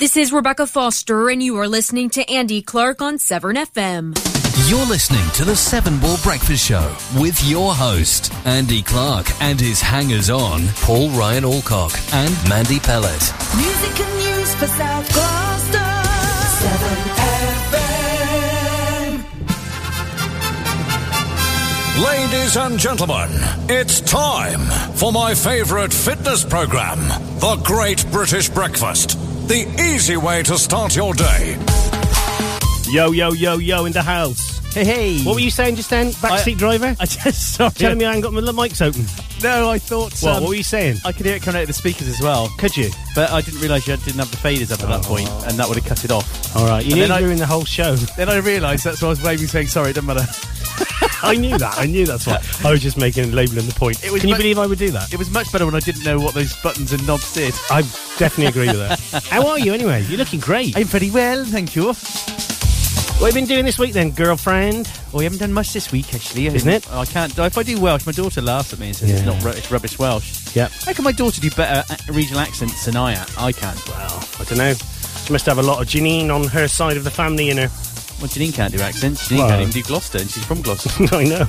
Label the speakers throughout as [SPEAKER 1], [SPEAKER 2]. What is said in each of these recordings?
[SPEAKER 1] This is Rebecca Foster, and you are listening to Andy Clark on Severn FM.
[SPEAKER 2] You're listening to the Seven Ball Breakfast Show with your host, Andy Clark, and his hangers on, Paul Ryan Alcock and Mandy Pellet.
[SPEAKER 3] Music and news for South Gloucester. 7 FM.
[SPEAKER 4] Ladies and gentlemen, it's time for my favorite fitness program, The Great British Breakfast. The easy way to start your day.
[SPEAKER 5] Yo, yo, yo, yo, in the house.
[SPEAKER 6] Hey, hey.
[SPEAKER 5] What were you saying just then, backseat driver?
[SPEAKER 6] I just sorry.
[SPEAKER 5] Telling me I ain't got my l- mics open.
[SPEAKER 6] no, I thought.
[SPEAKER 5] What,
[SPEAKER 6] um,
[SPEAKER 5] what were you saying?
[SPEAKER 6] I could hear it coming out of the speakers as well,
[SPEAKER 5] Could you?
[SPEAKER 6] but I didn't realise you had- didn't have the faders up at that point, and that would have cut it off.
[SPEAKER 5] All right, you
[SPEAKER 6] And
[SPEAKER 5] need
[SPEAKER 6] then
[SPEAKER 5] to
[SPEAKER 6] I-
[SPEAKER 5] ruin the whole show.
[SPEAKER 6] Then I realised that's why I was waving, saying sorry. It doesn't matter.
[SPEAKER 5] I knew that. I knew that's why. I was just making labeling the point.
[SPEAKER 6] It was
[SPEAKER 5] Can you
[SPEAKER 6] mu-
[SPEAKER 5] believe I would do that?
[SPEAKER 6] It was much better when I didn't know what those buttons and knobs did.
[SPEAKER 5] I definitely agree with that. How are you anyway? You're looking great.
[SPEAKER 6] I'm very well, thank you.
[SPEAKER 5] What have you been doing this week then, girlfriend?
[SPEAKER 6] Well, we Oh, haven't done much this week, actually.
[SPEAKER 5] Isn't it?
[SPEAKER 6] I can't. If I do Welsh, my daughter laughs at me and says it's
[SPEAKER 5] Yeah.
[SPEAKER 6] not. Ru- it's rubbish Welsh.
[SPEAKER 5] Yep.
[SPEAKER 6] How can my daughter do better at regional accents than I? At? I can.
[SPEAKER 5] Well, I don't know. She must have a lot of Janine on her side of the family in her.
[SPEAKER 6] Well, Janine can't do accents. Janine
[SPEAKER 5] Well.
[SPEAKER 6] can't even do Gloucester, and she's from Gloucester.
[SPEAKER 5] I know.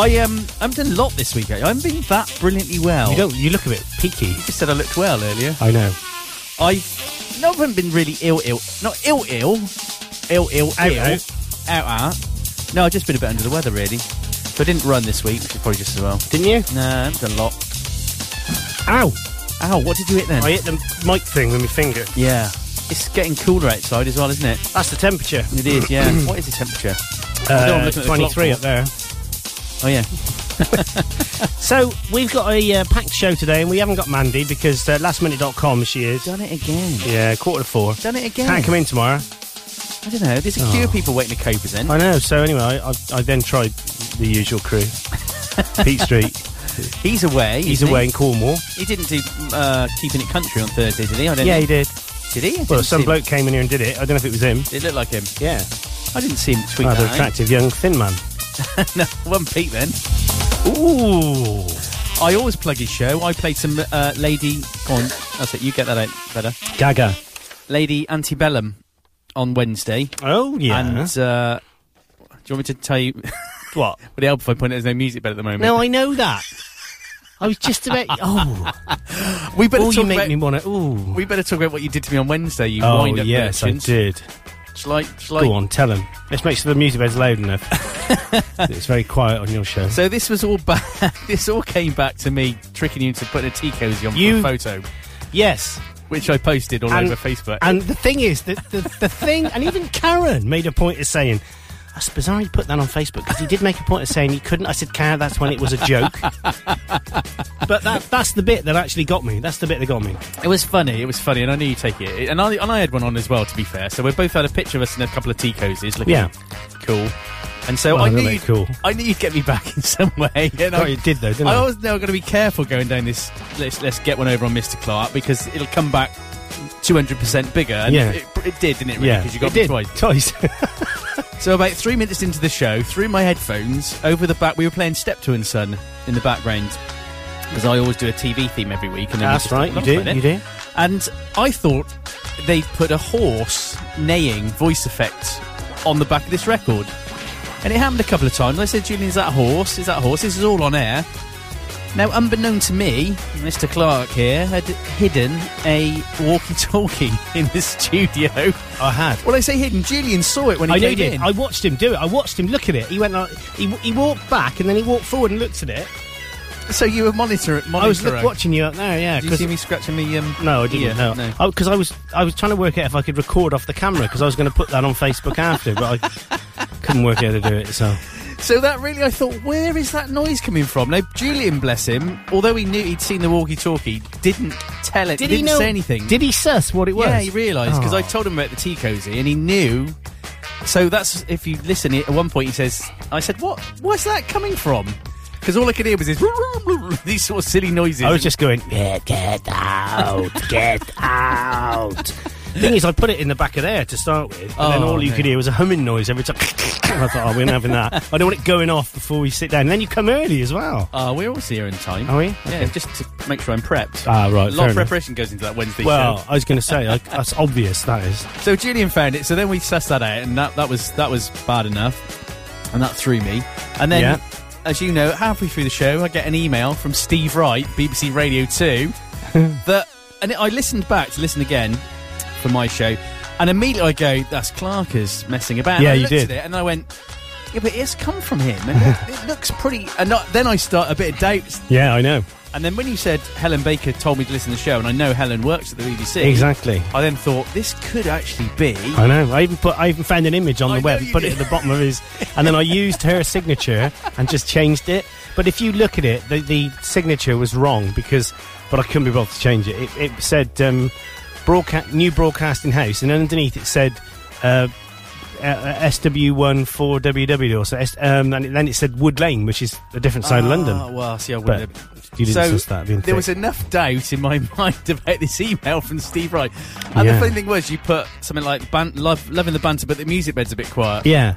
[SPEAKER 6] I um, I haven't done a lot this week. actually. I haven't been that brilliantly well.
[SPEAKER 5] you don't. You look a bit peaky.
[SPEAKER 6] You just said I looked well earlier.
[SPEAKER 5] I know.
[SPEAKER 6] I no, I haven't been really ill, ill. Not ill, ill. Ill, ill,
[SPEAKER 5] Out,
[SPEAKER 6] ill.
[SPEAKER 5] out.
[SPEAKER 6] Out, out. No, I've just been a bit under the weather, really. So I didn't run this week, which is probably just as well.
[SPEAKER 5] Didn't you?
[SPEAKER 6] No, I haven't done a lot.
[SPEAKER 5] Ow!
[SPEAKER 6] Ow, what did you hit then?
[SPEAKER 5] I hit the mic thing with my finger.
[SPEAKER 6] yeah. It's getting cooler outside as well, isn't it?
[SPEAKER 5] That's the temperature.
[SPEAKER 6] It is, yeah. what is the temperature? I know I'm
[SPEAKER 5] Uh,
[SPEAKER 6] looking at the clock.
[SPEAKER 5] 23 up there.
[SPEAKER 6] Oh, yeah.
[SPEAKER 5] So we've got a uh, packed show today, and we haven't got Mandy because uh, lastminute.com she is.
[SPEAKER 6] Done it again.
[SPEAKER 5] Yeah, quarter to four.
[SPEAKER 6] Done it again.
[SPEAKER 5] Can't come in tomorrow. Oh.
[SPEAKER 6] I don't know. There's a queue of people waiting to co-present.
[SPEAKER 5] I know. So anyway, I, I, I then tried the usual crew. Pete Street.
[SPEAKER 6] He's away.
[SPEAKER 5] He's
[SPEAKER 6] isn't he?
[SPEAKER 5] away in Cornwall.
[SPEAKER 6] He didn't do uh, keeping it country on Thursday, did he? I don't.
[SPEAKER 5] Yeah, he did.
[SPEAKER 6] Did he? I
[SPEAKER 5] Well,
[SPEAKER 6] didn't
[SPEAKER 5] some
[SPEAKER 6] see him.
[SPEAKER 5] bloke came in here and did it. I don't know if it was him.
[SPEAKER 6] It looked like him.
[SPEAKER 5] Yeah.
[SPEAKER 6] I didn't see him tweet
[SPEAKER 5] Rather
[SPEAKER 6] that. out.
[SPEAKER 5] attractive young thin man.
[SPEAKER 6] no, one peep then.
[SPEAKER 5] Ooh.
[SPEAKER 6] I always plug his show. I played some uh, Lady. Go on, that's it. You get that out better.
[SPEAKER 5] Gaga.
[SPEAKER 6] Lady Antebellum on Wednesday,
[SPEAKER 5] Oh, yeah.
[SPEAKER 6] and uh, do you want me to tell you? Would
[SPEAKER 5] what?
[SPEAKER 6] it help if I point out there's no music bed at the moment?
[SPEAKER 5] No, I know that. I was just about. Oh,
[SPEAKER 6] we better
[SPEAKER 5] oh
[SPEAKER 6] talk
[SPEAKER 5] you make
[SPEAKER 6] about.
[SPEAKER 5] me want to. Ooh.
[SPEAKER 6] we better talk about what you did to me on Wednesday. You
[SPEAKER 5] Oh,
[SPEAKER 6] wind up
[SPEAKER 5] yes, I
[SPEAKER 6] merchants.
[SPEAKER 5] did.
[SPEAKER 6] Shall I- shall I-
[SPEAKER 5] Go on, tell him. Let's make sure the music bed's loud enough. it's very quiet on your show.
[SPEAKER 6] So this was all back. this all came back to me tricking you into putting a tea cozy on
[SPEAKER 5] You-
[SPEAKER 6] for a photo,
[SPEAKER 5] yes.
[SPEAKER 6] which I posted all
[SPEAKER 5] And-
[SPEAKER 6] over Facebook.
[SPEAKER 5] And the thing is, the, the, the thing, and even Karen made a point of saying, that's bizarre you put that on Facebook because he did make a point of saying he couldn't. I said, Karen, that's when it was a joke. but that, that's the bit that actually got me. That's the bit that got me.
[SPEAKER 6] It was funny. It was funny, and I knew you take it. And I and I had one on as well. To be fair, so we both had a picture of us in a couple of tea cozies, looking
[SPEAKER 5] Yeah.
[SPEAKER 6] cool. And so
[SPEAKER 5] Well,
[SPEAKER 6] I
[SPEAKER 5] a little
[SPEAKER 6] knew
[SPEAKER 5] bit
[SPEAKER 6] you'd-
[SPEAKER 5] cool.
[SPEAKER 6] I knew you'd get me back in some way. And
[SPEAKER 5] Oh,
[SPEAKER 6] I,
[SPEAKER 5] you did though, didn't
[SPEAKER 6] I
[SPEAKER 5] I?
[SPEAKER 6] always know I've got to be careful going down this. Let's let's get one over on Mr. Clark because it'll come back two hundred percent bigger. And
[SPEAKER 5] Yeah.
[SPEAKER 6] it, it did, didn't it? Really?
[SPEAKER 5] yeah,
[SPEAKER 6] because you got
[SPEAKER 5] it
[SPEAKER 6] me
[SPEAKER 5] did. Twice.
[SPEAKER 6] twice. So about three minutes into the show, through my headphones, over the back, we were playing Step Two and Son in the background because I always do a TV theme every week. And then we
[SPEAKER 5] that's
[SPEAKER 6] just
[SPEAKER 5] right. You
[SPEAKER 6] laugh
[SPEAKER 5] do.
[SPEAKER 6] at it.
[SPEAKER 5] You do.
[SPEAKER 6] And I thought they put a horse neighing voice effect on the back of this record. And it happened a couple of times. I said, Julian, is that a horse? Is that a horse? This is all on air. Now, unbeknown to me, Mr. Clark here had hidden a walkie talkie in the studio.
[SPEAKER 5] I had.
[SPEAKER 6] Well, I say hidden. Julian saw it when he
[SPEAKER 5] I know
[SPEAKER 6] came
[SPEAKER 5] he did.
[SPEAKER 6] in.
[SPEAKER 5] I watched him do it. I watched him look at it. He went like he, he walked back and then he walked forward and looked at it.
[SPEAKER 6] so you were monitor- monitoring.
[SPEAKER 5] I was look, watching you up there, yeah.
[SPEAKER 6] Did you
[SPEAKER 5] 'cause-
[SPEAKER 6] see me scratching the. Um,
[SPEAKER 5] no, I didn't.
[SPEAKER 6] ear?
[SPEAKER 5] no,
[SPEAKER 6] no.
[SPEAKER 5] because I was I was trying to work out if I could record off the camera because I was going to put that on Facebook after, but I couldn't work out how to do it. So
[SPEAKER 6] So that really, I thought, where is that noise coming from? Now, Julian, bless him, although he knew he'd seen the walkie-talkie, didn't tell it. didn't say anything.
[SPEAKER 5] Did he suss what it was?
[SPEAKER 6] Yeah, he realised because I
[SPEAKER 5] Oh.
[SPEAKER 6] told him about the tea cozy, and he knew. So that's if you listen. At one point, he says, "I said, what? Where's that coming from?" Because all I could hear was this, these sort of silly noises.
[SPEAKER 5] I was just going. Yeah,
[SPEAKER 7] Get out! Get out!
[SPEAKER 5] Thing is, I put it in the back of there to start with, and then
[SPEAKER 6] Oh,
[SPEAKER 5] all you
[SPEAKER 6] no.
[SPEAKER 5] could hear was a humming noise every time. I thought, oh, we're not having that. I don't want it going off before we sit down. And then you come early as well.
[SPEAKER 6] Uh, we're always here in time.
[SPEAKER 5] Are we?
[SPEAKER 6] Yeah, just to make sure I'm prepped.
[SPEAKER 5] Ah, right, fair
[SPEAKER 6] A lot
[SPEAKER 5] enough.
[SPEAKER 6] of preparation goes into that Wednesday
[SPEAKER 5] Well, I was going to say like, that's obvious. That is.
[SPEAKER 6] show. So Julian found it. So then we sussed that out, and that, that was that was bad enough, and that threw me. And then,
[SPEAKER 5] Yeah.
[SPEAKER 6] as you know, halfway through the show, I get an email from Steve Wright, BBC Radio Two, that, and I listened back to listen again for my show, and immediately I go, "That's Clarkers messing about." And
[SPEAKER 5] Yeah,
[SPEAKER 6] I
[SPEAKER 5] you
[SPEAKER 6] looked
[SPEAKER 5] did.
[SPEAKER 6] At it and I went. Yeah, but it's come from him, and it, it looks pretty. And not, then I start a bit of doubt
[SPEAKER 5] Yeah, I know
[SPEAKER 6] And then when you said Helen Baker told me to listen to the show, and I know Helen works at the BBC,
[SPEAKER 5] exactly.
[SPEAKER 6] I then thought this could actually be.
[SPEAKER 5] I know. I even put. I even found an image on the
[SPEAKER 6] I know
[SPEAKER 5] web,
[SPEAKER 6] you
[SPEAKER 5] put it
[SPEAKER 6] did.
[SPEAKER 5] at the bottom of his, and then I used her signature and just changed it. But if you look at it, the, the signature was wrong because. But I couldn't be bothered to change it. It, it said um, broadcast new broadcasting house, and underneath it said. Uh, SW14WW or so, S- um, and then it said Wood Lane, which is a different side of
[SPEAKER 6] Ah,
[SPEAKER 5] London.
[SPEAKER 6] well, see, I
[SPEAKER 5] But
[SPEAKER 6] wouldn't. have-
[SPEAKER 5] you didn't
[SPEAKER 6] so
[SPEAKER 5] suss that, didn't
[SPEAKER 6] there
[SPEAKER 5] you?
[SPEAKER 6] was enough doubt in my mind about this email from Steve Wright. And
[SPEAKER 5] Yeah.
[SPEAKER 6] the funny thing was, you put something like ban- love, loving the banter, but the music bed's a bit quiet.
[SPEAKER 5] Yeah,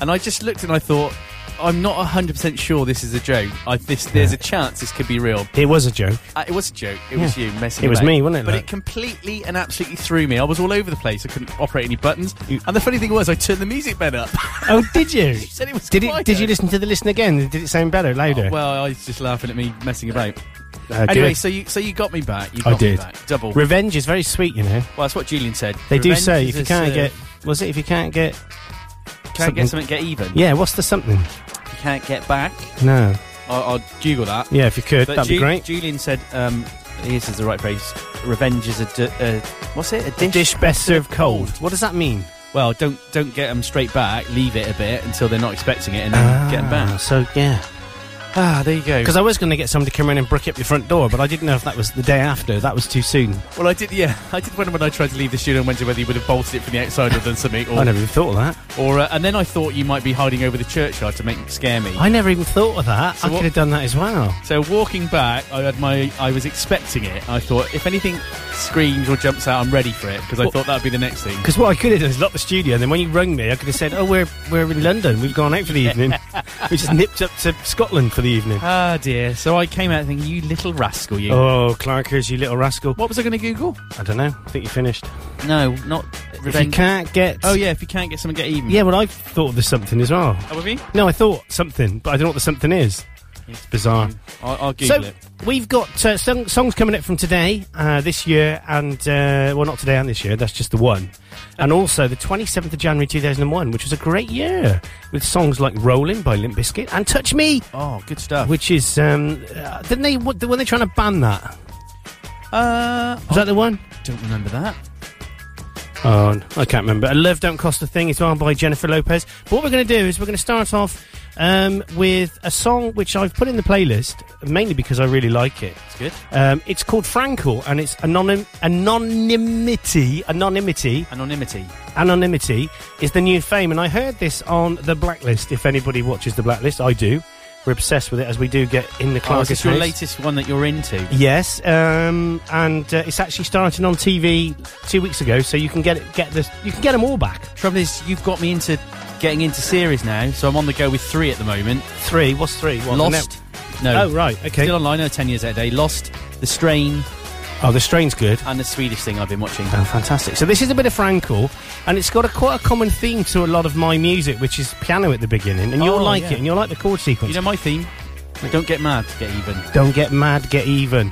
[SPEAKER 6] And I just looked and I thought, I'm not 100 percent sure this is a joke. I, this, There's a chance this could be real.
[SPEAKER 5] it was a joke.
[SPEAKER 6] Uh, it was a joke. It was you messing.
[SPEAKER 5] It was
[SPEAKER 6] about.
[SPEAKER 5] me, wasn't it,
[SPEAKER 6] But
[SPEAKER 5] like?
[SPEAKER 6] it completely and absolutely threw me. I was all over the place. I couldn't operate any buttons. And the funny thing was, I turned the music bed up.
[SPEAKER 5] Oh, did you?
[SPEAKER 6] said it was
[SPEAKER 5] did it?
[SPEAKER 6] quieter.
[SPEAKER 5] Did you listen to the listen again? Did it sound better, louder?
[SPEAKER 6] well, I was just laughing at me messing about.
[SPEAKER 5] Uh, good.
[SPEAKER 6] anyway, so you so you got me back. You got
[SPEAKER 5] I
[SPEAKER 6] me
[SPEAKER 5] did.
[SPEAKER 6] back. Double.
[SPEAKER 5] Revenge is very sweet, you know.
[SPEAKER 6] well, that's what Julian said.
[SPEAKER 5] They do
[SPEAKER 6] Revenge
[SPEAKER 5] say
[SPEAKER 6] is
[SPEAKER 5] if you
[SPEAKER 6] a
[SPEAKER 5] can't
[SPEAKER 6] serve.
[SPEAKER 5] get, was it if you can't get,
[SPEAKER 6] can't get something, get even.
[SPEAKER 5] yeah, what's the something?
[SPEAKER 6] If you can't get back,
[SPEAKER 5] No,
[SPEAKER 6] I'll, I'll Google that.
[SPEAKER 5] yeah, if you could,
[SPEAKER 6] But
[SPEAKER 5] that'd be
[SPEAKER 6] Ju-
[SPEAKER 5] great.
[SPEAKER 6] Julian said, um, "This is the right phrase. Revenge is a d- uh, what's it? A dish.
[SPEAKER 5] Dish best served cold. What does that mean?
[SPEAKER 6] Well, don't don't get them straight back. Leave it a bit until they're not expecting it, and then get them
[SPEAKER 5] Ah,
[SPEAKER 6] back.
[SPEAKER 5] So yeah,
[SPEAKER 6] Ah, there you go.
[SPEAKER 5] because I was going to get somebody to come in and brick up your front door, but I didn't know if that was the day after. That was too soon.
[SPEAKER 6] well, I did. Yeah, I did wonder when I tried to leave the studio on Wednesday whether you would have bolted it from the outside or done something,
[SPEAKER 5] I
[SPEAKER 6] or,
[SPEAKER 5] never even thought of that.
[SPEAKER 6] or uh, and then I thought you might be hiding over the churchyard to make scare me.
[SPEAKER 5] I never even thought of that. I
[SPEAKER 6] what-
[SPEAKER 5] could have done that as well.
[SPEAKER 6] so walking back, I had my I was expecting it. I thought if anything screams or jumps out, I'm ready for it because I
[SPEAKER 5] Well-
[SPEAKER 6] thought that'd be the next thing.
[SPEAKER 5] Because what I could have done is locked the studio, and then when you rang me, I could have said, "Oh, we're we're in London. We've gone out for the evening. we just nipped up to Scotland for the evening."
[SPEAKER 6] Ah dear. So I came out thinking, you little rascal, you.
[SPEAKER 5] Oh, Clarkers, you little rascal!
[SPEAKER 6] What was I going to Google?
[SPEAKER 5] I don't know. I think you finished.
[SPEAKER 6] No, not
[SPEAKER 5] If you
[SPEAKER 6] revenge.
[SPEAKER 5] can't get,
[SPEAKER 6] oh yeah, if you can't get someone, get even. Oh,
[SPEAKER 5] yeah. Well, I thought of the something as well.
[SPEAKER 6] How with me?
[SPEAKER 5] No, I thought something, but I don't know what the something is. It's bizarre.
[SPEAKER 6] I'll, I'll Google
[SPEAKER 5] so
[SPEAKER 6] it.
[SPEAKER 5] we've got uh, song, songs coming up from today, uh, this year, and uh, well, not today and this year. That's just the one. And also the 27th of January 2001, which was a great year with songs like "Rolling" by Limp Bizkit and "Touch Me,"
[SPEAKER 6] Oh, good stuff.
[SPEAKER 5] which is um, uh, didn't they? What, were they trying to ban that?
[SPEAKER 6] Uh,
[SPEAKER 5] Was that the one?
[SPEAKER 6] don't remember that.
[SPEAKER 5] Oh, n- I can't remember. A Love Don't Cost a Thing is on by Jennifer Lopez. But what we're going to do is we're going to start off um, with a song which I've put in the playlist, mainly because I really like it.
[SPEAKER 6] It's good.
[SPEAKER 5] Um, it's called Frankel, and it's anonym, anonymity, anonymity,
[SPEAKER 6] Anonymity.
[SPEAKER 5] anonymity is the new fame. And I heard this on the Blacklist. If anybody watches the Blacklist, I do. We're obsessed with it, as we do get in the
[SPEAKER 6] Oh,
[SPEAKER 5] class.
[SPEAKER 6] is this your latest one that you're into?
[SPEAKER 5] Yes, um, and uh, it's actually starting on TV two weeks ago, so you can get it, get this, you can get them all back.
[SPEAKER 6] Trouble is, you've got me into getting into series now, so I'm on the go with three at the moment.
[SPEAKER 5] Three, what's three? What,
[SPEAKER 6] Lost.
[SPEAKER 5] the
[SPEAKER 6] No.
[SPEAKER 5] net- Oh right, okay.
[SPEAKER 6] Still online, no, 10 years out of day. Lost, The Strain,
[SPEAKER 5] Oh, the strain's good.
[SPEAKER 6] and the Swedish thing I've been watching.
[SPEAKER 5] Oh, fantastic. So this is a bit of Frankel, and it's got a quite a common theme to a lot of my music, which is piano at the beginning, and you'll
[SPEAKER 6] Oh,
[SPEAKER 5] like
[SPEAKER 6] yeah.
[SPEAKER 5] it, and you'll like the chord sequence.
[SPEAKER 6] You know my theme? Don't get mad, get even.
[SPEAKER 5] Don't get mad, get even.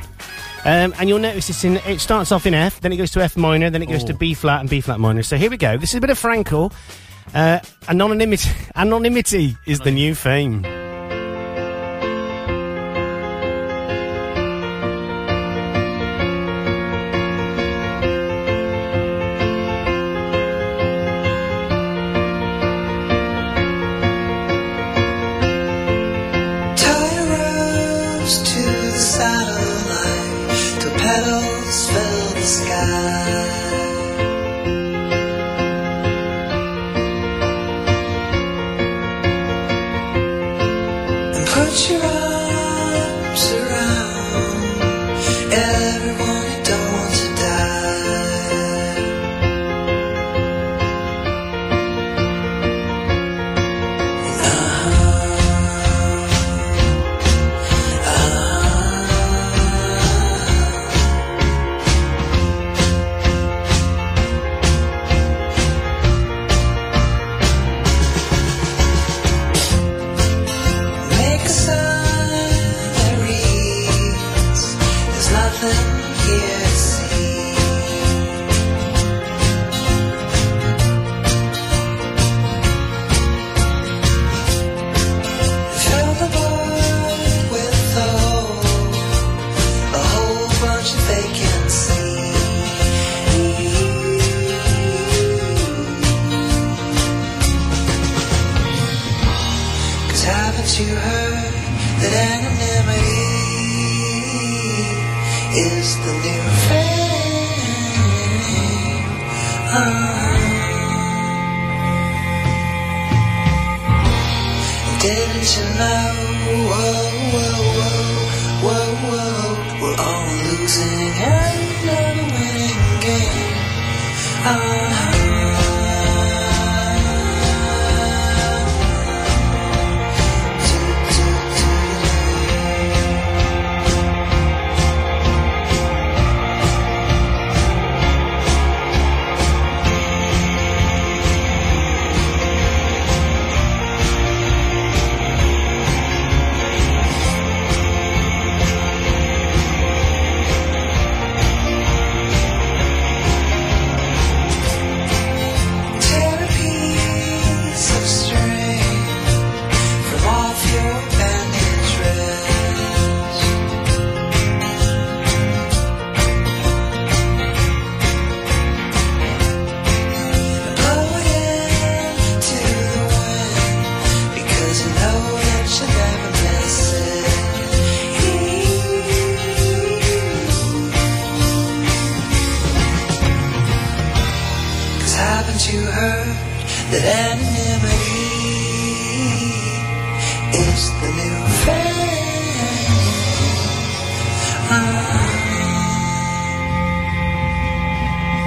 [SPEAKER 5] Um, and you'll notice it's in, it starts off in F, then it goes to F minor, then it goes
[SPEAKER 6] Oh.
[SPEAKER 5] to B flat and B flat minor. So here we go. This is a bit of Frankel. Uh, anonymity, anonymity is the new fame.
[SPEAKER 3] Tie your ropes to the satellite, till petals fill the sky. Haven't you heard that anonymity is the new fame? Ah. Didn't you know? Whoa, whoa, whoa, whoa, whoa. We're all losing and never winning Uh-huh. game. Tear a piece of string from off your bandage dress. Blow it into the wind because you know that you never miss it. Cause haven't you heard that anonymity is the new fame?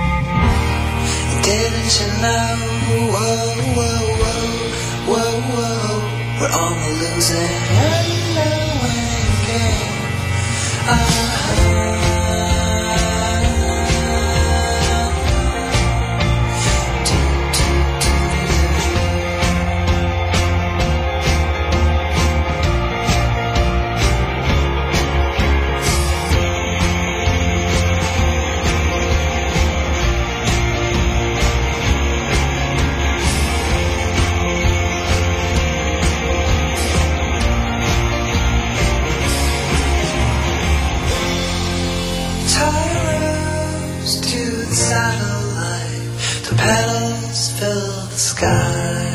[SPEAKER 3] Ah. Didn't you know? Whoa, whoa, whoa, whoa, whoa. We're on the losing and no winning game. Tyrants to the satellite, the petals fill the sky.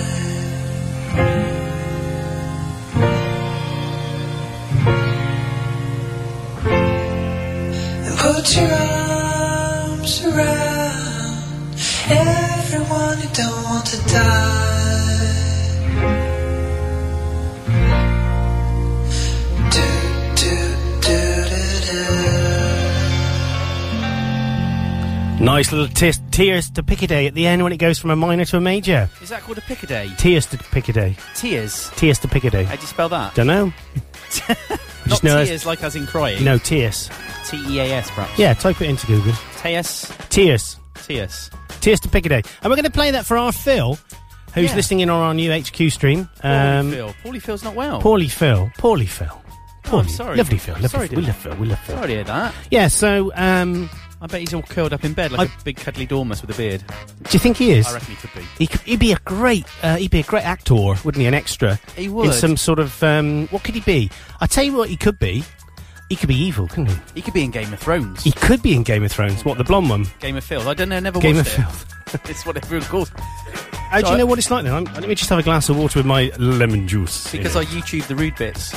[SPEAKER 3] And put your arms around everyone who don't want to die. Do, do, do, do, do.
[SPEAKER 5] Nice little tis- tears to Pickaday at the end when it goes from a minor to a major.
[SPEAKER 6] Is that called a pickaday?
[SPEAKER 5] Tears to Pickaday.
[SPEAKER 6] Tears.
[SPEAKER 5] Tears to Pickaday.
[SPEAKER 6] How do you spell that?
[SPEAKER 5] Don't know.
[SPEAKER 6] Not
[SPEAKER 5] just know
[SPEAKER 6] tears, like as in crying.
[SPEAKER 5] No tears.
[SPEAKER 6] T E A S, perhaps. E
[SPEAKER 5] Yeah, type it into Google.
[SPEAKER 6] Tears.
[SPEAKER 5] Tears.
[SPEAKER 6] Tears.
[SPEAKER 5] Tears to Pickaday. And we're going to play that for our Phil, who's
[SPEAKER 6] Yeah.
[SPEAKER 5] listening in on our new HQ stream. Um,
[SPEAKER 6] Poorly Phil. Poorly Phil's not well.
[SPEAKER 5] Poorly Phil. Poorly Phil.
[SPEAKER 6] Oh, I'm
[SPEAKER 5] Poorly.
[SPEAKER 6] sorry.
[SPEAKER 5] Lovely Phil. Lovely
[SPEAKER 6] Sorry,
[SPEAKER 5] Phil. We
[SPEAKER 6] dear.
[SPEAKER 5] love Phil. We love Phil.
[SPEAKER 6] Sorry to hear that.
[SPEAKER 5] Yeah, so um,
[SPEAKER 6] I bet he's all curled up in bed like
[SPEAKER 5] I-
[SPEAKER 6] a big cuddly dormouse with a beard.
[SPEAKER 5] do you think he is?
[SPEAKER 6] I reckon he could be.
[SPEAKER 5] He could, he'd be a great, uh, he'd be a great actor, wouldn't he? An extra.
[SPEAKER 6] He would.
[SPEAKER 5] In some sort of, um, what could he be? I tell you what, he could be. He could be evil, couldn't he?
[SPEAKER 6] He could be in Game of Thrones.
[SPEAKER 5] He could be in Game of Thrones. What the blonde one?
[SPEAKER 6] Game of Phil. I don't know. I never
[SPEAKER 5] Game of
[SPEAKER 6] watched
[SPEAKER 5] Thrones.
[SPEAKER 6] it. It's what everyone calls. it.
[SPEAKER 5] How Uh, do
[SPEAKER 6] So
[SPEAKER 5] you
[SPEAKER 6] I-
[SPEAKER 5] know what it's like then? I'm, let me just have a glass of water with my lemon juice.
[SPEAKER 6] Because I YouTube the rude bits.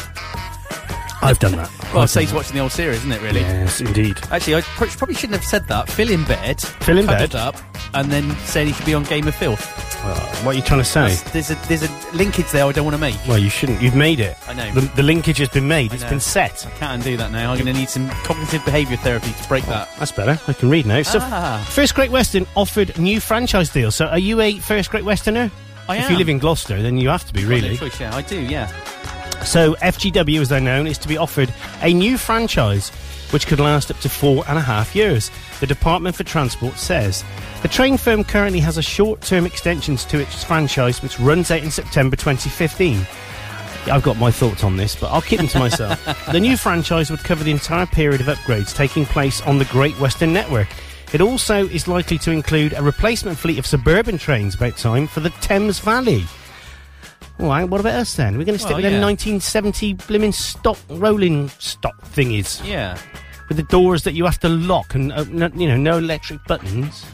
[SPEAKER 5] I've done that.
[SPEAKER 6] Well,
[SPEAKER 5] I've
[SPEAKER 6] I'd say
[SPEAKER 5] done
[SPEAKER 6] he's watching the old series, isn't it?
[SPEAKER 5] that.
[SPEAKER 6] Really.
[SPEAKER 5] Yes, indeed.
[SPEAKER 6] Actually, I pr- probably shouldn't have said that. Phil in bed.
[SPEAKER 5] Phil in
[SPEAKER 6] cuddled
[SPEAKER 5] bed.
[SPEAKER 6] up, and then said he should be on Game of Filth.
[SPEAKER 5] Uh, what are you trying to say?
[SPEAKER 6] There's a there's a linkage there I don't want to make.
[SPEAKER 5] Well, you shouldn't. You've made it.
[SPEAKER 6] I know.
[SPEAKER 5] The, the linkage has been made. It's
[SPEAKER 6] know.
[SPEAKER 5] been set.
[SPEAKER 6] Can't undo that now. I'm going to need some cognitive behaviour therapy to break that.
[SPEAKER 5] That's better. I can read now. So,
[SPEAKER 6] Ah.
[SPEAKER 5] First Great Western offered new franchise deals. So, are you a First Great Westerner?
[SPEAKER 6] I
[SPEAKER 5] If
[SPEAKER 6] am.
[SPEAKER 5] you live in Gloucester, then you have to be,
[SPEAKER 6] No
[SPEAKER 5] really.
[SPEAKER 6] choice, yeah, I do, yeah.
[SPEAKER 5] So, FGW, as they're known, is to be offered a new franchise which could last up to four and a half years. The Department for Transport says. The train firm currently has a short term extensions to its franchise which runs out in September 2015. I've got my thoughts on this, but I'll keep them to myself. the new franchise would cover the entire period of upgrades taking place on the Great Western Network. It also is likely to include a replacement fleet of suburban trains about time for the Thames Valley. All right, what about us then? We're going to stick
[SPEAKER 6] Well,
[SPEAKER 5] with them
[SPEAKER 6] yeah.
[SPEAKER 5] 1970 blimmin' stock rolling stock thingies
[SPEAKER 6] Yeah.
[SPEAKER 5] with the doors that you have to lock and uh, no, you know no electric buttons.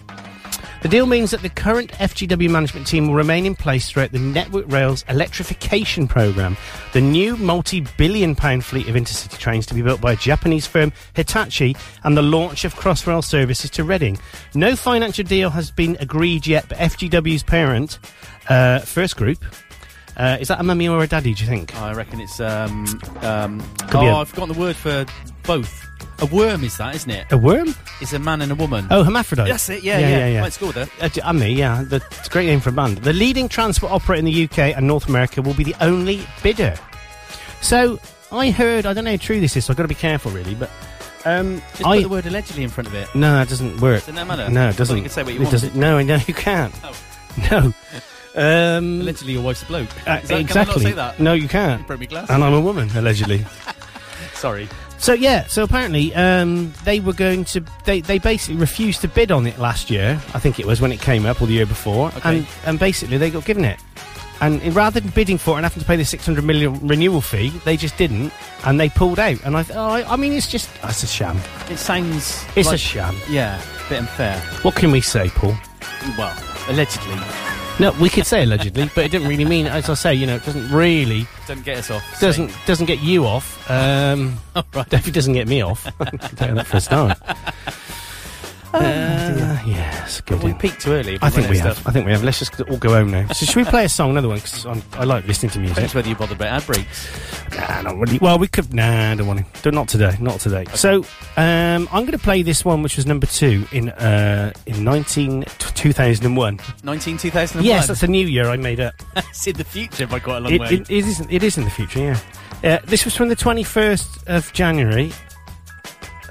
[SPEAKER 5] The deal means that the current FGW management team will remain in place throughout the Network Rail's electrification programme, the new multi billion pound fleet of intercity trains to be built by a Japanese firm Hitachi, and the launch of Crossrail services to Reading. No financial deal has been agreed yet, but FGW's parent, uh, First Group, uh, is that a mummy or a daddy, do you think?
[SPEAKER 6] I reckon it's um um.
[SPEAKER 5] Could
[SPEAKER 6] Oh,
[SPEAKER 5] be a-
[SPEAKER 6] I've forgotten the word for both. A worm is that, isn't it?
[SPEAKER 5] A worm?
[SPEAKER 6] It's a man and a woman.
[SPEAKER 5] Oh, hermaphrodite.
[SPEAKER 6] That's it. Yeah,
[SPEAKER 5] yeah,
[SPEAKER 6] yeah. yeah,
[SPEAKER 5] yeah. yeah.
[SPEAKER 6] Right, it's cool there.
[SPEAKER 5] Uh, d- I mean, yeah, the, it's a great name for a band. The leading transport operator in the UK and North America will be the only bidder. So I heard, I don't know how true this is, so I've got to be careful really, but um,
[SPEAKER 6] Just
[SPEAKER 5] I
[SPEAKER 6] put the word allegedly in front of it.
[SPEAKER 5] no, that doesn't work.
[SPEAKER 6] Doesn't that matter?
[SPEAKER 5] No,
[SPEAKER 6] I
[SPEAKER 5] it
[SPEAKER 6] thought
[SPEAKER 5] doesn't.
[SPEAKER 6] you could say what you
[SPEAKER 5] it
[SPEAKER 6] wanted.
[SPEAKER 5] doesn't. No, no, you can't.
[SPEAKER 6] Oh.
[SPEAKER 5] No. Um,
[SPEAKER 6] Allegedly, your wife's a bloke.
[SPEAKER 5] uh,
[SPEAKER 6] Is that-
[SPEAKER 5] exactly.
[SPEAKER 6] Can I not say that?
[SPEAKER 5] No, you can't.
[SPEAKER 6] Broke me glass.
[SPEAKER 5] And I'm a woman, allegedly.
[SPEAKER 6] Sorry.
[SPEAKER 5] So yeah, so apparently um, they were going to they, they basically refused to bid on it last year. I think it was when it came up or the year before,
[SPEAKER 6] Okay.
[SPEAKER 5] and and basically they got given it. And in- rather than bidding for it and having to pay the six hundred million renewal fee, they just didn't, and they pulled out. And I, th- oh, I, I mean, it's just that's a sham.
[SPEAKER 6] It sounds.
[SPEAKER 5] It's a
[SPEAKER 6] like-
[SPEAKER 5] sham.
[SPEAKER 6] Yeah, a bit unfair.
[SPEAKER 5] What can we say, Paul?
[SPEAKER 6] Well, allegedly,
[SPEAKER 5] No, we could say allegedly, but it didn't really mean. As I say, you know, it doesn't really
[SPEAKER 6] doesn't get us off.
[SPEAKER 5] doesn't doesn't get you off. Um, Definitely doesn't get me off. I can tell you that for a start. Uh, yes, good.
[SPEAKER 6] We
[SPEAKER 5] in.
[SPEAKER 6] peaked too early.
[SPEAKER 5] I think we
[SPEAKER 6] Running
[SPEAKER 5] have. I think we have. Let's just all go home now. So should we play a song, another one? Because I like listening to music.
[SPEAKER 6] That's whether you bother about ad breaks.
[SPEAKER 5] Nah, not really. Well, we could. Nah, I don't want to. Not today. Not today. So um, I'm going to play this one, which was number two in uh, in 19 2001.
[SPEAKER 6] 19, 2001.
[SPEAKER 5] Yes, that's a new year I made up.
[SPEAKER 6] That's in the future by quite a long
[SPEAKER 5] It,
[SPEAKER 6] way.
[SPEAKER 5] it, it is. It is in the future. Yeah. Uh, this was from the 21st of January.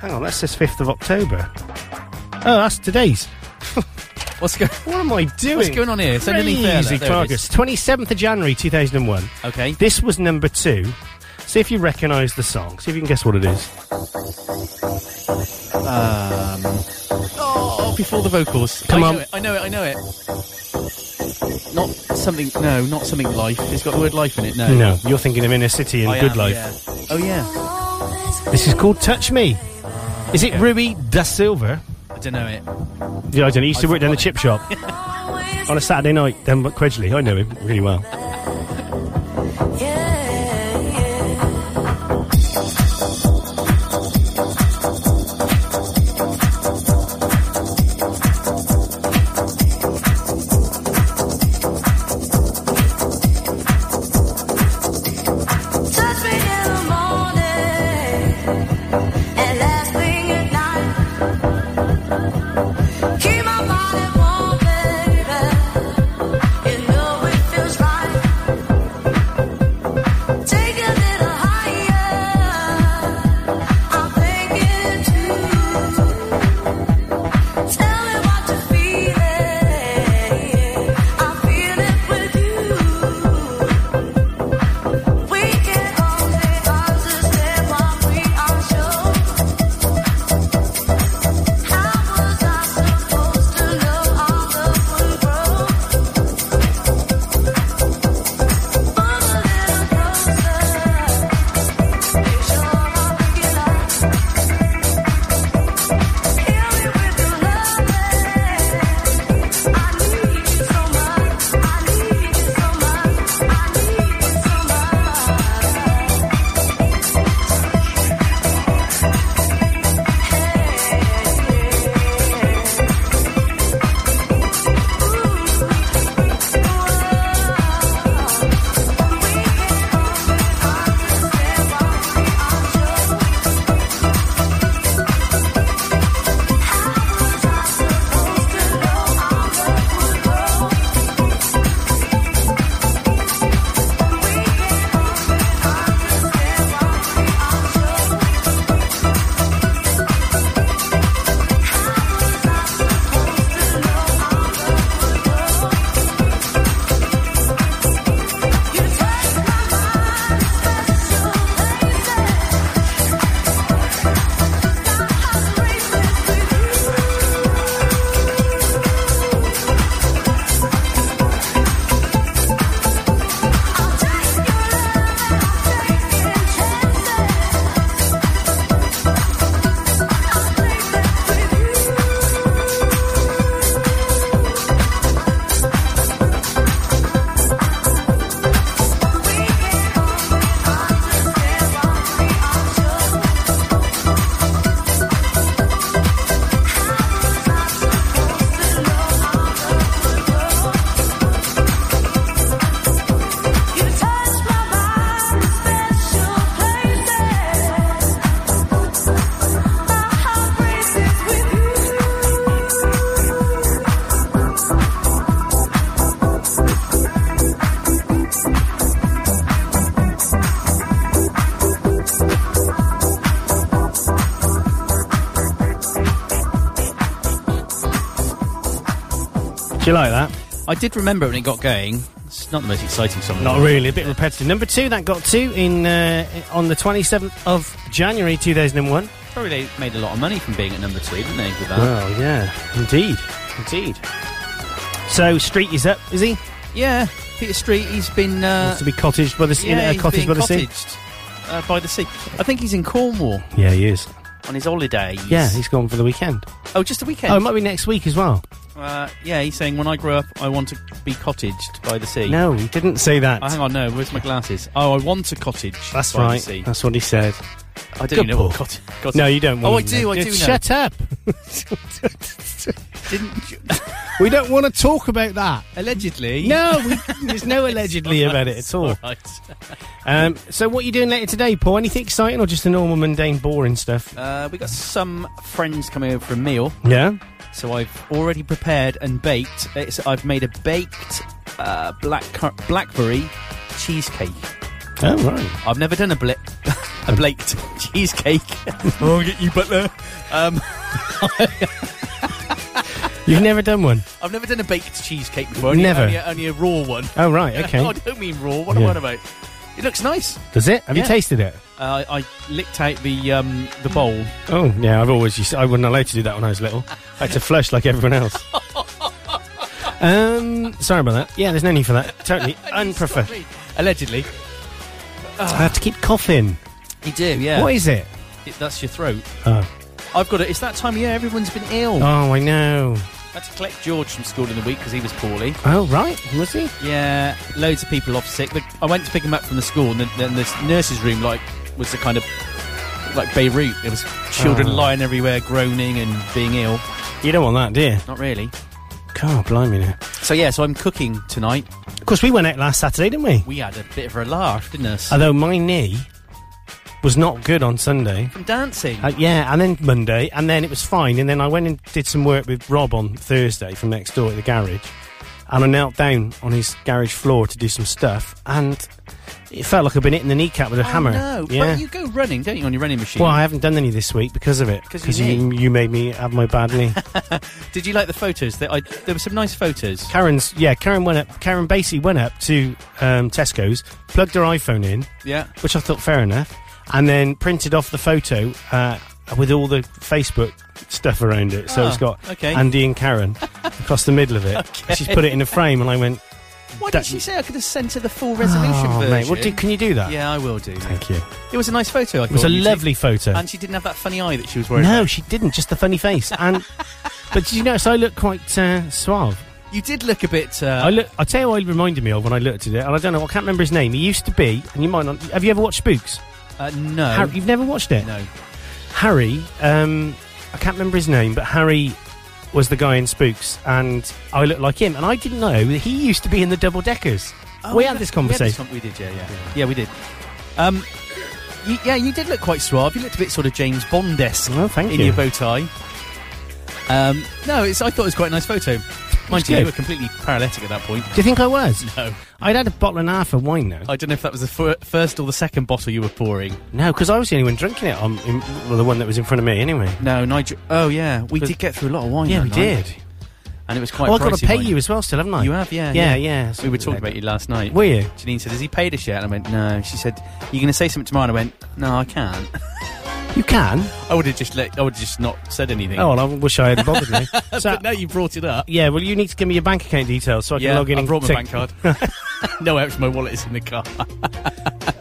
[SPEAKER 5] Hang on, that says 5th of October. Oh, that's today's.
[SPEAKER 6] What's, go-
[SPEAKER 5] What am I doing?
[SPEAKER 6] what's going on here? Send anything fair.
[SPEAKER 5] Crazy targets. 27th of January 2001.
[SPEAKER 6] Okay.
[SPEAKER 5] This was number two. See if you recognise the song. See if you can guess what it is.
[SPEAKER 6] Um, Oh, before the vocals.
[SPEAKER 5] Come
[SPEAKER 6] I
[SPEAKER 5] on.
[SPEAKER 6] Know it, I know it. I know it. Not something. No, not something life. It's got the word life in it. No.
[SPEAKER 5] No, you're thinking of Inner City and
[SPEAKER 6] I
[SPEAKER 5] Good
[SPEAKER 6] am,
[SPEAKER 5] Life.
[SPEAKER 6] yeah. Oh yeah.
[SPEAKER 5] This is called Touch Me. Is it Ruby da Silva?
[SPEAKER 6] I don't know it.
[SPEAKER 5] Yeah, I don't. He used to
[SPEAKER 6] I
[SPEAKER 5] work down the
[SPEAKER 6] forgot
[SPEAKER 5] chip shop on a Saturday night down at Quedgley. I know him really well.
[SPEAKER 7] Touch me in the morning and last thing at night. Keep my body warm, baby. You know it feels right.
[SPEAKER 5] Do you like that?
[SPEAKER 6] I did remember when it got going. It's not the most exciting song.
[SPEAKER 5] Not really, a bit repetitive. Number two, that got two in uh, on the 27th of January 2001.
[SPEAKER 6] Probably they made a lot of money from being at number two, didn't they? With that.
[SPEAKER 5] Well, yeah, indeed.
[SPEAKER 6] Indeed.
[SPEAKER 5] So Street is up, is he?
[SPEAKER 6] Yeah, Peter Street. He's been uh,
[SPEAKER 5] Wants to be cottaged by the sea,
[SPEAKER 6] yeah,
[SPEAKER 5] in a
[SPEAKER 6] he's
[SPEAKER 5] cottage
[SPEAKER 6] being
[SPEAKER 5] by the sea.
[SPEAKER 6] cottaged, uh, by the sea. I think he's in Cornwall
[SPEAKER 5] Yeah, he is.
[SPEAKER 6] on his holidays.
[SPEAKER 5] Yeah, he's gone for the weekend.
[SPEAKER 6] oh, just a weekend.
[SPEAKER 5] Oh, it might be next week as well.
[SPEAKER 6] uh, yeah, he's saying when I grow up, I want to be cottaged by the sea.
[SPEAKER 5] No, he didn't say that.
[SPEAKER 6] Oh, hang on, no. Where's my glasses? Oh, I want a cottage.
[SPEAKER 5] That's
[SPEAKER 6] by
[SPEAKER 5] right.
[SPEAKER 6] The sea.
[SPEAKER 5] That's what he said.
[SPEAKER 6] I don't even know what
[SPEAKER 5] Good
[SPEAKER 6] cottage. cottage.
[SPEAKER 5] No, you don't.
[SPEAKER 6] Oh, I
[SPEAKER 5] want him
[SPEAKER 6] do. I
[SPEAKER 5] there.
[SPEAKER 6] do. Know.
[SPEAKER 5] Just Shut up.
[SPEAKER 6] Didn't you?
[SPEAKER 5] We don't want to talk about that.
[SPEAKER 6] Allegedly.
[SPEAKER 5] No, we, there's no allegedly about it at all.
[SPEAKER 6] Right.
[SPEAKER 5] Um, so, what are you doing later today, Paul? Anything exciting or just the normal, mundane, boring stuff?
[SPEAKER 6] Uh, we got some friends coming over for a meal,
[SPEAKER 5] Yeah.
[SPEAKER 6] so I've already prepared and baked. It's, I've made a baked uh, black blackberry cheesecake.
[SPEAKER 5] Oh, right.
[SPEAKER 6] I've never done a blit a blaked cheesecake.
[SPEAKER 5] Oh,
[SPEAKER 6] I'll get you, butler. Um,
[SPEAKER 5] You've never done one?
[SPEAKER 6] I've never done a baked cheesecake before. Only,
[SPEAKER 5] Never.
[SPEAKER 6] Only, only a raw one.
[SPEAKER 5] Oh, right. Okay.
[SPEAKER 6] I don't mean raw. What am
[SPEAKER 5] Yeah.
[SPEAKER 6] I on about? It looks nice.
[SPEAKER 5] Does it? Have you
[SPEAKER 6] Yeah.
[SPEAKER 5] tasted it?
[SPEAKER 6] Uh, I I licked out the um, the bowl.
[SPEAKER 5] Oh, yeah. I've always used. I wasn't allowed to do that when I was little. I had to flush like everyone else. Um, sorry about that. Yeah, there's no need for that. Totally unprofessional.
[SPEAKER 6] Allegedly,
[SPEAKER 5] I have to keep coughing.
[SPEAKER 6] you do. Yeah,
[SPEAKER 5] What is it?
[SPEAKER 6] It- that's your throat.
[SPEAKER 5] Oh.
[SPEAKER 6] I've got it. It's that time of year. Everyone's been ill.
[SPEAKER 5] Oh, I know.
[SPEAKER 6] I had to collect George from school in the week because he was poorly.
[SPEAKER 5] Oh, right. Was he?
[SPEAKER 6] Yeah, loads of people off sick. The- I went to pick him up from the school, and then, then this nurse's room like was the kind of like Beirut. There was children
[SPEAKER 5] Oh.
[SPEAKER 6] lying everywhere, groaning and being ill.
[SPEAKER 5] You don't want that, do you?
[SPEAKER 6] Not really.
[SPEAKER 5] God, blimey now.
[SPEAKER 6] So yeah, so I'm cooking tonight.
[SPEAKER 5] Of course, we went out last Saturday, didn't we?
[SPEAKER 6] We had a bit of a laugh, didn't us?
[SPEAKER 5] Although my knee was not good on Sunday.
[SPEAKER 6] From dancing.
[SPEAKER 5] Uh, yeah, and then Monday, and then it was fine. And then I went and did some work with Rob on Thursday from next door at the garage. And I knelt down on his garage floor to do some stuff, and it felt like I'd been hitting the kneecap with a
[SPEAKER 6] Oh,
[SPEAKER 5] hammer.
[SPEAKER 6] No,
[SPEAKER 5] yeah.
[SPEAKER 6] but you go running, don't you, on your running machine?
[SPEAKER 5] well, I haven't done any this week because of it.
[SPEAKER 6] 'Cause
[SPEAKER 5] Because
[SPEAKER 6] your
[SPEAKER 5] you, you made me have my bad knee.
[SPEAKER 6] Did you like the photos? That I, there were some nice photos.
[SPEAKER 5] Karen's yeah, Karen went up. Karen basically went up to um, Tesco's, plugged her iPhone in,
[SPEAKER 6] Yeah.
[SPEAKER 5] which I thought fair enough, and then printed off the photo uh, with all the Facebook stuff around it. So
[SPEAKER 6] Ah,
[SPEAKER 5] it's got
[SPEAKER 6] okay.
[SPEAKER 5] Andy and Karen across the middle of it.
[SPEAKER 6] Okay.
[SPEAKER 5] She's put it in a frame, and I went,
[SPEAKER 6] Why
[SPEAKER 5] That-
[SPEAKER 6] did she say I could have sent her the full resolution
[SPEAKER 5] "Oh
[SPEAKER 6] version?
[SPEAKER 5] mate, well, do, can you do that?"
[SPEAKER 6] yeah, I will do.
[SPEAKER 5] Thank you.
[SPEAKER 6] It was a nice photo. I
[SPEAKER 5] It was a lovely photo.
[SPEAKER 6] And she didn't have that funny eye that she was wearing.
[SPEAKER 5] no, she didn't. Just the funny face. And but did you notice I look quite uh, suave?
[SPEAKER 6] You did look a bit. Uh,
[SPEAKER 5] I look. I tell you what, it reminded me of when I looked at it, and I don't know. I can't remember his name. He used to be, and you might not. Have you ever watched Spooks?
[SPEAKER 6] uh, no.
[SPEAKER 5] Harry, you've never watched it.
[SPEAKER 6] no.
[SPEAKER 5] Harry, um, I can't remember his name, but Harry was the guy in Spooks, and I looked like him. And I didn't know that he used to be in the Double Deckers.
[SPEAKER 6] Oh,
[SPEAKER 5] we had this conversation.
[SPEAKER 6] We, did, yeah, yeah. Yeah, we did. Um, you, yeah, you did look quite suave. You looked a bit sort of James Bond esque
[SPEAKER 5] Well, thank
[SPEAKER 6] in
[SPEAKER 5] you.
[SPEAKER 6] your bow tie. Um, no, it's, I thought it was quite a nice photo. Mind you,
[SPEAKER 5] good.
[SPEAKER 6] you were completely paralytic at that point.
[SPEAKER 5] Do you think I was?
[SPEAKER 6] No.
[SPEAKER 5] I'd had a bottle and a half of wine though.
[SPEAKER 6] I don't know if that was the fir- first or the second bottle you were pouring.
[SPEAKER 5] no, because I was the only one drinking it. On, in, well, the one that was in front of me, anyway.
[SPEAKER 6] No, Nigel. Oh, yeah. We
[SPEAKER 5] But-
[SPEAKER 6] did get through a lot of wine.
[SPEAKER 5] Yeah,
[SPEAKER 6] that
[SPEAKER 5] we
[SPEAKER 6] night.
[SPEAKER 5] did.
[SPEAKER 6] And it was quite
[SPEAKER 5] Oh, I've got
[SPEAKER 6] pricey
[SPEAKER 5] to pay
[SPEAKER 6] wine.
[SPEAKER 5] you as well, still, haven't I?
[SPEAKER 6] You have, yeah.
[SPEAKER 5] Yeah, yeah.
[SPEAKER 6] We were talking about you last night.
[SPEAKER 5] Were you?
[SPEAKER 6] Janine said, Has he paid us yet? And I went, No. She said, You're going to say something tomorrow? And I went, No, I can't.
[SPEAKER 5] You can.
[SPEAKER 6] I would have just let, I would have just not said anything.
[SPEAKER 5] Oh, well, I wish I had bothered you. So,
[SPEAKER 6] but now you brought it up.
[SPEAKER 5] yeah, well, you need to give me your bank account details so I can
[SPEAKER 6] Yeah,
[SPEAKER 5] log in
[SPEAKER 6] I
[SPEAKER 5] and
[SPEAKER 6] brought my
[SPEAKER 5] take-
[SPEAKER 6] bank card. no, actually, my wallet is in the car.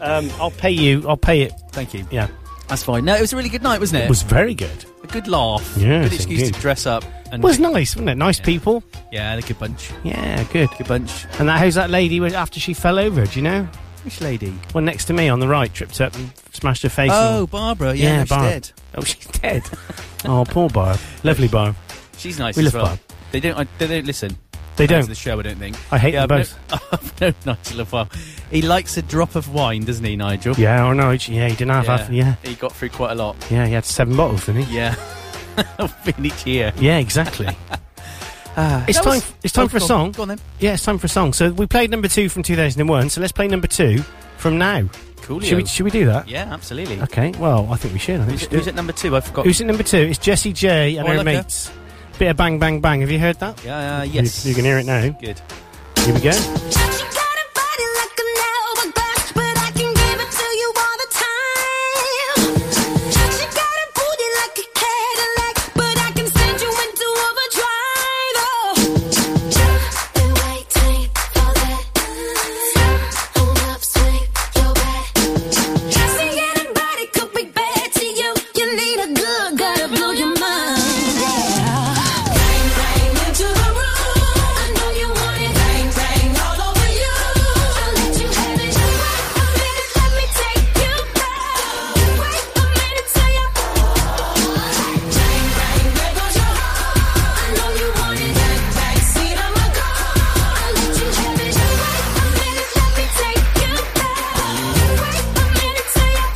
[SPEAKER 5] Um, I'll pay you. I'll pay it.
[SPEAKER 6] Thank you.
[SPEAKER 5] Yeah.
[SPEAKER 6] That's fine. No, it was a really good night, wasn't it?
[SPEAKER 5] It was very good.
[SPEAKER 6] a good laugh.
[SPEAKER 5] Yes,
[SPEAKER 6] good excuse
[SPEAKER 5] indeed.
[SPEAKER 6] to dress up. And
[SPEAKER 5] It was nice, wasn't it? Nice people.
[SPEAKER 6] yeah, and a good bunch.
[SPEAKER 5] Yeah, good.
[SPEAKER 6] Good bunch.
[SPEAKER 5] And that how's that lady was after she fell over, do you know?
[SPEAKER 6] Which lady?
[SPEAKER 5] One next to me on the right tripped up and smashed her face.
[SPEAKER 6] Oh,
[SPEAKER 5] and-
[SPEAKER 6] Barbara. Yeah, no, she's
[SPEAKER 5] Barb.
[SPEAKER 6] dead.
[SPEAKER 5] Oh, she's dead. oh, poor Barb. Lovely Barb.
[SPEAKER 6] She's nice
[SPEAKER 5] We
[SPEAKER 6] as
[SPEAKER 5] love
[SPEAKER 6] well.
[SPEAKER 5] Barb.
[SPEAKER 6] They don't. I, they don't listen.
[SPEAKER 5] They
[SPEAKER 6] Fans of
[SPEAKER 5] don't.
[SPEAKER 6] the show. I don't think.
[SPEAKER 5] I hate them
[SPEAKER 6] I've kno- I've known Nigel a while. He likes a drop of wine, doesn't he, Nigel?
[SPEAKER 5] Yeah, oh no, yeah, he didn't have
[SPEAKER 6] Yeah.
[SPEAKER 5] half. Yeah,
[SPEAKER 6] He got through quite a lot.
[SPEAKER 5] yeah, he had seven bottles, didn't he?
[SPEAKER 6] Yeah. in each year.
[SPEAKER 5] Yeah, exactly. Ah, it's
[SPEAKER 6] That
[SPEAKER 5] time.
[SPEAKER 6] was-
[SPEAKER 5] It's time
[SPEAKER 6] Oh,
[SPEAKER 5] for a
[SPEAKER 6] go on.
[SPEAKER 5] song.
[SPEAKER 6] Go on then.
[SPEAKER 5] Yeah, it's time for a song. So we played number two from 2001. So let's play number two from now.
[SPEAKER 6] Coolio.
[SPEAKER 5] Should we? Should we do that?
[SPEAKER 6] yeah, absolutely.
[SPEAKER 5] Okay. Well, I think we should. I think we
[SPEAKER 6] Who's,
[SPEAKER 5] should
[SPEAKER 6] at-
[SPEAKER 5] do
[SPEAKER 6] who's
[SPEAKER 5] it.
[SPEAKER 6] at number two? I forgot.
[SPEAKER 5] Who's at number two? It's Jessie J and
[SPEAKER 6] Oh, I
[SPEAKER 5] her
[SPEAKER 6] like her.
[SPEAKER 5] mates. Bit of bang, bang, bang. Have you heard that?
[SPEAKER 6] Yeah, uh, yes.
[SPEAKER 5] You, you can hear it now.
[SPEAKER 6] Good.
[SPEAKER 5] Here we go.
[SPEAKER 7] She got a body like an hourglass, but I can give it to you all the time. She got a booty like a Cadillac, but I can send you into overdrive. Oh, jump and wait, take for that. Hold up, swing your back. Just anybody could be bad to you. You need a good guy to blow your mind. Bang bang into the room. I know you want it. Bang bang all over you. I'll let you have it. Just wait a minute, let me take you back. Wait a minute, say you. Bang bang, there goes your heart. I know you want it. Bang bang, see I'm a go. I'll let you have it. Just wait a minute, let me take you back. Wait a minute, say you.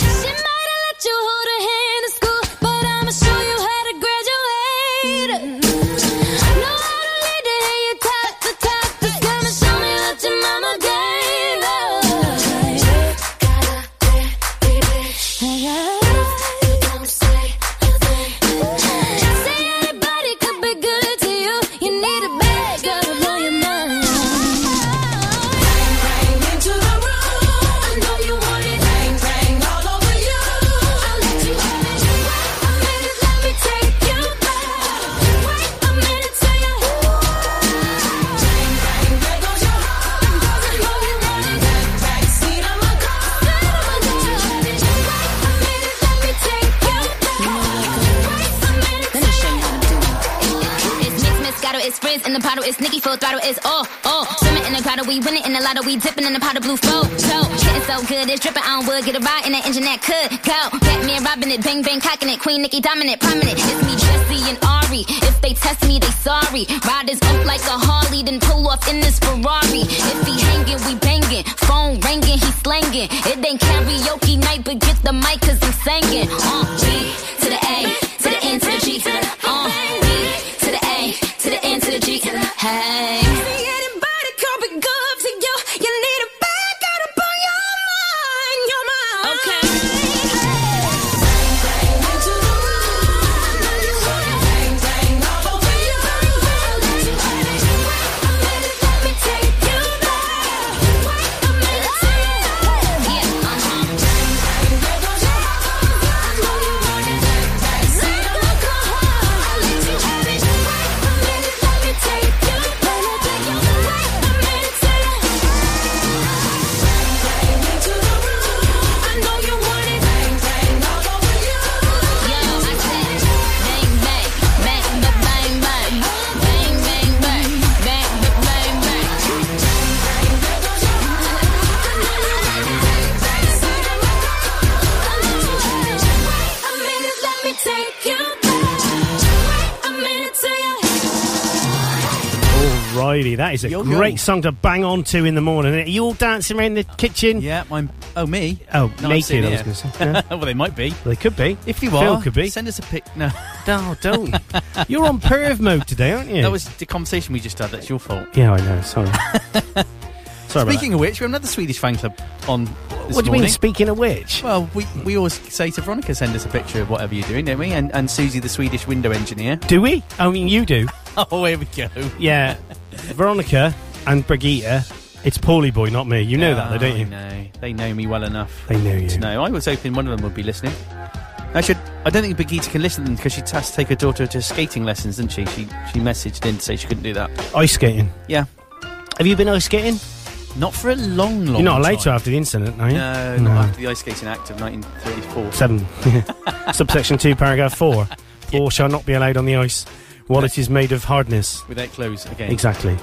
[SPEAKER 7] She might have let you hold her hand in school, but I'ma show you how to graduate. Know how to lead it, and you top the top. Just come and show me what your mama gave. Just say anybody could be good to you. You need a bad girl to blow your mind. Into the room, I know you want it. Bang bang all over you. I'll let you have it. Just wait a minute, let me take you back. Wait a minute, say you. Bang bang, there goes your heart. I know you want it. Bang bang, see I'm a go. I'll let you have it. Just wait a minute, let me take you back. Wait a
[SPEAKER 8] Let me show you how to do it. It's mix, Moscato, it's frizz in the bottle, it's Nicki full throttle, it's oh, oh. Swimming in the grotto, we win it in the lotto, we dipping in the pot of blue flow. So, getting so good, it's dripping on wood, get a ride in that engine that could go. Batman robbing it, bang bang cocking it, Queen Nicki dominant, prominent. It's me, Jesse and Ari. If they test me, they sorry. Riders up like a Harley, then pull off in this Ferrari. If he hanging, we banging. Phone ringing, he slanging. It ain't karaoke night, but get the mic, cause I'm singing. Uh, G to the A, to the N to the G to the uh, B to the A, to the N to the G. Hey.
[SPEAKER 7] Anybody could be good to you. You need a bad girl to blow your mind, your mind.
[SPEAKER 8] Okay.
[SPEAKER 7] Into the room, I know you want it. Bang bang all over you. I'll let you have it. Wait a minute, let me take you back. Wait a minute, say it.
[SPEAKER 8] Yeah, uh-huh.
[SPEAKER 7] There goes your heart. I know you want it. Bang bang, see I'm a go. I'll let you have it. Wait a minute, let me take you back. Wait a minute, say it. Into the room, I know you want it. Bang bang all over you.
[SPEAKER 8] Yo, I said, bang, bang, bang, bang, bang, bang. Bang, bang, bang, bang, bang, bang, bang.
[SPEAKER 7] Take you back. Wait a minute till you.
[SPEAKER 5] Alrighty, that is a
[SPEAKER 6] Yo, yo.
[SPEAKER 5] great song to bang on to in the morning. Are you all dancing around the kitchen?
[SPEAKER 6] Yeah, I'm. Oh, me?
[SPEAKER 5] Oh,
[SPEAKER 6] I'm
[SPEAKER 5] naked,
[SPEAKER 6] sitting
[SPEAKER 5] I was
[SPEAKER 6] here.
[SPEAKER 5] gonna say. Yeah.
[SPEAKER 6] well, they might be.
[SPEAKER 5] They could be.
[SPEAKER 6] If you
[SPEAKER 5] Phil
[SPEAKER 6] are,
[SPEAKER 5] could be.
[SPEAKER 6] send us a pic. No,
[SPEAKER 5] No, don't. You're on perv mode today, aren't you?
[SPEAKER 6] that was the conversation we just had. That's your fault.
[SPEAKER 5] Yeah, I know. Sorry. Sorry about
[SPEAKER 6] Speaking of which, we have another Swedish fan club on.
[SPEAKER 5] that.
[SPEAKER 6] This
[SPEAKER 5] What do you
[SPEAKER 6] morning.
[SPEAKER 5] mean? Speaking of which,
[SPEAKER 6] Well, we, we always say to Veronica, send us a picture of whatever you're doing, don't we? And, and Susie, the Swedish window engineer.
[SPEAKER 5] do we? I mean, you do.
[SPEAKER 6] Oh, here we go.
[SPEAKER 5] Yeah, Veronica and Brigitte. It's Paulie Boy, not me. You know that, though, don't you?
[SPEAKER 6] No, they know me well enough.
[SPEAKER 5] They know you.
[SPEAKER 6] to know. I was hoping one of them would be listening. I should. I don't think Brigitte can listen because she has to take her daughter to skating lessons, didn't she? She she messaged in to say she couldn't do that.
[SPEAKER 5] Ice skating.
[SPEAKER 6] Yeah,
[SPEAKER 5] Have you been ice skating?
[SPEAKER 6] not for a long, long.
[SPEAKER 5] You're not allowed
[SPEAKER 6] time.
[SPEAKER 5] to after the incident, are you?
[SPEAKER 6] No, not after the Ice Skating Act of 1934.
[SPEAKER 5] Seven. Subsection two, paragraph four. Or shall not be allowed on the ice while it is made of hardness.
[SPEAKER 6] Without clothes again.
[SPEAKER 5] Exactly.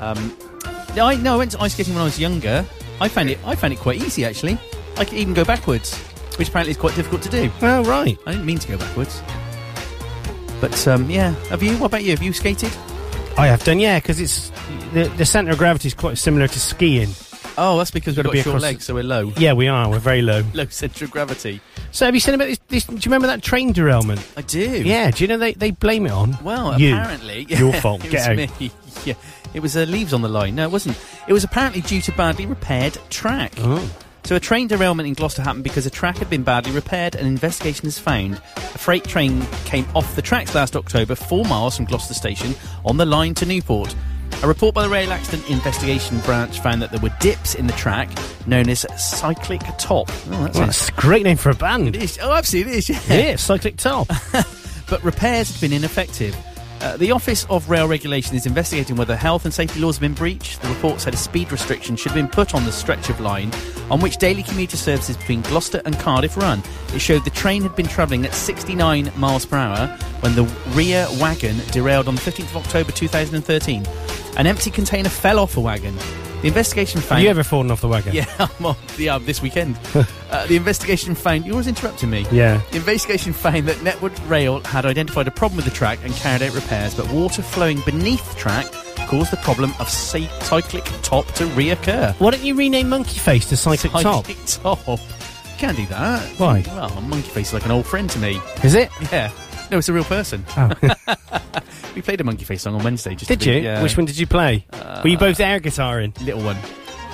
[SPEAKER 6] No, I no, I went to ice skating when I was younger. I found it I found it quite easy actually. I could even go backwards, which apparently is quite difficult to do.
[SPEAKER 5] Oh, right.
[SPEAKER 6] I didn't mean to go backwards. But um, yeah, have you? What about you? Have you skated?
[SPEAKER 5] I have done, yeah, because it's the, the centre of gravity is quite similar to skiing.
[SPEAKER 6] Oh, that's because we've
[SPEAKER 5] Gotta
[SPEAKER 6] got
[SPEAKER 5] be
[SPEAKER 6] short
[SPEAKER 5] across-
[SPEAKER 6] legs, so we're low.
[SPEAKER 5] Yeah, we are. We're very low.
[SPEAKER 6] Low central gravity.
[SPEAKER 5] So, have you seen about this? this do you remember that train derailment?
[SPEAKER 6] I do.
[SPEAKER 5] Yeah. Do you know they, they blame it on?
[SPEAKER 6] Well,
[SPEAKER 5] you.
[SPEAKER 6] apparently,
[SPEAKER 5] Your fault.
[SPEAKER 6] it
[SPEAKER 5] Get out.
[SPEAKER 6] was me. Yeah, it was uh, leaves on the line. No, it wasn't. It was apparently due to badly repaired track.
[SPEAKER 5] Oh.
[SPEAKER 6] So a train derailment in Gloucester happened because a track had been badly repaired. An investigation has found a freight train came off the tracks last October, four miles from Gloucester Station, on the line to Newport. A report by the Rail Accident Investigation Branch found that there were dips in the track, known as cyclic top. Oh, that
[SPEAKER 5] Well,
[SPEAKER 6] sounds
[SPEAKER 5] that's a great name for a band.
[SPEAKER 6] it is. Oh, absolutely, it is. Yeah.
[SPEAKER 5] Yeah, Cyclic Top.
[SPEAKER 6] But repairs have been ineffective. Uh, the Office of Rail Regulation is investigating whether health and safety laws have been breached. The report said a speed restriction should have been put on the stretch of line on which daily commuter services between Gloucester and Cardiff run. It showed the train had been travelling at 69 miles per hour when the rear wagon derailed on the 15th of October 2013. An empty container fell off a wagon. The investigation
[SPEAKER 5] Have
[SPEAKER 6] found.
[SPEAKER 5] you ever fallen off the wagon?
[SPEAKER 6] Yeah, I'm on the uh, this weekend. uh, the investigation found. You're always interrupting me.
[SPEAKER 5] Yeah.
[SPEAKER 6] The investigation found that Netwood Rail had identified a problem with the track and carried out repairs, but water flowing beneath the track caused the problem of cy- cyclic top to reoccur.
[SPEAKER 5] Why don't you rename Monkey Face to Cyclic,
[SPEAKER 6] Cyclic top. Can't do that.
[SPEAKER 5] Why?
[SPEAKER 6] Well, Monkey Face is like an old friend to me.
[SPEAKER 5] Top? Is it?
[SPEAKER 6] Yeah. No, it's a real person.
[SPEAKER 5] Oh.
[SPEAKER 6] we played a Monkey Face song on Wednesday. Just to
[SPEAKER 5] Did
[SPEAKER 6] be-
[SPEAKER 5] you?
[SPEAKER 6] Yeah. Uh,
[SPEAKER 5] Which one did you play? Were you both air guitaring?
[SPEAKER 6] Little one.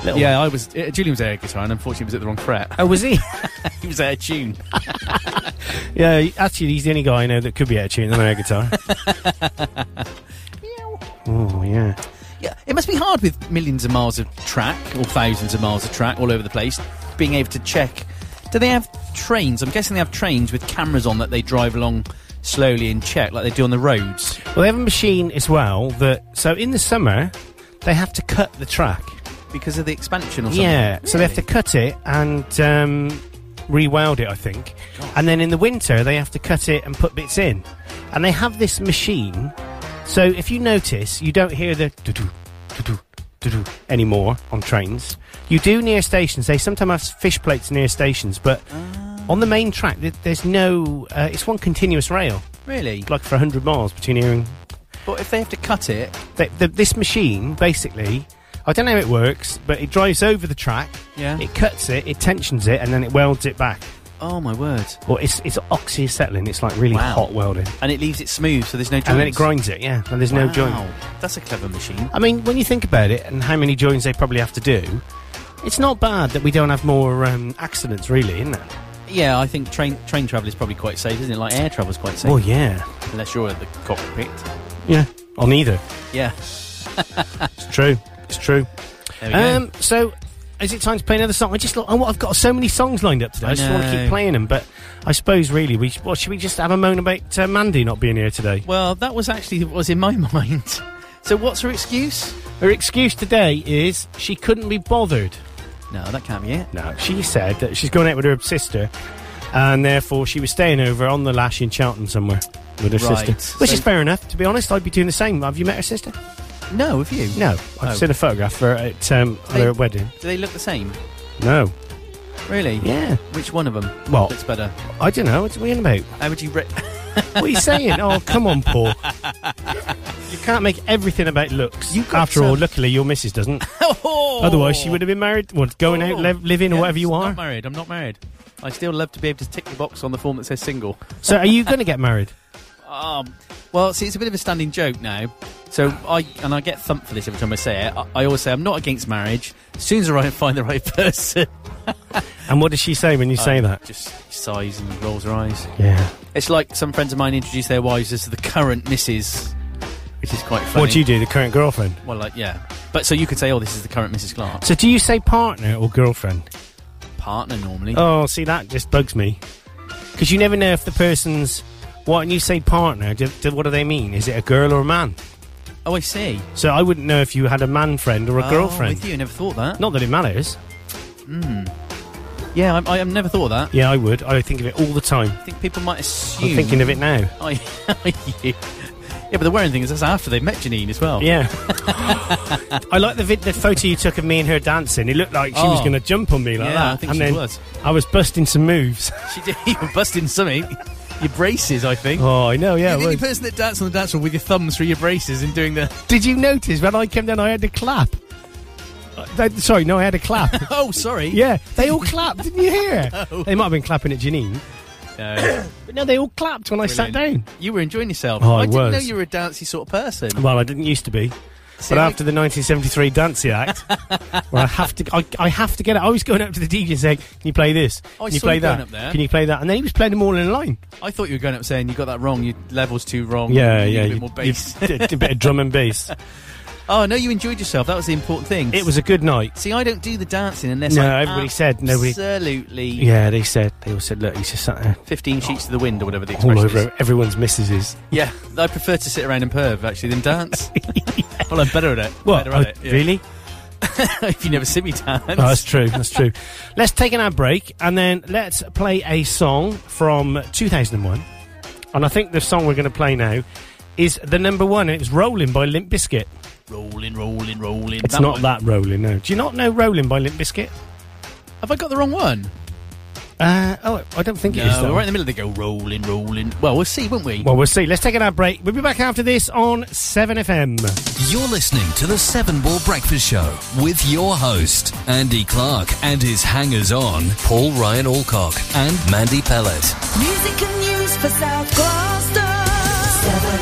[SPEAKER 5] Little
[SPEAKER 6] yeah, I was. Uh, Julian was air guitar, and unfortunately, was at the wrong fret.
[SPEAKER 5] Oh, was he?
[SPEAKER 6] he was out of tune.
[SPEAKER 5] yeah, he- actually, he's the only guy I know that could be air tuning on air guitar. oh, yeah.
[SPEAKER 6] Yeah, it must be hard with millions of miles of track or thousands of miles of track all over the place, being able to check. Do they have trains? I'm guessing they have trains with cameras on that they drive along slowly and check, like they do on the roads.
[SPEAKER 5] Well, they have a machine as well that. So in the summer, they have to cut the track.
[SPEAKER 6] Because of the expansion or something.
[SPEAKER 5] Yeah, so they have to cut it and um, rewild it, I think. And then in the winter, they have to cut it and put bits in. And they have this machine. So if you notice, you don't hear the doo-doo, doo-doo, doo-doo anymore on trains. You do near stations. They sometimes have fish plates near stations, but
[SPEAKER 6] Ah.
[SPEAKER 5] on the main track, th- there's no. Uh, it's one continuous rail,
[SPEAKER 6] Really?
[SPEAKER 5] like for 100 miles between here and
[SPEAKER 6] But if they have to cut it,
[SPEAKER 5] the, the, this machine basically i don't know how it works but it drives over the track
[SPEAKER 6] Yeah.
[SPEAKER 5] it cuts it it tensions it and then it welds it back
[SPEAKER 6] oh my word.
[SPEAKER 5] well it's it's oxyacetylene it's like really
[SPEAKER 6] Wow.
[SPEAKER 5] hot welding
[SPEAKER 6] And it leaves it smooth so there's no joints.
[SPEAKER 5] and then it grinds it yeah and there's no
[SPEAKER 6] Wow,
[SPEAKER 5] joint
[SPEAKER 6] That's a clever machine.
[SPEAKER 5] i mean when you think about it and how many joins they probably have to do it's not bad that we don't have more um, accidents really isn't it
[SPEAKER 6] Yeah, I think train train travel is probably quite safe, isn't it? Like air travel is quite safe.
[SPEAKER 5] well yeah
[SPEAKER 6] Unless you're at the cockpit.
[SPEAKER 5] yeah on either
[SPEAKER 6] Yeah.
[SPEAKER 5] it's true it's true
[SPEAKER 6] There we go.
[SPEAKER 5] Um, so, is it time to play another song? I just lo- oh, I've got so many songs lined up today. I,
[SPEAKER 6] I
[SPEAKER 5] just want to keep
[SPEAKER 6] know.
[SPEAKER 5] playing them. But I suppose really, we sh- well, should we just have a moan about uh, Mandy not being here today?
[SPEAKER 6] Well, that was actually what was in my mind. So, what's her excuse?
[SPEAKER 5] Her excuse today is she couldn't be bothered.
[SPEAKER 6] No, that can't be it.
[SPEAKER 5] No, she said that she's going out with her sister, and therefore she was staying over on the lash in Charlton somewhere with her
[SPEAKER 6] Right,
[SPEAKER 5] sister, which
[SPEAKER 6] so-
[SPEAKER 5] is fair enough. To be honest, I'd be doing the same. Have you met her sister?
[SPEAKER 6] No, have you?
[SPEAKER 5] No, I've
[SPEAKER 6] Oh.
[SPEAKER 5] seen a photograph of her at um,
[SPEAKER 6] They-
[SPEAKER 5] their wedding.
[SPEAKER 6] Do they look the same?
[SPEAKER 5] No,
[SPEAKER 6] Really?
[SPEAKER 5] yeah,
[SPEAKER 6] Which one of them
[SPEAKER 5] Well-
[SPEAKER 6] looks better?
[SPEAKER 5] I don't know. What's we in about?
[SPEAKER 6] How would you? Re-
[SPEAKER 5] What are you saying? Oh, come on, Paul. You can't make everything about looks.
[SPEAKER 6] You got
[SPEAKER 5] After
[SPEAKER 6] some-
[SPEAKER 5] all, luckily your missus doesn't.
[SPEAKER 6] oh!
[SPEAKER 5] Otherwise, she would have been married. Well, going out, liv- living, or
[SPEAKER 6] Yeah,
[SPEAKER 5] whatever you
[SPEAKER 6] I'm
[SPEAKER 5] are.
[SPEAKER 6] Not married. I'm not married. I still love to be able to tick the box on the form that says single.
[SPEAKER 5] So, are you going to get married?
[SPEAKER 6] Um, well, see, it's a bit of a standing joke now. So I and I get thumped for this every time I say it. I, I always say I'm not against marriage. As soon as I find the right person,
[SPEAKER 5] And what does she say when you say that?
[SPEAKER 6] just sighs and rolls her eyes.
[SPEAKER 5] Yeah.
[SPEAKER 6] It's like some friends of mine introduce their wives as the current Mrs., which is quite funny.
[SPEAKER 5] What do you do? The current girlfriend.
[SPEAKER 6] Well, like yeah, but so you could say, "Oh, this is the current Mrs. Clark."
[SPEAKER 5] So, do you say partner or girlfriend?
[SPEAKER 6] Partner normally.
[SPEAKER 5] Oh, see, that just bugs me because you never know if the person's. What and you say partner? Do, do, what do they mean? Is it a girl or a man?
[SPEAKER 6] Oh, I see.
[SPEAKER 5] So I wouldn't know if you had a man friend or a
[SPEAKER 6] Oh,
[SPEAKER 5] girlfriend.
[SPEAKER 6] with you, never thought that. Hmm.
[SPEAKER 5] Not that it matters.
[SPEAKER 6] Yeah, I, I, have never thought of that.
[SPEAKER 5] Yeah, I would. I think of it all the time.
[SPEAKER 6] I think people might assume.
[SPEAKER 5] I'm thinking of it now.
[SPEAKER 6] Oh, yeah, but the worrying thing is that's after they've met Janine as well.
[SPEAKER 5] Yeah. I like the vid- the photo you took of me and her dancing. It looked like she was
[SPEAKER 6] Oh.
[SPEAKER 5] going to jump on me like
[SPEAKER 6] Yeah,
[SPEAKER 5] that.
[SPEAKER 6] I think
[SPEAKER 5] and
[SPEAKER 6] she
[SPEAKER 5] then
[SPEAKER 6] was.
[SPEAKER 5] I was busting some moves.
[SPEAKER 6] She did. You were busting something. Your braces, I think.
[SPEAKER 5] oh, I know, yeah.
[SPEAKER 6] You're
[SPEAKER 5] it
[SPEAKER 6] the only
[SPEAKER 5] was.
[SPEAKER 6] person that danced on the dance floor with your thumbs through your braces and doing the.
[SPEAKER 5] Did you notice when I came down, I had to clap? Uh, they- sorry, no, I had a clap.
[SPEAKER 6] Oh, sorry. Oh.
[SPEAKER 5] yeah, they all clapped. Didn't you hear? They might have been clapping at Janine.
[SPEAKER 6] No,
[SPEAKER 5] But no, they all clapped when I sat down.
[SPEAKER 6] brilliant. You were enjoying yourself.
[SPEAKER 5] Oh, I
[SPEAKER 6] didn't
[SPEAKER 5] was.
[SPEAKER 6] know you were a dancey sort of person.
[SPEAKER 5] Well, I didn't used to be. but after the 1973 Dancing Act, where I have to, I, I have to get it. I was going up to the DJ saying, "Can you play this? Can
[SPEAKER 6] Oh, I
[SPEAKER 5] you
[SPEAKER 6] saw
[SPEAKER 5] play
[SPEAKER 6] you
[SPEAKER 5] that?
[SPEAKER 6] going up there."
[SPEAKER 5] Can you play that?" And then he was playing them all in a line.
[SPEAKER 6] I thought you were going up saying you got that wrong. Your level's too wrong.
[SPEAKER 5] Yeah, yeah,
[SPEAKER 6] you need A bit
[SPEAKER 5] you-
[SPEAKER 6] more bass.
[SPEAKER 5] you did a bit of drum and bass.
[SPEAKER 6] oh no, you enjoyed yourself. That was the important thing.
[SPEAKER 5] It was a good night.
[SPEAKER 6] See, I don't do the dancing unless.
[SPEAKER 5] No,
[SPEAKER 6] I
[SPEAKER 5] everybody said nobody-
[SPEAKER 6] Absolutely.
[SPEAKER 5] Yeah, they said they all said, "Look, he's just sat there
[SPEAKER 6] Fifteen sheets to the wind or whatever the
[SPEAKER 5] all
[SPEAKER 6] expression
[SPEAKER 5] over
[SPEAKER 6] is.
[SPEAKER 5] everyone's missuses."
[SPEAKER 6] Yeah, I prefer to sit around and perv actually than dance. Well, I'm better at it. Better at
[SPEAKER 5] Oh,
[SPEAKER 6] it, yeah.
[SPEAKER 5] Really?
[SPEAKER 6] if you never see me dance.
[SPEAKER 5] Oh, that's true. That's true. let's take an ad break and then let's play a song from 2001. And I think the song we're going to play now is the number one. and It's "Rolling" by Limp Bizkit.
[SPEAKER 6] rolling, rolling, rolling.
[SPEAKER 5] It's not
[SPEAKER 6] one.
[SPEAKER 5] that rolling, no. Do you not know rolling by Limp Bizkit?
[SPEAKER 6] Have I got the wrong one?
[SPEAKER 5] Uh, oh, I don't think
[SPEAKER 6] No,
[SPEAKER 5] it is. That
[SPEAKER 6] we're right in
[SPEAKER 5] one.
[SPEAKER 6] the middle. They go rolling, rolling. Well, we'll see, won't we?
[SPEAKER 5] Well, we'll see. Let's take an ad break. We'll be back after this on 7FM.
[SPEAKER 2] You're listening to the Seven Ball Breakfast Show with your host, Andy Clark, and his hangers on, Paul Ryan Alcock and Mandy Pellet.
[SPEAKER 9] Music and news for South Gloucester.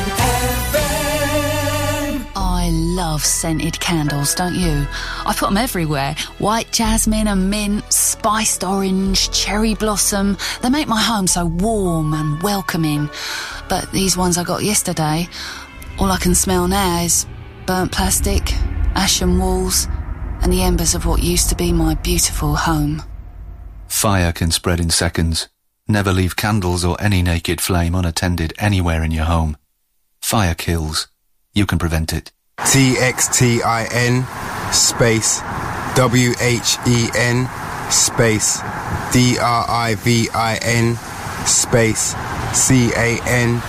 [SPEAKER 9] 7FM.
[SPEAKER 10] I love scented candles, don't you? I put them everywhere white jasmine and mint, spiced orange, cherry blossom. They make my home so warm and welcoming. But these ones I got yesterday, all I can smell now is burnt plastic, ashen walls, and the embers of what used to be my beautiful home.
[SPEAKER 11] Fire can spread in seconds. Never leave candles or any naked flame unattended anywhere in your home. Fire kills. You can prevent it.
[SPEAKER 12] T X T I N space W H E N space D R I V I N space C A N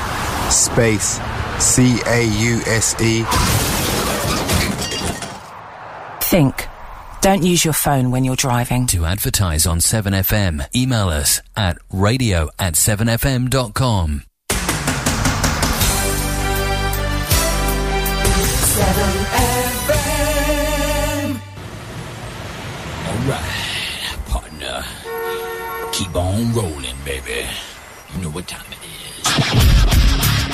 [SPEAKER 12] space C A U S E.
[SPEAKER 13] Think. Don't use your phone when you're driving.
[SPEAKER 2] To advertise on 7FM, email us at radio at 7FM.com.
[SPEAKER 9] 7FM.
[SPEAKER 2] Alright, partner. Keep on rolling, baby. You know what time it is.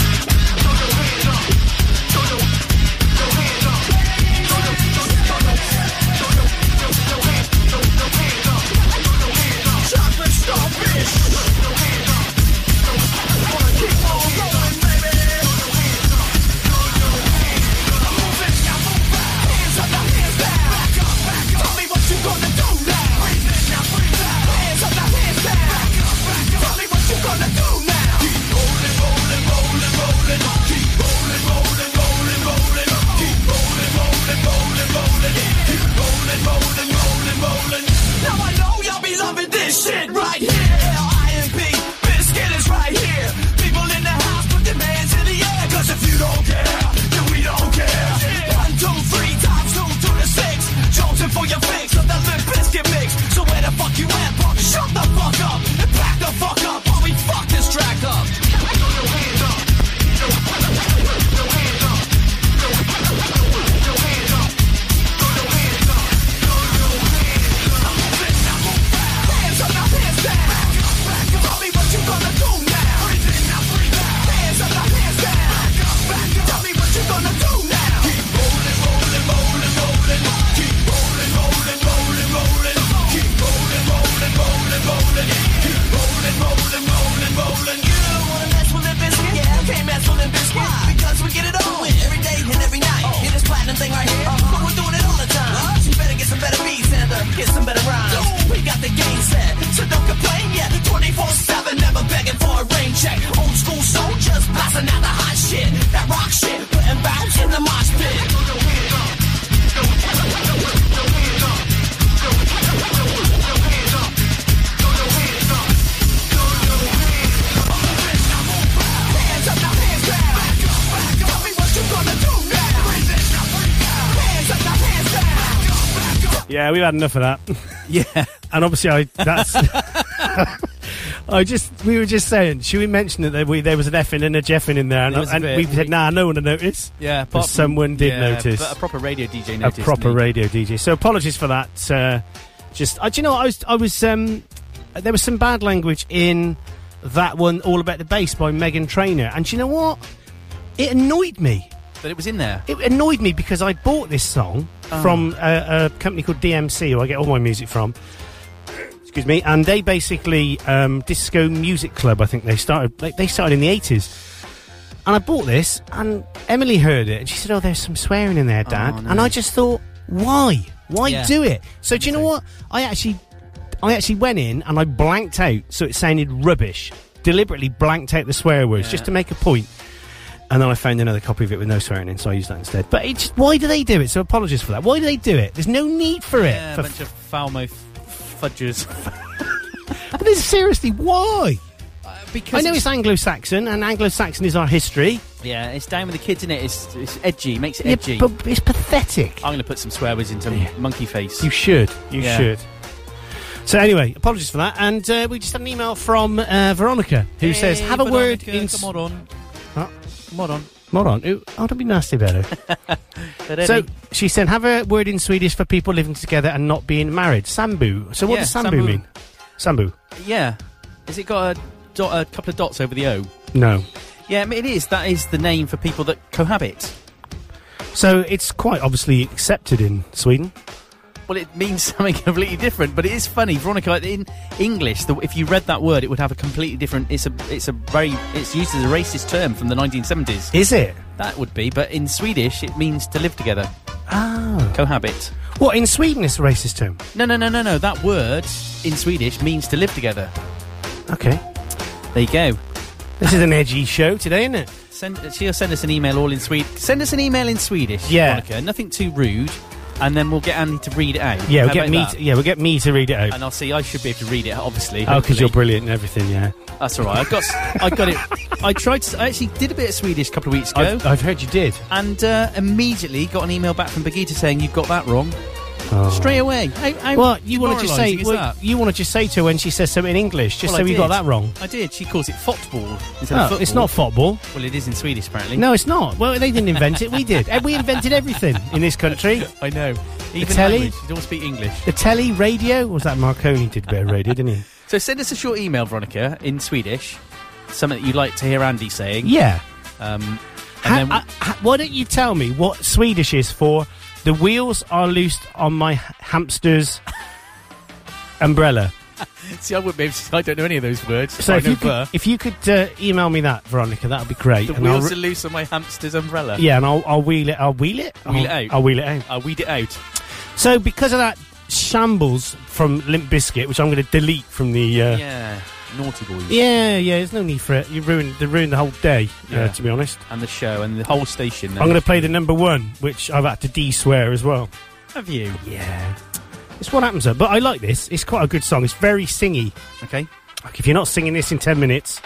[SPEAKER 7] Now I know y'all be loving this shit right here. IMP, biscuit is right here. People in the house put their hands in the air. Cause if you don't care, then we don't care. One, two, three, times two to the six. Chosen for your fix of the limp biscuit mix. So where the fuck you at, punk? Shut the fuck up and pack the fuck up while we fuck this track up. Because we get it on every day and every night. It is platinum thing right here. But we're doing it all the time. You better get some better beats and uh, get some better rhymes. We got the game set, so don't complain yet. 24 7, never begging for a rain check. Old school soldiers blasting out the hot shit. That rock shit, putting bounce in the mosh pit.
[SPEAKER 5] Yeah, we've had enough of that.
[SPEAKER 6] yeah.
[SPEAKER 5] And obviously, I that's. I just we were just saying. Should we mention that there, we, there was an effing and a jeffing in there, and,
[SPEAKER 6] There was a
[SPEAKER 5] and
[SPEAKER 6] bit.
[SPEAKER 5] we said, "Nah, no one will notice."
[SPEAKER 6] Yeah, apart
[SPEAKER 5] But
[SPEAKER 6] from-
[SPEAKER 5] someone did
[SPEAKER 6] yeah,
[SPEAKER 5] notice.
[SPEAKER 6] But a proper radio DJ
[SPEAKER 5] a
[SPEAKER 6] noticed.
[SPEAKER 5] proper
[SPEAKER 6] didn't he?
[SPEAKER 5] radio DJ. So apologies for that. Uh, just uh, do you know what? I was I was um, there was some bad language in that one, all about the bass by Megan Trainer, and do you know what? It annoyed me.
[SPEAKER 6] that it was in there.
[SPEAKER 5] It annoyed me because I bought this song
[SPEAKER 6] Oh.
[SPEAKER 5] from a, a company called DMC, who I get all my music from. Excuse me, and they basically um, disco music club. I think they started. They, they started in the eighties. And I bought this, and Emily heard it, and she said, "Oh, there's some swearing in there, Dad." And I just thought, why? Why
[SPEAKER 6] Oh, Yeah.
[SPEAKER 5] do it? So do you know what? I actually, I actually went in and I blanked out, so it sounded rubbish. Deliberately blanked out the swear words
[SPEAKER 6] Yeah.
[SPEAKER 5] just to make a point. And then I found another copy of it with no swearing in, so I used that instead. But it's why do they do it? So apologies for that. Why do they do it? There's no need for it.
[SPEAKER 6] Yeah, a
[SPEAKER 5] For
[SPEAKER 6] bunch of foul mouth fudgers.
[SPEAKER 5] but it's seriously, why?
[SPEAKER 6] Uh, because
[SPEAKER 5] I know
[SPEAKER 6] it's-
[SPEAKER 5] it's Anglo-Saxon, and Anglo-Saxon is our history.
[SPEAKER 6] yeah, it's down with the kids, in it? It's, it's edgy, makes it
[SPEAKER 5] Yeah,
[SPEAKER 6] edgy.
[SPEAKER 5] but it's pathetic.
[SPEAKER 6] I'm going to put some swear words into monkey face.
[SPEAKER 5] You should. You
[SPEAKER 6] Yeah.
[SPEAKER 5] should. So anyway, apologies for that. And uh, we just had an email from uh, Veronica who says,
[SPEAKER 6] Hey,
[SPEAKER 5] "Have a word
[SPEAKER 6] Veronica,
[SPEAKER 5] in
[SPEAKER 6] Come on, on.
[SPEAKER 5] Huh?
[SPEAKER 6] come on. on.
[SPEAKER 5] moron." Ooh, I don't be nasty about her. So
[SPEAKER 6] Ready?
[SPEAKER 5] she said, "Have a word in Swedish for people living together and not being married." Sambu. So what
[SPEAKER 6] Yeah,
[SPEAKER 5] does sambu,
[SPEAKER 6] sambu.
[SPEAKER 5] mean? Sambu.
[SPEAKER 6] yeah, has it got a, dot, a couple of dots over the O?
[SPEAKER 5] No.
[SPEAKER 6] Yeah, I mean, it is. That is the name for people that cohabit.
[SPEAKER 5] So it's quite obviously accepted in Sweden.
[SPEAKER 6] Well, it means something completely different, but it is funny, Veronica. In English, the, if you read that word, it would have a completely different. It's a, it's a very, it's used as a racist term from the 1970s.
[SPEAKER 5] Is it?
[SPEAKER 6] That would be, but in Swedish, it means to live together,
[SPEAKER 5] Ah.
[SPEAKER 6] cohabit.
[SPEAKER 5] What in Sweden it's a racist term.
[SPEAKER 6] No, no, no, no, no. That word in Swedish means to live together.
[SPEAKER 5] Okay.
[SPEAKER 6] There you go.
[SPEAKER 5] This is an edgy show today, isn't it?
[SPEAKER 6] Send, she'll send us an email all in Swede. Send us an email in Swedish,
[SPEAKER 5] Yeah.
[SPEAKER 6] Veronica. Nothing too rude, and then we'll get Andy to read it out.
[SPEAKER 5] Yeah,
[SPEAKER 6] How
[SPEAKER 5] we'll get
[SPEAKER 6] about
[SPEAKER 5] me.
[SPEAKER 6] that?
[SPEAKER 5] To, yeah, we'll get me to read it out.
[SPEAKER 6] and I'll see. I should be able to read it, obviously.
[SPEAKER 5] Oh, because you're
[SPEAKER 6] hopefully.
[SPEAKER 5] brilliant and everything. Yeah.
[SPEAKER 6] That's all right. I've got. s- I got it. I tried. To, I actually did a bit of Swedish a couple of weeks ago,
[SPEAKER 5] I've, I've heard you did.
[SPEAKER 6] and uh, immediately got an email back from Birgitta saying you've got that wrong straight away. How, how
[SPEAKER 5] Oh. What you want to just say?
[SPEAKER 6] demoralising is
[SPEAKER 5] What,
[SPEAKER 6] that?
[SPEAKER 5] you want to just say to her when she says something in English? Just
[SPEAKER 6] Well,
[SPEAKER 5] so
[SPEAKER 6] I
[SPEAKER 5] you got
[SPEAKER 6] did.
[SPEAKER 5] that wrong.
[SPEAKER 6] I did. She calls it football instead
[SPEAKER 5] No,
[SPEAKER 6] of football.
[SPEAKER 5] it's not football.
[SPEAKER 6] Well, it is in Swedish apparently.
[SPEAKER 5] No, it's not. Well, they didn't invent it. We did. And We invented everything in this country.
[SPEAKER 6] I know. Even
[SPEAKER 5] telly?
[SPEAKER 6] language, you don't speak English.
[SPEAKER 5] The telly, radio. Was that Marconi did a bit of radio, didn't he?
[SPEAKER 6] So send us a short email, Veronica, in Swedish, something that you'd like to hear Andy saying.
[SPEAKER 5] Yeah.
[SPEAKER 6] Um, and
[SPEAKER 5] Ha-
[SPEAKER 6] then
[SPEAKER 5] uh, ha- why don't you tell me what Swedish is for? The wheels are loosed on my h- hamster's umbrella.
[SPEAKER 6] see, I wouldn't be able to, I don't know any of those words.
[SPEAKER 5] So
[SPEAKER 6] I
[SPEAKER 5] if
[SPEAKER 6] know
[SPEAKER 5] you, could,
[SPEAKER 6] Burr.
[SPEAKER 5] if you could uh, email me that, Veronica, that would be great.
[SPEAKER 6] the
[SPEAKER 5] And I'll
[SPEAKER 6] wheels
[SPEAKER 5] re-
[SPEAKER 6] are loose on my hamster's umbrella.
[SPEAKER 5] yeah, and I'll, I'll wheel it. I'll wheel it.
[SPEAKER 6] Wheel it
[SPEAKER 5] I'll,
[SPEAKER 6] out. Uh.
[SPEAKER 5] I'll wheel it out.
[SPEAKER 6] I weed it out.
[SPEAKER 5] So because of that shambles from Limp Biscuit, which I'm going to delete from the. Uh, yeah.
[SPEAKER 6] Yeah, naughty boys.
[SPEAKER 5] yeah, There's no need for it. You ruined they ruined the whole day. Uh,
[SPEAKER 6] Yeah.
[SPEAKER 5] to be honest,
[SPEAKER 6] And the show and the whole station.
[SPEAKER 5] I'm going to play the number one, which I've had to de swear as well.
[SPEAKER 6] Have you?
[SPEAKER 5] Yeah, it's what happens. Though. But I like this. It's quite a good song. It's very singy.
[SPEAKER 6] Okay.
[SPEAKER 5] Like if you're not singing this in ten minutes,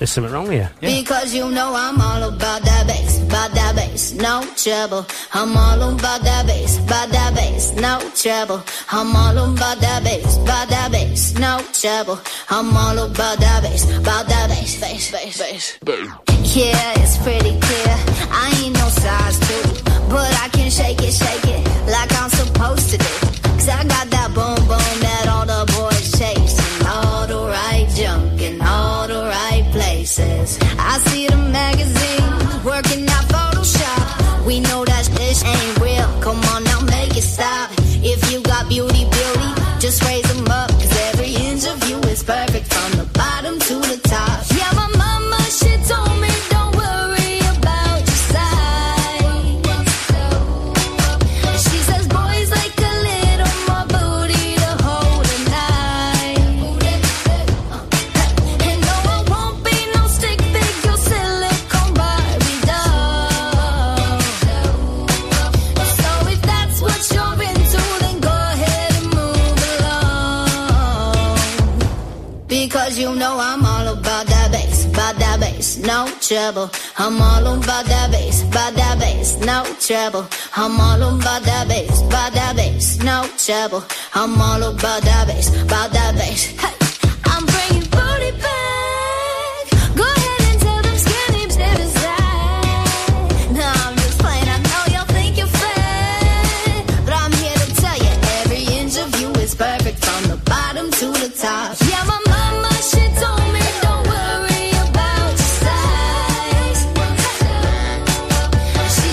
[SPEAKER 5] there's something wrong here.
[SPEAKER 14] Because you know I'm all about that bass, about that bass, no trouble. I'm all about that bass, about that bass, no trouble. I'm all about that bass, about that bass, no trouble. I'm all about that bass, about that bass, bass, bass, bass. Yeah, it's pretty clear. I ain't no size two, but I can shake it, shake it like I'm supposed to do. Cause I got that boom boom that all the boys chase. and All the right junk in all the right places. I see the magazine working out Photoshop. We know that this ain't real. Come on now, make it stop. If you got beauty, beauty, just raise them up. Cause every inch of you is perfect from the bottom to the top.
[SPEAKER 7] Yeah, my mama, she told me don't worry about your size. She says boys like a little more booty to hold a night. And no, I won't be no stick figure silicone Barbie doll. So if that's what you're into, then go ahead and move along.
[SPEAKER 14] Because you know I'm all about that bass, about that bass, no trouble. I'm all about that bass, about that bass, no trouble. I'm all about that bass, about that bass, no trouble. I'm all about that bass, about that bass.
[SPEAKER 7] Hey, I'm bringing booty back. Go ahead and tell them skinny bitches that.
[SPEAKER 14] No, I'm just playing. I know y'all think you're fat, but I'm here to tell you every inch of you is perfect from the bottom to the top.
[SPEAKER 7] Yeah, my mama, she told me don't worry about your size. She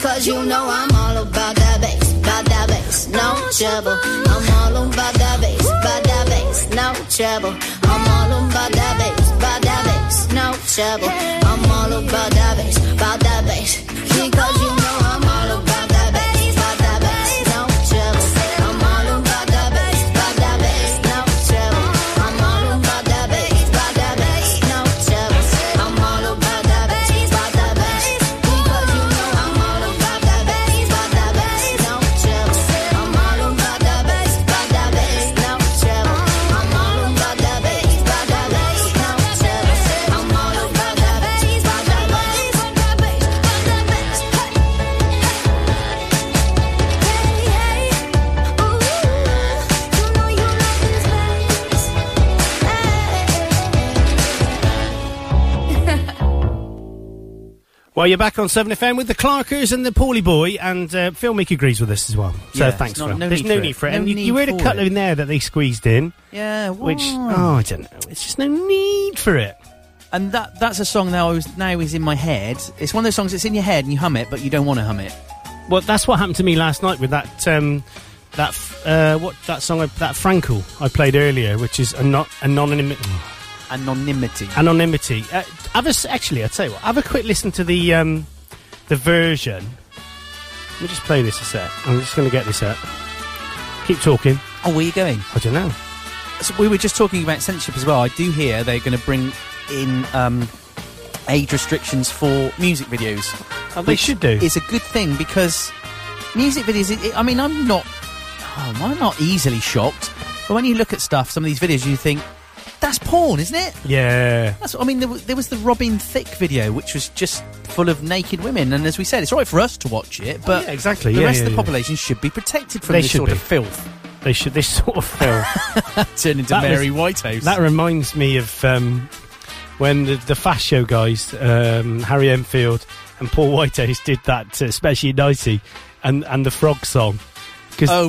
[SPEAKER 14] Cause you know I'm all about that bass, about that bass, no trouble. I'm all about that bass, about that bass, no trouble. I'm all about that bass, about that bass, no trouble. I'm all about that bass, about that bass. Because you know I'm all about that bass, about that bass, no trouble. I'm all about that bass, about that bass, no trouble. I'm all about that bass, about that bass, no trouble. I'm all about that bass, about that bass. Because you know I'm all about that bass, about that bass, no trouble. I'm all about that bass, about that bass, no trouble. I'm all about that bass, about that bass, no trouble. I'm all about that bass, about that bass.
[SPEAKER 5] Well, you're back on 7FM with the Clarkers and the Paulie Boy, and uh, Phil Meek agrees with us as well. So
[SPEAKER 6] Yeah,
[SPEAKER 5] thanks,
[SPEAKER 6] it's not-
[SPEAKER 5] Phil.
[SPEAKER 6] no
[SPEAKER 5] There's
[SPEAKER 6] need
[SPEAKER 5] no
[SPEAKER 6] for
[SPEAKER 5] need
[SPEAKER 6] it.
[SPEAKER 5] for it.
[SPEAKER 6] No
[SPEAKER 5] and you,
[SPEAKER 6] need
[SPEAKER 5] you heard a
[SPEAKER 6] for
[SPEAKER 5] couple in there that they squeezed in.
[SPEAKER 6] Yeah,
[SPEAKER 5] Which, oh, I don't know. It's just no need for it.
[SPEAKER 6] And that that's a song now is now is in my head. It's one of those songs that's in your head and you hum it, but you don't want to hum it.
[SPEAKER 5] Well, that's what happened to me last night with that um, that f- uh, what that song I, that Frankel I played earlier, which is anon- anonymity.
[SPEAKER 6] Anonymity.
[SPEAKER 5] Anonymity. Uh, have a s actually, I tell you what. Have a quick listen to the um, the version. Let me just play this a sec. I'm just going to get this out. Keep talking.
[SPEAKER 6] Oh, where are you going?
[SPEAKER 5] I don't know.
[SPEAKER 6] So we were just talking about censorship as well. I do hear they're going to bring in um, age restrictions for music videos.
[SPEAKER 5] Oh, they
[SPEAKER 6] which
[SPEAKER 5] should do.
[SPEAKER 6] Is a good thing because music videos. It, it- I mean, I'm not. oh, I'm not easily shocked, but when you look at stuff, some of these videos, you think that's porn, isn't it?
[SPEAKER 5] Yeah.
[SPEAKER 6] That's. I mean, there, wa- there was the Robin Thicke video, which was just full of naked women, and as we said, it's all right for us to watch it, but
[SPEAKER 5] yeah, exactly.
[SPEAKER 6] the
[SPEAKER 5] Yeah,
[SPEAKER 6] rest
[SPEAKER 5] yeah,
[SPEAKER 6] of the
[SPEAKER 5] yeah.
[SPEAKER 6] population should be protected from
[SPEAKER 5] They
[SPEAKER 6] this
[SPEAKER 5] should
[SPEAKER 6] sort
[SPEAKER 5] be.
[SPEAKER 6] of filth.
[SPEAKER 5] They should. This sort of film.
[SPEAKER 6] Turn into
[SPEAKER 5] That was-
[SPEAKER 6] Mary Whitehouse.
[SPEAKER 5] That reminds me of um, when the, the Fast Show guys, um, Harry Enfield and Paul Whitehouse, did that, uh, especially ninety, and and the Frog song. Because
[SPEAKER 6] Oh,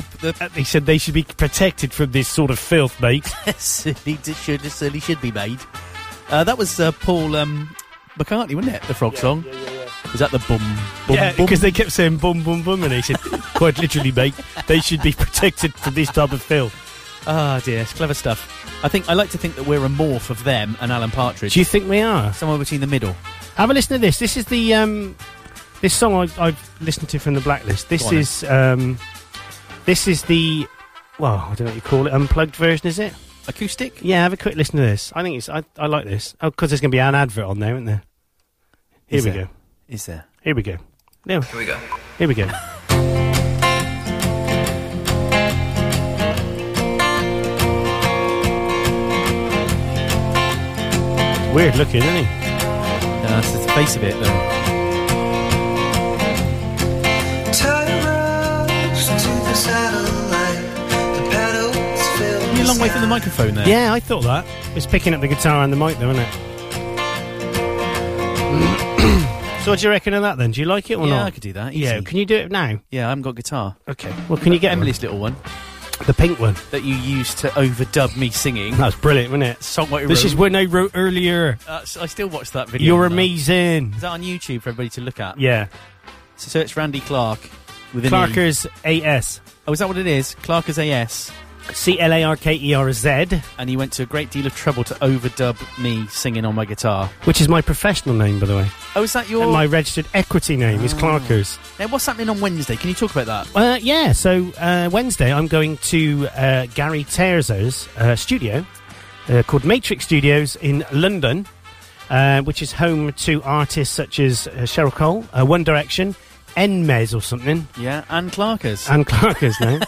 [SPEAKER 5] they said they should be protected from this sort of filth, mate.
[SPEAKER 6] silly, d- should, silly should be made. Uh, that was uh, Paul um, McCartney, wasn't it? The frog song. Was that the bum? bum
[SPEAKER 5] yeah,
[SPEAKER 6] bum?
[SPEAKER 5] because they kept saying boom, boom, boom, and they said, quite literally, mate, they should be protected from this type of filth.
[SPEAKER 6] Ah, dear, it's clever stuff. I think I like to think that we're a morph of them and Alan Partridge.
[SPEAKER 5] Do you think we are?
[SPEAKER 6] Somewhere between the middle.
[SPEAKER 5] Have a listen to this. This is the um, this song I've, I've listened to from the Blacklist. This
[SPEAKER 6] Go on then.
[SPEAKER 5] is um, this is the well, I don't know what you call it, unplugged version, is it?
[SPEAKER 6] Acoustic.
[SPEAKER 5] Yeah, have a quick listen to this. I think it's I, I like this. Oh, because there's going to be an advert on there, isn't there? Here
[SPEAKER 6] Is
[SPEAKER 5] we
[SPEAKER 6] there?
[SPEAKER 5] go.
[SPEAKER 6] Is there?
[SPEAKER 5] Here we go. No. Here
[SPEAKER 15] we go.
[SPEAKER 5] Here we go. Weird looking, isn't he?
[SPEAKER 6] that's the face of it, though.
[SPEAKER 15] Tie ropes to the satellite. The pedals fill
[SPEAKER 6] You're a long way from the microphone there.
[SPEAKER 5] Yeah, I thought that. It's picking up the guitar and the mic, though, isn't it? so, what do you reckon of that then? Do you like it or
[SPEAKER 6] Yeah,
[SPEAKER 5] not?
[SPEAKER 6] I could do that,
[SPEAKER 5] Yeah,
[SPEAKER 6] easy.
[SPEAKER 5] can you do it now?
[SPEAKER 6] Yeah, I haven't got guitar.
[SPEAKER 5] Okay. Well, can you get
[SPEAKER 6] Emily's little one
[SPEAKER 5] the pink one
[SPEAKER 6] that you used to overdub me singing?
[SPEAKER 5] That was brilliant, wasn't it?
[SPEAKER 6] Songwriter.
[SPEAKER 5] This is when I wrote earlier.
[SPEAKER 6] Uh, so I still watch that video.
[SPEAKER 5] You're
[SPEAKER 6] now.
[SPEAKER 5] amazing.
[SPEAKER 6] Is that on YouTube for everybody to look at?
[SPEAKER 5] Yeah.
[SPEAKER 6] So search Randy Clark with an E.
[SPEAKER 5] Clarkers AS.
[SPEAKER 6] Oh, is that what it is? Clarkers AS.
[SPEAKER 5] C L A R K E R Z,
[SPEAKER 6] And he went to a great deal of trouble to overdub me singing on my guitar.
[SPEAKER 5] which is my professional name, by the way.
[SPEAKER 6] Oh, is that your.
[SPEAKER 5] And my registered equity name is
[SPEAKER 6] Oh.
[SPEAKER 5] Clarkers.
[SPEAKER 6] Now, what's happening on Wednesday? Can you talk about that?
[SPEAKER 5] Uh, yeah, so uh, Wednesday I'm going to uh, Gary Terzo's uh, studio uh, called Matrix Studios in London, uh, which is home to artists such as uh, Cheryl Cole, uh, One Direction, Enmez or something,
[SPEAKER 6] Yeah, and Clarkers.
[SPEAKER 5] and Clarkers now.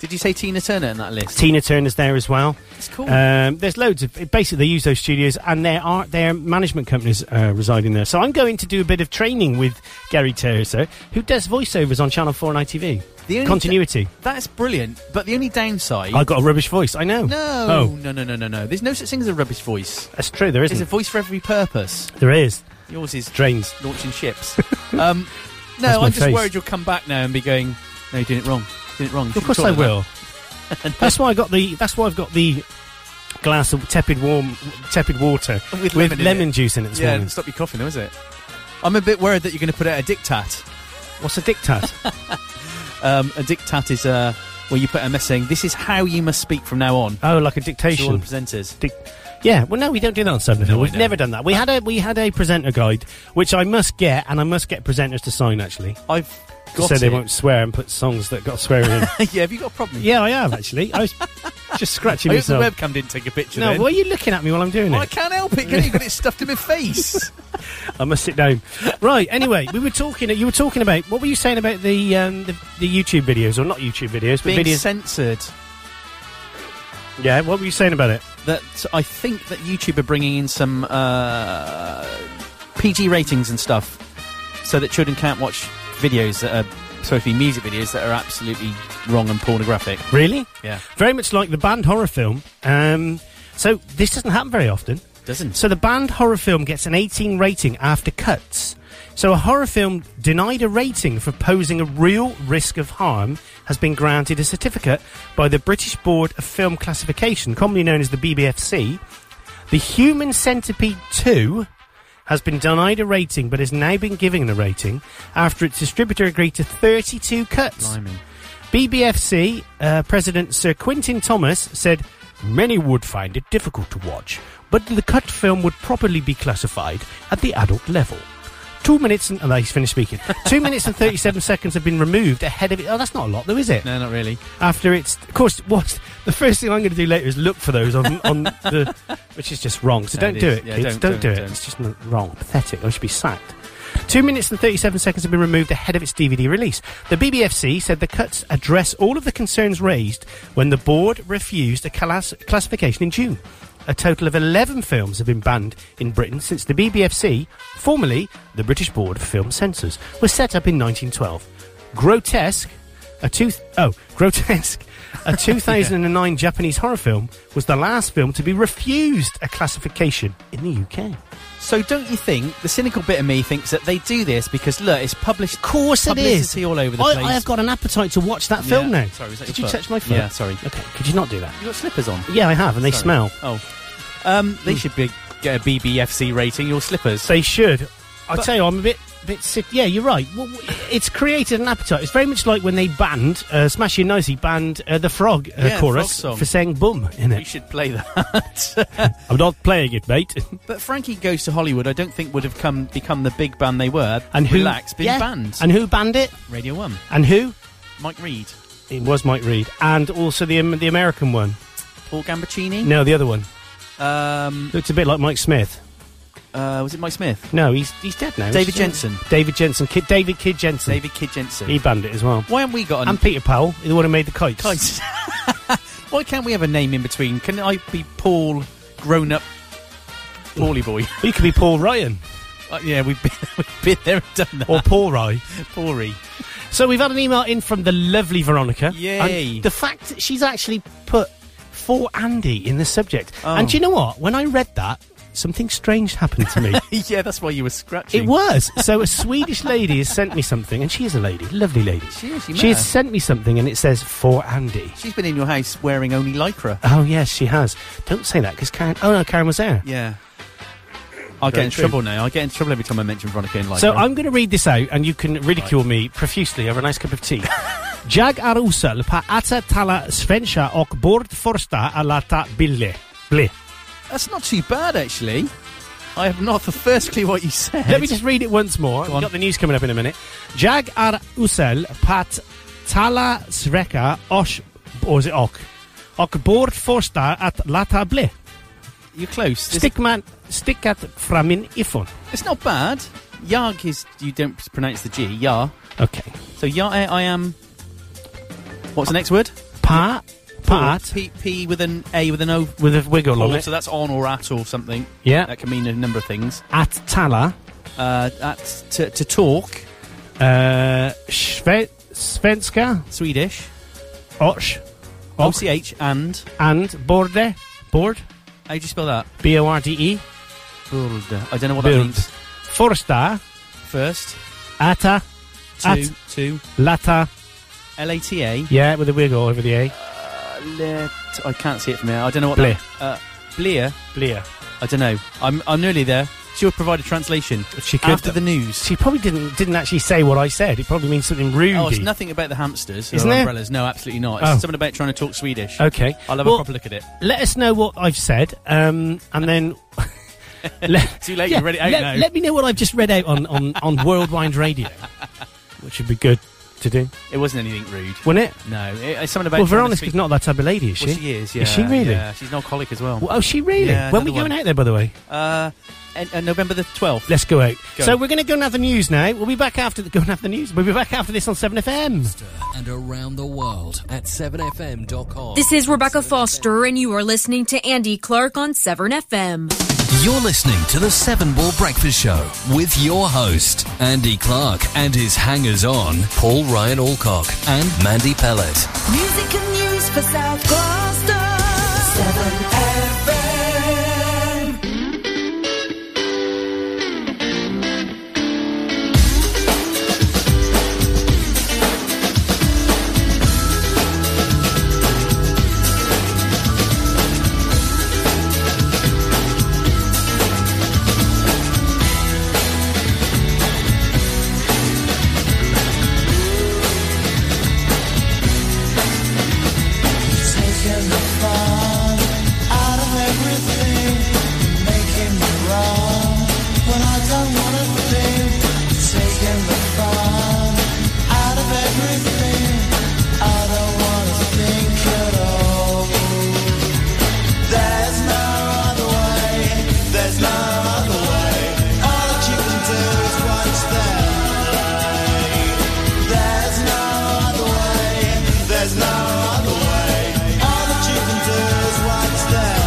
[SPEAKER 6] Did you say Tina Turner in that list?
[SPEAKER 5] Tina Turner's there as well.
[SPEAKER 6] It's cool.
[SPEAKER 5] Um, there's loads of basically they use those studios and their art, their management companies uh, residing there. So I'm going to do a bit of training with Gary Terzo, who does voiceovers on Channel Four and ITV.
[SPEAKER 6] The only
[SPEAKER 5] Continuity.
[SPEAKER 6] That's brilliant, but the only downside.
[SPEAKER 5] I got a rubbish voice. I know.
[SPEAKER 6] No,
[SPEAKER 5] Oh,
[SPEAKER 6] no, no, no, no, no. There's no such thing as a rubbish voice.
[SPEAKER 5] that's true. There
[SPEAKER 6] There's
[SPEAKER 5] isn't.
[SPEAKER 6] a voice for every purpose.
[SPEAKER 5] there is.
[SPEAKER 6] Yours is
[SPEAKER 5] Drains.
[SPEAKER 6] launching ships. um,
[SPEAKER 5] That's
[SPEAKER 6] no,
[SPEAKER 5] my
[SPEAKER 6] I'm just
[SPEAKER 5] face.
[SPEAKER 6] worried you'll come back now and be going, no, you're doing it wrong. You're doing it wrong. You
[SPEAKER 5] Of course I
[SPEAKER 6] shouldn't
[SPEAKER 5] will.
[SPEAKER 6] talk
[SPEAKER 5] that's why I got the. That's why I've got the glass of tepid warm, tepid water
[SPEAKER 6] like that.
[SPEAKER 5] with, lemon,
[SPEAKER 6] in it.
[SPEAKER 5] juice in it this
[SPEAKER 6] yeah,
[SPEAKER 5] morning.
[SPEAKER 6] didn't stop you coughing, though, is it? I'm a bit worried that you're going to put out a diktat.
[SPEAKER 5] What's a diktat?
[SPEAKER 6] um, a diktat is uh, where you put a message saying, this is how you must speak from now on.
[SPEAKER 5] Oh, like a dictation.
[SPEAKER 6] all the presenters.
[SPEAKER 5] Yeah, well, no, we don't do that on Seven Hill. We've never done that. We had a we had a presenter guide, which I must get, and I must get presenters to sign. Actually,
[SPEAKER 6] I've got
[SPEAKER 5] so they
[SPEAKER 6] it.
[SPEAKER 5] won't swear and put songs that got swearing in.
[SPEAKER 6] yeah, have you got a problem?
[SPEAKER 5] yeah, I have actually. I was just scratching
[SPEAKER 6] I hope the
[SPEAKER 5] myself.
[SPEAKER 6] webcam didn't take a picture
[SPEAKER 5] no,
[SPEAKER 6] then.
[SPEAKER 5] why are you looking at me while I'm doing
[SPEAKER 6] Well, I
[SPEAKER 5] it?
[SPEAKER 6] can't help it, can you? Got it stuffed in my face.
[SPEAKER 5] I must sit down. Right. Anyway, we were talking. You were talking about what were you saying about the um, the, the YouTube videos or not YouTube videos, but
[SPEAKER 6] Being
[SPEAKER 5] videos.
[SPEAKER 6] censored.
[SPEAKER 5] Yeah, what were you saying about it?
[SPEAKER 6] That I think that YouTube are bringing in some uh, PG ratings and stuff, so that children can't watch videos that are supposed to be music videos that are absolutely wrong and pornographic.
[SPEAKER 5] Really?
[SPEAKER 6] Yeah.
[SPEAKER 5] Very much like the banned horror film. Um, so this doesn't happen very often.
[SPEAKER 6] Doesn't.
[SPEAKER 5] So the banned horror film gets an 18 rating after cuts. So a horror film denied a rating for posing a real risk of harm has been granted a certificate by the British Board of Film Classification, commonly known as the BBFC. The Human Centipede 2 has been denied a rating but has now been given a rating after its distributor agreed to 32 cuts. BBFC uh, President Sir Quintin Thomas said, Many would find it difficult to watch, but the cut film would properly be classified at the adult level. Two minutes and. Oh, he's finished speaking. Two minutes and 37 seconds have been removed ahead of it. Oh, that's not a lot, though, is it?
[SPEAKER 6] No, not really.
[SPEAKER 5] After it's. Of course, what's, the first thing I'm going to do later is look for those on, on the. Which is just wrong. So
[SPEAKER 6] No,
[SPEAKER 5] don't
[SPEAKER 6] it
[SPEAKER 5] do
[SPEAKER 6] is.
[SPEAKER 5] it,
[SPEAKER 6] Yeah,
[SPEAKER 5] kids.
[SPEAKER 6] don't,
[SPEAKER 5] Don't,
[SPEAKER 6] don't,
[SPEAKER 5] do it.
[SPEAKER 6] don't.
[SPEAKER 5] It's just n- wrong. Pathetic. I should be sacked. Two minutes and 37 seconds have been removed ahead of its DVD release. The BBFC said the cuts address all of the concerns raised when the board refused a class- classification in June. A total of 11 films have been banned in Britain since the BBFC, formerly the British Board of Film Censors, was set up in 1912. Grotesque, a two oh grotesque, a 2009 Japanese horror film was the last film to be refused a classification in the UK.
[SPEAKER 6] So don't you think the cynical bit of me thinks that they do this because look, it's published. Of
[SPEAKER 5] course it is.
[SPEAKER 6] all over the
[SPEAKER 5] I,
[SPEAKER 6] place.
[SPEAKER 5] I have got an appetite to watch that film
[SPEAKER 6] Yeah.
[SPEAKER 5] now.
[SPEAKER 6] Sorry, was that
[SPEAKER 5] Did
[SPEAKER 6] your
[SPEAKER 5] you
[SPEAKER 6] foot?
[SPEAKER 5] touch my foot?
[SPEAKER 6] Yeah, sorry.
[SPEAKER 5] Okay, could you not do that?
[SPEAKER 6] You got slippers on.
[SPEAKER 5] Yeah, I have, and they
[SPEAKER 6] Sorry.
[SPEAKER 5] smell. Hmm.
[SPEAKER 6] Oh, um, they should be get a BBFC rating. Your slippers.
[SPEAKER 5] They should. I
[SPEAKER 6] But-
[SPEAKER 5] tell you, I'm a bit, bit sick. Yeah, you're right. Well, w- it's created an appetite. It's very much like when they banned uh, Smashing Nicey banned uh, the Frog uh,
[SPEAKER 6] Yeah,
[SPEAKER 5] chorus
[SPEAKER 6] Frog song.
[SPEAKER 5] for saying "bum" in
[SPEAKER 6] we
[SPEAKER 5] it.
[SPEAKER 6] should play that.
[SPEAKER 5] I'm not playing it, mate.
[SPEAKER 6] but Frankie Goes to Hollywood, I don't think would have come become the big band they were.
[SPEAKER 5] And who?
[SPEAKER 6] relax, been
[SPEAKER 5] yeah,
[SPEAKER 6] banned.
[SPEAKER 5] And who banned it?
[SPEAKER 6] Radio One,
[SPEAKER 5] And who?
[SPEAKER 6] Mike Reed,
[SPEAKER 5] It was Mike Reed, and also the um, the American one.
[SPEAKER 6] Paul Gambaccini.
[SPEAKER 5] No, the other one
[SPEAKER 6] Um,
[SPEAKER 5] looks a bit like Mike Smith.
[SPEAKER 6] uh, was it Mike Smith?
[SPEAKER 5] No, he's he's dead now.
[SPEAKER 6] David
[SPEAKER 5] He's-
[SPEAKER 6] Jensen.
[SPEAKER 5] David Jensen. Kid, David Kid Jensen.
[SPEAKER 6] David Kid Jensen.
[SPEAKER 5] He banned it as well.
[SPEAKER 6] Why haven't we got an
[SPEAKER 5] And Peter Powell, the one who made the kites.
[SPEAKER 6] Guys, why can't we have a name in between? Can I be Paul, grown up, Paulie boy?
[SPEAKER 5] You could be Paul Ryan
[SPEAKER 6] Uh, yeah, we've been, we've been there and done that.
[SPEAKER 5] or Paul Rye.
[SPEAKER 6] Paulie.
[SPEAKER 5] So we've had an email in from the lovely Veronica.
[SPEAKER 6] Yay.
[SPEAKER 5] And the fact that she's actually put for Andy in the subject.
[SPEAKER 6] Oh.
[SPEAKER 5] And do you know what? When I read that, something strange happened to me.
[SPEAKER 6] yeah, that's why you were scratching.
[SPEAKER 5] It was. So a Swedish lady has sent me something, and she is a lady, lovely lady.
[SPEAKER 6] She is, you met
[SPEAKER 5] She has
[SPEAKER 6] her.
[SPEAKER 5] sent me something, and it says for Andy.
[SPEAKER 6] She's been in your house wearing only lycra.
[SPEAKER 5] Oh yes, she has. Don't say that because Karen. Oh no, Karen was there.
[SPEAKER 6] Yeah. I get
[SPEAKER 5] Very
[SPEAKER 6] in
[SPEAKER 5] true.
[SPEAKER 6] trouble now. I get in trouble every time I mention Veronica in lycra.
[SPEAKER 5] So I'm going to read this out, and you can ridicule me profusely over a nice cup of tea. Jag är usel på att tala svenska och bortforsta alla bilder. Bli.
[SPEAKER 6] That's not too bad, actually. I have not the first clue what you said.
[SPEAKER 5] Let me just read it once more.
[SPEAKER 6] Go
[SPEAKER 5] We've
[SPEAKER 6] on.
[SPEAKER 5] got the news coming up in a minute. Jag är usel på att tala svenska och, or is it och? Och bortforsta att låta bli.
[SPEAKER 6] You're close. This-
[SPEAKER 5] Stick man, stickat från min ifrån.
[SPEAKER 6] It's not bad. Yag is... You don't pronounce the G. Yar.
[SPEAKER 5] Okay.
[SPEAKER 6] So ya, I, I am. What's the next word?
[SPEAKER 5] Pa, part,
[SPEAKER 6] P, P with an A with an O.
[SPEAKER 5] with a wiggle on
[SPEAKER 6] Or,
[SPEAKER 5] it.
[SPEAKER 6] so that's on or at or something.
[SPEAKER 5] Yeah.
[SPEAKER 6] That can mean a number of things.
[SPEAKER 5] At tala.
[SPEAKER 6] Uh, at to, to talk
[SPEAKER 5] Uh, Sve- svenska,
[SPEAKER 6] Swedish.
[SPEAKER 5] och,
[SPEAKER 6] O
[SPEAKER 5] och
[SPEAKER 6] C H and
[SPEAKER 5] and borde, board,
[SPEAKER 6] how do you spell that?
[SPEAKER 5] b o r d e,
[SPEAKER 6] Buld. I don't know what that
[SPEAKER 5] Buld.
[SPEAKER 6] means.
[SPEAKER 5] forsta,
[SPEAKER 6] First
[SPEAKER 5] ata,
[SPEAKER 6] to
[SPEAKER 5] At.
[SPEAKER 6] to
[SPEAKER 5] lata,
[SPEAKER 6] L A T A.
[SPEAKER 5] yeah, with a wiggle over the a,
[SPEAKER 6] Let I can't see it from here. I don't know what
[SPEAKER 5] Bleh.
[SPEAKER 6] that. Uh, Blear.
[SPEAKER 5] blia.
[SPEAKER 6] I don't know. I'm I'm nearly there. She would provide a translation.
[SPEAKER 5] She could
[SPEAKER 6] After the news.
[SPEAKER 5] She probably didn't didn't actually say what I said. It probably means something rude.
[SPEAKER 6] Oh, it's nothing about the hamsters
[SPEAKER 5] Isn't
[SPEAKER 6] or
[SPEAKER 5] there?
[SPEAKER 6] umbrellas. No, absolutely not. It's
[SPEAKER 5] Oh.
[SPEAKER 6] something about trying to talk Swedish.
[SPEAKER 5] Okay.
[SPEAKER 6] I'll have
[SPEAKER 5] Well,
[SPEAKER 6] a proper look at it.
[SPEAKER 5] Let us know what I've said, um, and then. let,
[SPEAKER 6] Too late, you've read it out
[SPEAKER 5] let,
[SPEAKER 6] now.
[SPEAKER 5] let me know what I've just read out on, on, on Worldwide Radio, which would be good to do.
[SPEAKER 6] It wasn't anything rude.
[SPEAKER 5] Wasn't it?
[SPEAKER 6] No. It, it's something about
[SPEAKER 5] Well,
[SPEAKER 6] trying to
[SPEAKER 5] Veronica's
[SPEAKER 6] speak-
[SPEAKER 5] not that type of lady, is she?
[SPEAKER 6] Well, she is, yeah.
[SPEAKER 5] Is she really?
[SPEAKER 6] Yeah, she's an alcoholic as well.
[SPEAKER 5] Well, oh, she really?
[SPEAKER 6] Yeah,
[SPEAKER 5] when are we
[SPEAKER 6] another
[SPEAKER 5] going
[SPEAKER 6] one.
[SPEAKER 5] out there, by the way?
[SPEAKER 6] Uh, and, and November the 12th.
[SPEAKER 5] Let's go out.
[SPEAKER 6] Go.
[SPEAKER 5] So we're going to go and have the news now. We'll be back after the, go and have the news. We'll be back after this on 7FM.
[SPEAKER 2] And around the world at 7fm.com.
[SPEAKER 1] This is Rebecca Foster, and you are listening to Andy Clark on Severn FM.
[SPEAKER 2] You're listening to the Seven Ball Breakfast Show with your host, Andy Clark, and his hangers on, Paul Ryan Alcock and Mandy Pellet.
[SPEAKER 7] Music and news for South Gloucester. 7FM. Taking the fun out of everything, making me wrong when I don't wanna think. Taking the fun out of everything, I don't wanna think at all. There's no other way. There's no other way. All that you can do is watch them play. There's no other way. There's no other way. All that you can do is watch them play.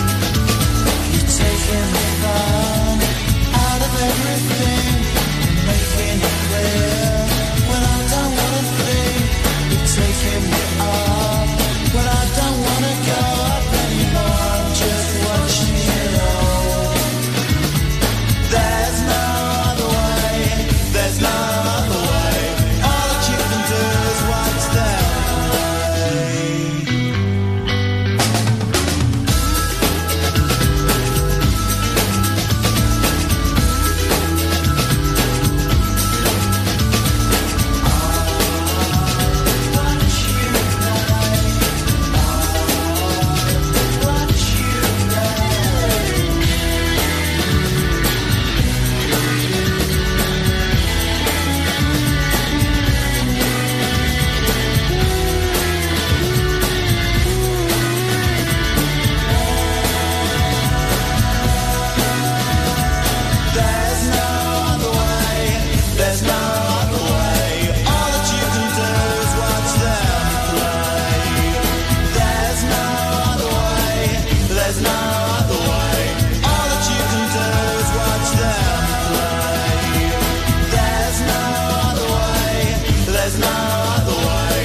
[SPEAKER 7] You're taking the fun out of everything, making it clear when I don't wanna think. You're taking me up when I don't wanna go up anymore. I'm just watching it all. There's no other way. There's no other way. All that you can do is watch them play. There's no other way. There's no other way. All that you can do is watch them play. There's no other way. There's no other way. All that you can do is watch them play. There's no other way. There's no other way.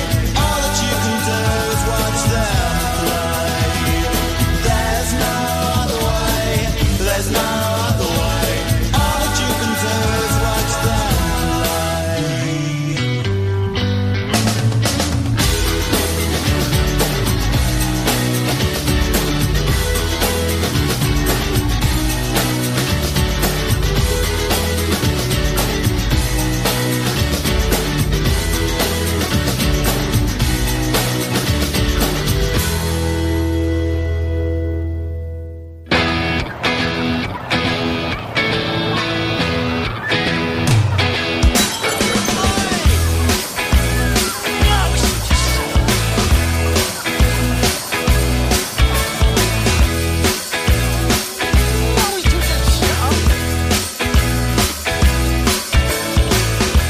[SPEAKER 7] All that you can do is watch them play. There's no other way. There's no other way. All that you can do is watch them play.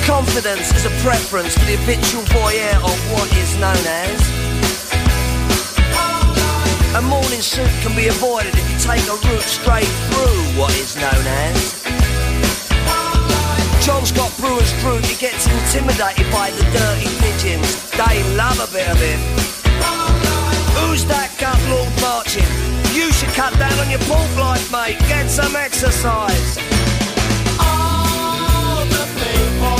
[SPEAKER 16] Confidence is a preference for the habitual voyeur of what is known as. A morning suit can be avoided if you take a route straight through what is known as. John Scott Brewer's crew, he gets intimidated by the dirty pigeons. They love a bit of him. Who's that gut lord marching? You should cut down on your pork life, mate. Get some exercise. All the people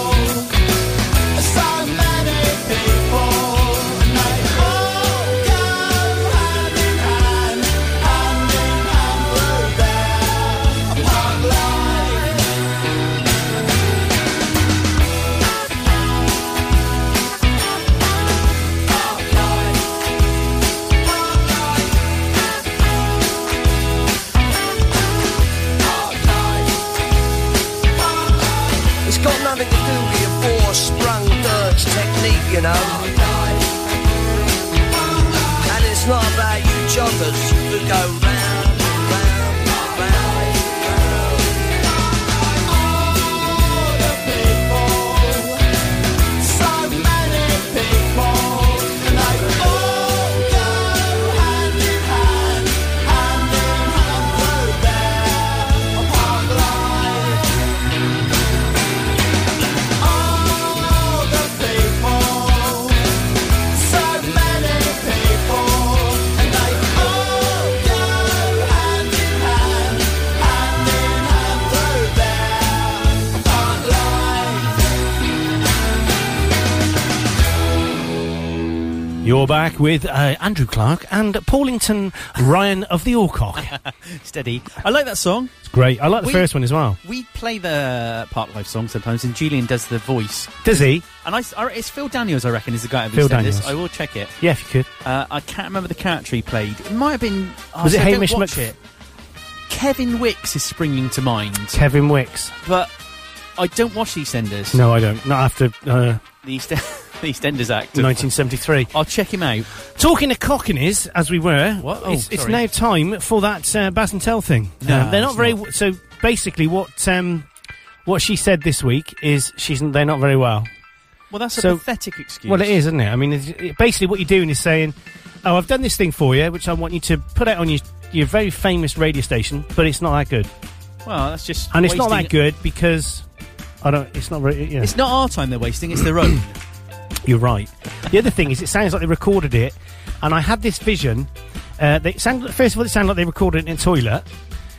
[SPEAKER 16] It's got nothing to do with your four sprung dirge technique, you know. And it's not about you joggers who go round. round, round, round.
[SPEAKER 5] You're back with uh, Andrew Clark and Paulington Ryan of the Alcock.
[SPEAKER 6] Steady. I like that song.
[SPEAKER 5] It's great. I like the
[SPEAKER 6] We-
[SPEAKER 5] first one as well.
[SPEAKER 6] We play the Park Life song sometimes, and Julian does the voice.
[SPEAKER 5] Does he?
[SPEAKER 6] And I, s- I re- it's Phil Daniels, I reckon, is the guy who
[SPEAKER 5] Phil
[SPEAKER 6] said this.
[SPEAKER 5] Daniels.
[SPEAKER 6] I will check it.
[SPEAKER 5] Yeah, if you could.
[SPEAKER 6] Uh, I can't remember the character he played. It might have been. oh,
[SPEAKER 5] Was
[SPEAKER 6] see,
[SPEAKER 5] it
[SPEAKER 6] I don't
[SPEAKER 5] Hamish
[SPEAKER 6] watch
[SPEAKER 5] Mc-
[SPEAKER 6] it. Kevin Wicks is springing to mind,
[SPEAKER 5] Kevin Wicks.
[SPEAKER 6] but I don't watch EastEnders.
[SPEAKER 5] No, I don't. Not after uh,
[SPEAKER 6] The, East- the EastEnders act. of-
[SPEAKER 5] 1973.
[SPEAKER 6] I'll check him out.
[SPEAKER 5] Talking to Cockneys, as we were,
[SPEAKER 6] What?
[SPEAKER 5] it's,
[SPEAKER 6] Oh,
[SPEAKER 5] it's
[SPEAKER 6] sorry.
[SPEAKER 5] now time for that uh, Baz and Tell thing.
[SPEAKER 6] No,
[SPEAKER 5] Uh, they're not
[SPEAKER 6] it's
[SPEAKER 5] very. w So basically, what um, what she said this week is she's they're not very well.
[SPEAKER 6] Well, that's a
[SPEAKER 5] So-
[SPEAKER 6] pathetic excuse.
[SPEAKER 5] Well, it is, isn't it? I mean, it's, it- basically, what you're doing is saying, "Oh, I've done this thing for you, which I want you to put out on your your very famous radio station, but it's not that good,
[SPEAKER 6] Well, that's just.
[SPEAKER 5] and it's not
[SPEAKER 6] wasting-
[SPEAKER 5] that good because I don't. It's not. Very, you know.
[SPEAKER 6] It's not our time they're wasting; it's their own.
[SPEAKER 5] You're right. The other thing is, it sounds like they recorded it, and I had this vision. Uh, they sound, first of all, it sounded like they recorded it in a toilet.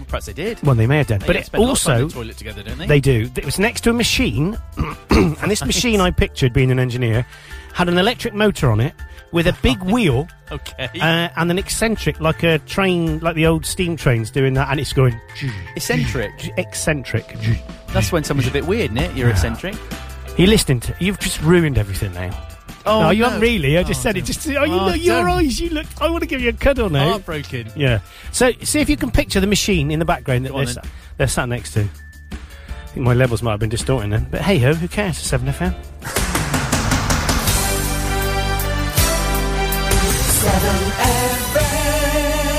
[SPEAKER 6] Perhaps they did.
[SPEAKER 5] Well, they may have done, but
[SPEAKER 6] yeah,
[SPEAKER 5] it
[SPEAKER 6] spend a lot of time in
[SPEAKER 5] also
[SPEAKER 6] the toilet together, don't they?
[SPEAKER 5] They do. It was next to a machine, and this machine I pictured being an engineer had an electric motor on it with a big wheel
[SPEAKER 6] Okay.
[SPEAKER 5] uh, and an eccentric, like a train, like the old steam trains doing that, and it's going
[SPEAKER 6] eccentric.
[SPEAKER 5] eccentric.
[SPEAKER 6] That's when someone's a bit weird, isn't it? You're eccentric.
[SPEAKER 5] You listening to? You've just ruined everything now. no, you haven't really. I just said it. Just oh, you
[SPEAKER 6] Oh,
[SPEAKER 5] look, your
[SPEAKER 6] don't.
[SPEAKER 5] eyes. You look. I want to give you a cuddle now.
[SPEAKER 6] Heartbroken.
[SPEAKER 5] Yeah. So see if you can picture the machine in the background that
[SPEAKER 6] Go on
[SPEAKER 5] they're,
[SPEAKER 6] then.
[SPEAKER 5] sat, they're sat next to. I think my levels might have been distorting then, but hey ho, who cares? Seven FM.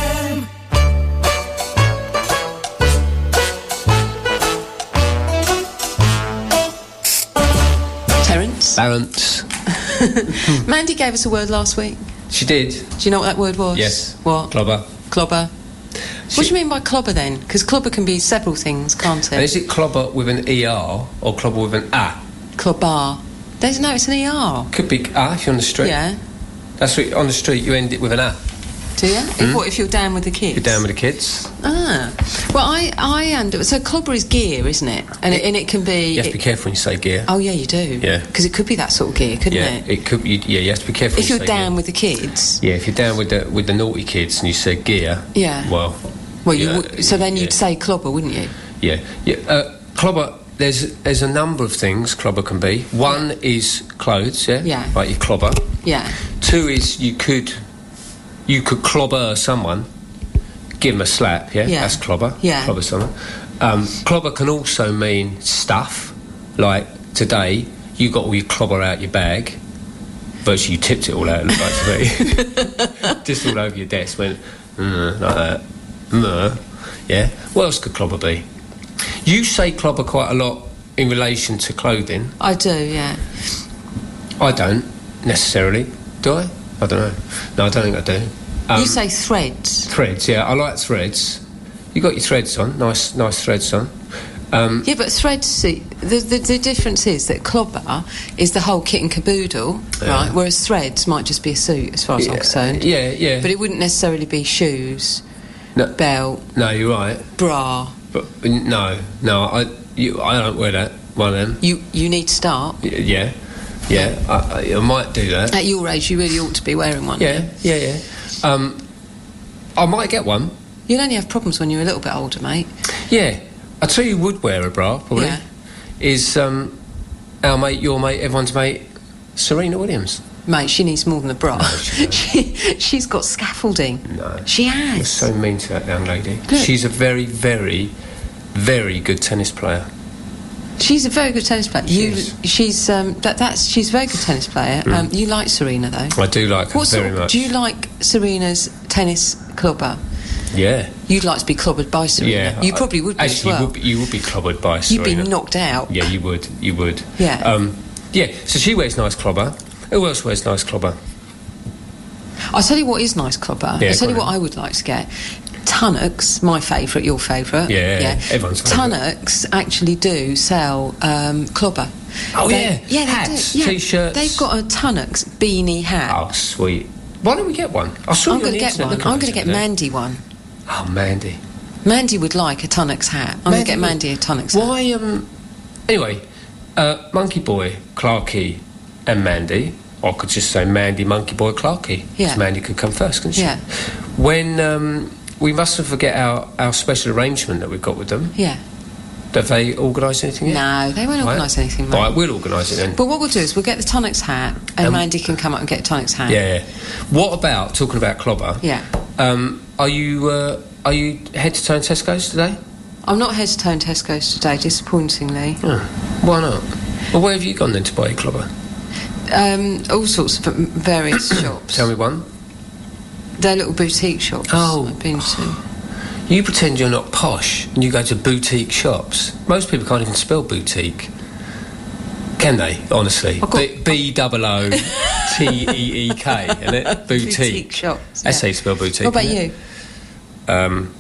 [SPEAKER 17] 7FM.
[SPEAKER 18] Terence.
[SPEAKER 19] Balance. Hmm.
[SPEAKER 18] Mandy gave us a word last week.
[SPEAKER 19] She did.
[SPEAKER 18] Do you know what that word was?
[SPEAKER 19] Yes.
[SPEAKER 18] What?
[SPEAKER 19] Clobber.
[SPEAKER 18] Clobber. What do you mean by clobber then? Because clobber can be several things, can't
[SPEAKER 19] And
[SPEAKER 18] it?
[SPEAKER 19] is it clobber with an ER or clobber with an A?
[SPEAKER 18] Clobber. There's no, it's an ER.
[SPEAKER 19] Could be A if you're on the street.
[SPEAKER 18] Yeah.
[SPEAKER 19] That's what, on the street, you end it with an A.
[SPEAKER 18] Do you? If,
[SPEAKER 19] Hmm?
[SPEAKER 18] what if you're down with the kids?
[SPEAKER 19] You're down with the kids.
[SPEAKER 18] Ah. Well, I, I end up. So clobber is gear, isn't it? And it, and it can be.
[SPEAKER 19] You have to be
[SPEAKER 18] it-
[SPEAKER 19] careful when you say gear.
[SPEAKER 18] oh, yeah, you do.
[SPEAKER 19] Yeah.
[SPEAKER 18] Because it could be that sort of gear, couldn't
[SPEAKER 19] yeah,
[SPEAKER 18] it?
[SPEAKER 19] could. You, yeah, you have to be careful.
[SPEAKER 18] If
[SPEAKER 19] when you
[SPEAKER 18] you're
[SPEAKER 19] say gear.
[SPEAKER 18] down with the kids.
[SPEAKER 19] Yeah, if you're down with the with the naughty kids and you say gear.
[SPEAKER 18] Yeah.
[SPEAKER 19] Well.
[SPEAKER 18] Well, you
[SPEAKER 19] yeah,
[SPEAKER 18] would so then you'd say clobber, wouldn't you?
[SPEAKER 19] Yeah, yeah. Uh, clobber. There's there's a number of things clobber can be. One is clothes. Yeah.
[SPEAKER 18] Yeah.
[SPEAKER 19] Like your clobber.
[SPEAKER 18] Yeah.
[SPEAKER 19] Two is you could you could clobber someone, give them a slap. Yeah.
[SPEAKER 18] Yeah.
[SPEAKER 19] That's clobber.
[SPEAKER 18] Yeah.
[SPEAKER 19] Clobber someone. Um, clobber can also mean stuff. Like today, you got all your clobber out your bag. Virtually, you tipped it all out. It looked like to me. Just all over your desk. Went mm, like that. Mm, yeah. What else could clobber be? You say clobber quite a lot in relation to clothing.
[SPEAKER 18] I do, yeah.
[SPEAKER 19] I don't necessarily. Do I? I don't know. No, I don't think I do.
[SPEAKER 18] you say threads.
[SPEAKER 19] threads. Yeah, I like threads. You got your threads on. Nice, nice threads on. Um,
[SPEAKER 18] Yeah, but thread seat. The, the, the difference is that clobber is the whole kit and caboodle,
[SPEAKER 19] Yeah.
[SPEAKER 18] right? Whereas threads might just be a suit, as far as I'm
[SPEAKER 19] Yeah,
[SPEAKER 18] concerned.
[SPEAKER 19] yeah, yeah.
[SPEAKER 18] But it wouldn't necessarily be shoes,
[SPEAKER 19] No.
[SPEAKER 18] belt,
[SPEAKER 19] no, you're right.
[SPEAKER 18] bra.
[SPEAKER 19] But no, no, I you, I don't wear that one of them.
[SPEAKER 18] You you need to start.
[SPEAKER 19] Y- Yeah, yeah, I, I, I might do that.
[SPEAKER 18] At your age, you really ought to be wearing one.
[SPEAKER 19] Yeah, yeah, yeah. Um, I might get one.
[SPEAKER 18] You'd only have problems when you're a little bit older, mate.
[SPEAKER 19] Yeah, I tell you, who would wear a bra probably.
[SPEAKER 18] Yeah.
[SPEAKER 19] Is um, our mate, your mate, everyone's mate, Serena Williams.
[SPEAKER 18] Mate, she needs more than a bra. she, she's got scaffolding.
[SPEAKER 19] No.
[SPEAKER 18] She
[SPEAKER 19] You're
[SPEAKER 18] has.
[SPEAKER 19] so mean to that young lady.
[SPEAKER 18] Look.
[SPEAKER 19] She's a very, very, very good tennis player.
[SPEAKER 18] She's a very good tennis player. you, she's um, that, that's she's a very good tennis player.
[SPEAKER 19] Mm.
[SPEAKER 18] Um, you like Serena though.
[SPEAKER 19] I do like her
[SPEAKER 18] What
[SPEAKER 19] very
[SPEAKER 18] sort,
[SPEAKER 19] much.
[SPEAKER 18] Do you like Serena's tennis clubber?
[SPEAKER 19] Yeah.
[SPEAKER 18] You'd like to be clobbered by Serena.
[SPEAKER 19] Yeah.
[SPEAKER 18] you
[SPEAKER 19] I-
[SPEAKER 18] probably would be as
[SPEAKER 19] Actually, you
[SPEAKER 18] well.
[SPEAKER 19] would be, you would be clobbered by
[SPEAKER 18] You'd
[SPEAKER 19] Serena.
[SPEAKER 18] be knocked out.
[SPEAKER 19] Yeah, you would. You would.
[SPEAKER 18] Yeah.
[SPEAKER 19] Um, yeah. So she wears nice clobber. Who else wears nice clobber?
[SPEAKER 18] I'll tell you what is nice clobber.
[SPEAKER 19] Yeah,
[SPEAKER 18] I'll tell
[SPEAKER 19] go
[SPEAKER 18] you what I would like to get. Tunnocks, my favourite, your favourite.
[SPEAKER 19] Yeah, everyone's favourite.
[SPEAKER 18] Tunnocks actually do sell um, clobber.
[SPEAKER 19] Oh,
[SPEAKER 18] They-
[SPEAKER 19] yeah.
[SPEAKER 18] yeah, they
[SPEAKER 19] Hats,
[SPEAKER 18] do. Yeah.
[SPEAKER 19] t-shirts.
[SPEAKER 18] They've got a Tunnocks beanie hat.
[SPEAKER 19] Oh, sweet. Why don't we get one? I saw
[SPEAKER 18] I'm
[SPEAKER 19] you
[SPEAKER 18] going
[SPEAKER 19] on the
[SPEAKER 18] to get
[SPEAKER 19] internet
[SPEAKER 18] one.
[SPEAKER 19] looking
[SPEAKER 18] I'm
[SPEAKER 19] at
[SPEAKER 18] going to get
[SPEAKER 19] it the other day.
[SPEAKER 18] Mandy one.
[SPEAKER 19] Oh, Mandy.
[SPEAKER 18] Mandy would like a Tunnocks hat. I'm going to get Mandy a Tunnocks hat.
[SPEAKER 19] Why, um... Anyway, uh, Monkey Boy, Clarky, and Mandy. I could just say Mandy, Monkey Boy, Clarky. 'cause
[SPEAKER 18] Yeah.
[SPEAKER 19] Mandy could come first, couldn't she?
[SPEAKER 18] Yeah.
[SPEAKER 19] When um, we mustn't forget our, our special arrangement that we've got with them.
[SPEAKER 18] Yeah.
[SPEAKER 19] Have they organised anything yet?
[SPEAKER 18] No, they won't organise anything, mate.
[SPEAKER 19] Right, we'll organise it then.
[SPEAKER 18] But what we'll do is we'll get the Tonics hat and
[SPEAKER 19] Um,
[SPEAKER 18] Mandy can come up and get a Tonics hat.
[SPEAKER 19] Yeah, yeah. What about talking about clobber?
[SPEAKER 18] Yeah.
[SPEAKER 19] Um, are you uh, are you head to toe in Tesco's today?
[SPEAKER 18] I'm not head to toe in Tesco's today, disappointingly.
[SPEAKER 19] Hmm, Why not? Well, where have you gone then to buy your clobber?
[SPEAKER 18] Um, all sorts of m- various shops.
[SPEAKER 19] Tell me one.
[SPEAKER 18] They're little boutique shops oh. I've been to.
[SPEAKER 19] You pretend you're not posh and you go to boutique shops. Most people can't even spell boutique. Can they? Honestly, B B double O T E E K, isn't it? Boutique.
[SPEAKER 18] Boutique shops.
[SPEAKER 19] That's how you spell boutique.
[SPEAKER 18] What about
[SPEAKER 19] isn't it?
[SPEAKER 18] you?
[SPEAKER 19] Um,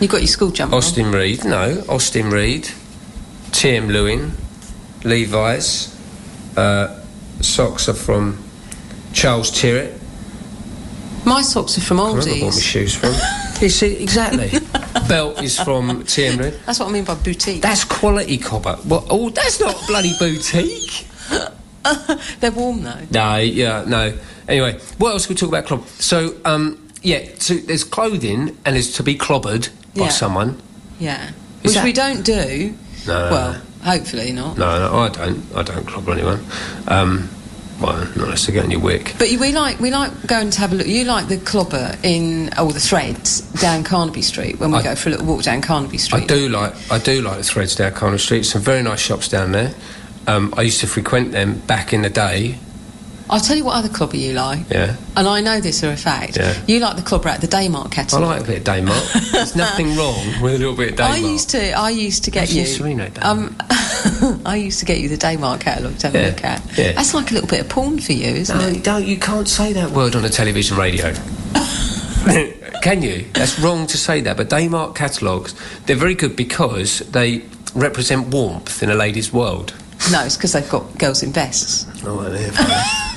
[SPEAKER 18] You got your school jumper on.
[SPEAKER 19] Austin Reed, no. Austin Reed, T.M. Lewin, Levi's. Uh, socks are from Charles Tirrett.
[SPEAKER 18] My socks are from
[SPEAKER 19] I remember I bought my
[SPEAKER 18] Aldi's.
[SPEAKER 19] shoes from. you see, exactly. Belt is from T.M. Lewin.
[SPEAKER 18] That's what I mean by boutique.
[SPEAKER 19] That's quality copper. What? Oh, that's not bloody boutique.
[SPEAKER 18] They're warm though.
[SPEAKER 19] No, yeah, no. Anyway, what else can we talk about? Clob. So, um, yeah, so there's clothing and there's to be clobbered by
[SPEAKER 18] Yeah.
[SPEAKER 19] someone.
[SPEAKER 18] Yeah.
[SPEAKER 19] Is
[SPEAKER 18] Which we
[SPEAKER 19] that-
[SPEAKER 18] don't do.
[SPEAKER 19] No.
[SPEAKER 18] Well, hopefully not.
[SPEAKER 19] No, no, I don't. I don't clobber anyone. Um, well, not unless they get on your wick.
[SPEAKER 18] But you- we like we like going to have a look. You like the clobber in or the threads down Carnaby Street when we
[SPEAKER 19] I-
[SPEAKER 18] go for a little walk down Carnaby Street.
[SPEAKER 19] I do like I do like the threads down Carnival Street. Some very nice shops down there. Um, I used to frequent them back in the day.
[SPEAKER 18] I'll tell you what other clobber you like,
[SPEAKER 19] Yeah,
[SPEAKER 18] and I know this for a fact.
[SPEAKER 19] Yeah.
[SPEAKER 18] You like the clobber at the Daymark
[SPEAKER 19] I
[SPEAKER 18] catalogue.
[SPEAKER 19] like a bit of Daymark. There's nothing wrong with a little bit of Daymark.
[SPEAKER 18] I used to I used to get
[SPEAKER 19] Imagine
[SPEAKER 18] you.
[SPEAKER 19] Serena at Daymark.
[SPEAKER 18] um, I used to get you the Daymark catalogue to have a
[SPEAKER 19] Yeah,
[SPEAKER 18] look at.
[SPEAKER 19] yeah.
[SPEAKER 18] That's like a little bit of porn for you, isn't
[SPEAKER 19] No,
[SPEAKER 18] it?
[SPEAKER 19] don't, you can't say that word on a television radio. Can you? That's wrong to say that. But Daymark catalogues, they're very good because they represent warmth in a lady's world.
[SPEAKER 18] No, it's because they've got girls in vests.
[SPEAKER 19] Oh,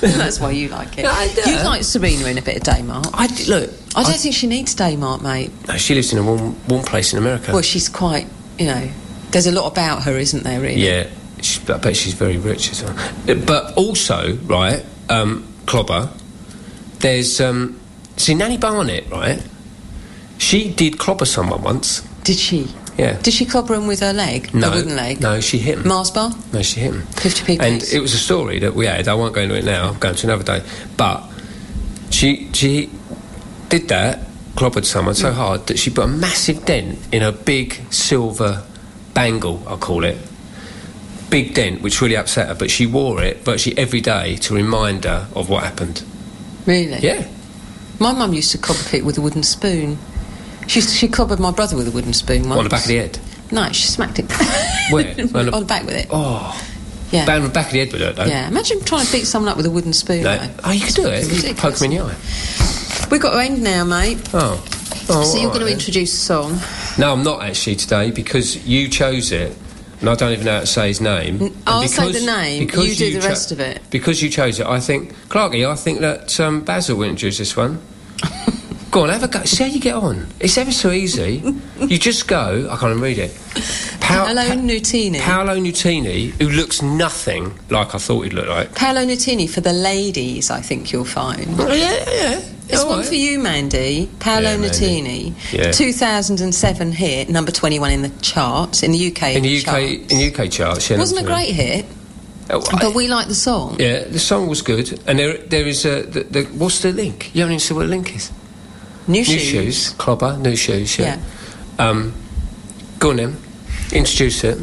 [SPEAKER 18] That's why you like it.
[SPEAKER 19] No, I don't.
[SPEAKER 18] you like Serena in a bit of Daymark.
[SPEAKER 19] I d- look.
[SPEAKER 18] I don't
[SPEAKER 19] I-
[SPEAKER 18] think she needs Daymark, mate.
[SPEAKER 19] No, she lives in a warm, warm place in America.
[SPEAKER 18] Well, she's quite, you know, there's a lot about her, isn't there, really?
[SPEAKER 19] yeah, she, I bet she's very rich as well. Uh, But also, right, um, Clobber, there's. Um, see, Nanny Barnett, right? She did clobber someone once.
[SPEAKER 18] Did she?
[SPEAKER 19] Yeah.
[SPEAKER 18] Did she clobber him with her leg?
[SPEAKER 19] No.
[SPEAKER 18] A wooden leg?
[SPEAKER 19] No, she hit him.
[SPEAKER 18] Mars bar?
[SPEAKER 19] No, she hit him.
[SPEAKER 18] 50p
[SPEAKER 19] And
[SPEAKER 18] piece.
[SPEAKER 19] it was a story that we had. I won't go into it now. I'm going to another day. But she she did that, clobbered someone
[SPEAKER 18] Hmm.
[SPEAKER 19] so hard that she put a massive dent in her big silver bangle. I call it big dent, which really upset her. But she wore it virtually every day to remind her of what happened.
[SPEAKER 18] Really?
[SPEAKER 19] Yeah.
[SPEAKER 18] My mum used to clobber people with a wooden spoon. She, she clobbered my brother with a wooden spoon once.
[SPEAKER 19] On the back of the head.
[SPEAKER 18] No, she smacked it.
[SPEAKER 19] Where? On the-
[SPEAKER 18] on the back with it.
[SPEAKER 19] Oh.
[SPEAKER 18] Yeah.
[SPEAKER 19] Bang the back of the head with it, though.
[SPEAKER 18] Yeah, imagine trying to beat someone up with a wooden spoon.
[SPEAKER 19] No.
[SPEAKER 18] though.
[SPEAKER 19] Oh, you could do it.
[SPEAKER 18] It's
[SPEAKER 19] You could poke him in the eye.
[SPEAKER 18] We've got to end now, mate.
[SPEAKER 19] Oh. Oh,
[SPEAKER 18] so you're
[SPEAKER 19] all
[SPEAKER 18] going
[SPEAKER 19] right
[SPEAKER 18] to
[SPEAKER 19] then.
[SPEAKER 18] introduce a song.
[SPEAKER 19] No, I'm not actually today because you chose it, and I don't even know how to say his name. And
[SPEAKER 18] I'll say the
[SPEAKER 19] because-
[SPEAKER 18] name,
[SPEAKER 19] because
[SPEAKER 18] you do the
[SPEAKER 19] cho-
[SPEAKER 18] rest of it.
[SPEAKER 19] Because you chose it, I think, Clarky, I think that um, Basil will introduce this one. go on, have a go. See how you get on. It's ever so easy. you just go. I can't even read it.
[SPEAKER 18] Paolo Nutini.
[SPEAKER 19] Paolo Nutini, who looks nothing like I thought he'd look like.
[SPEAKER 18] Paolo Nutini for the ladies, I think you'll find.
[SPEAKER 19] Oh, yeah, yeah.
[SPEAKER 18] It's
[SPEAKER 19] All
[SPEAKER 18] one
[SPEAKER 19] right.
[SPEAKER 18] for you, Mandy. Paolo
[SPEAKER 19] Yeah, Mandy.
[SPEAKER 18] Nutini.
[SPEAKER 19] Yeah.
[SPEAKER 18] 2007 hit, number 21 in the charts, in the UK.
[SPEAKER 19] in the UK,
[SPEAKER 18] chart.
[SPEAKER 19] in the UK charts, yeah,
[SPEAKER 18] Wasn't a
[SPEAKER 19] number
[SPEAKER 18] great
[SPEAKER 19] three.
[SPEAKER 18] hit,
[SPEAKER 19] Oh, I-
[SPEAKER 18] but we like the song.
[SPEAKER 19] Yeah, the song was good, and there there is a the, the, what's the link? You haven't even said what the link is.
[SPEAKER 18] New
[SPEAKER 19] shoes, clobber, new shoes. Yeah. Um, go on then, introduce it.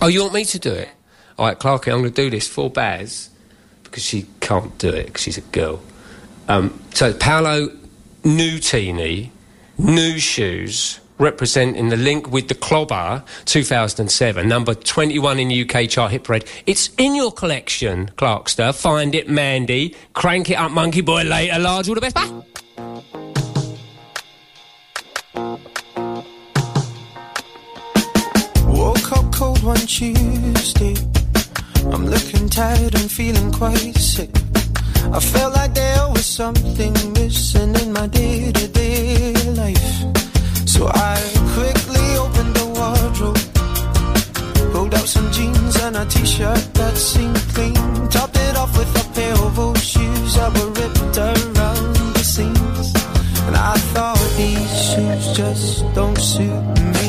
[SPEAKER 19] Oh, you want me to do it? All right, Clarky, I'm going to do this for Baz because she can't do it because she's a girl. Um, so Paolo Nutini, new shoes. Representing the link with the clobber 2007, number 21 in UK chart hit parade. It's in your collection, Clarkster. Find it, Mandy. Crank it up, Monkey Boy, later, large. All the best. Bye.
[SPEAKER 17] Woke up cold one Tuesday. I'm looking tired and feeling quite sick. I felt like there was something missing in my day to day life. So I quickly opened the wardrobe, pulled out some jeans and a t shirt that seemed clean. Topped it off with a pair of old shoes that were ripped around the seams. And I thought these shoes just don't suit me.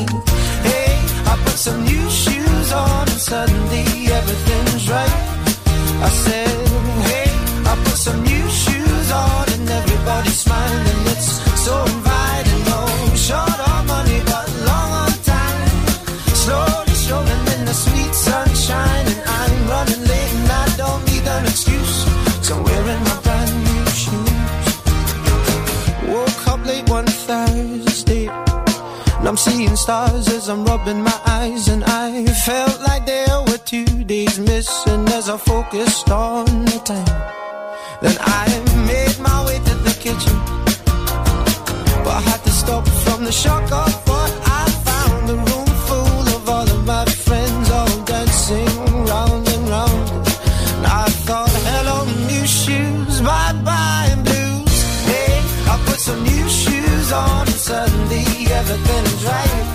[SPEAKER 17] Hey, I put some new shoes on and suddenly everything's right. I said, hey, I put some new shoes on and everybody's smiling. It's so inviting. No short on money, but long on time. Slowly strolling in the sweet sunshine and I'm running late and I don't need an excuse. So I'm wearing my brand new shoes. Woke up late one Thursday. And I'm seeing stars as I'm rubbing my eyes. And I felt like there were two days missing as I focused on the time. Then I made my way to the kitchen. But I had to stop from the shock of what I found. A room full of all of my friends, all dancing round and round. And I thought, hello, new shoes, bye bye, and blues. Hey, I put some new shoes on, and suddenly everything's right.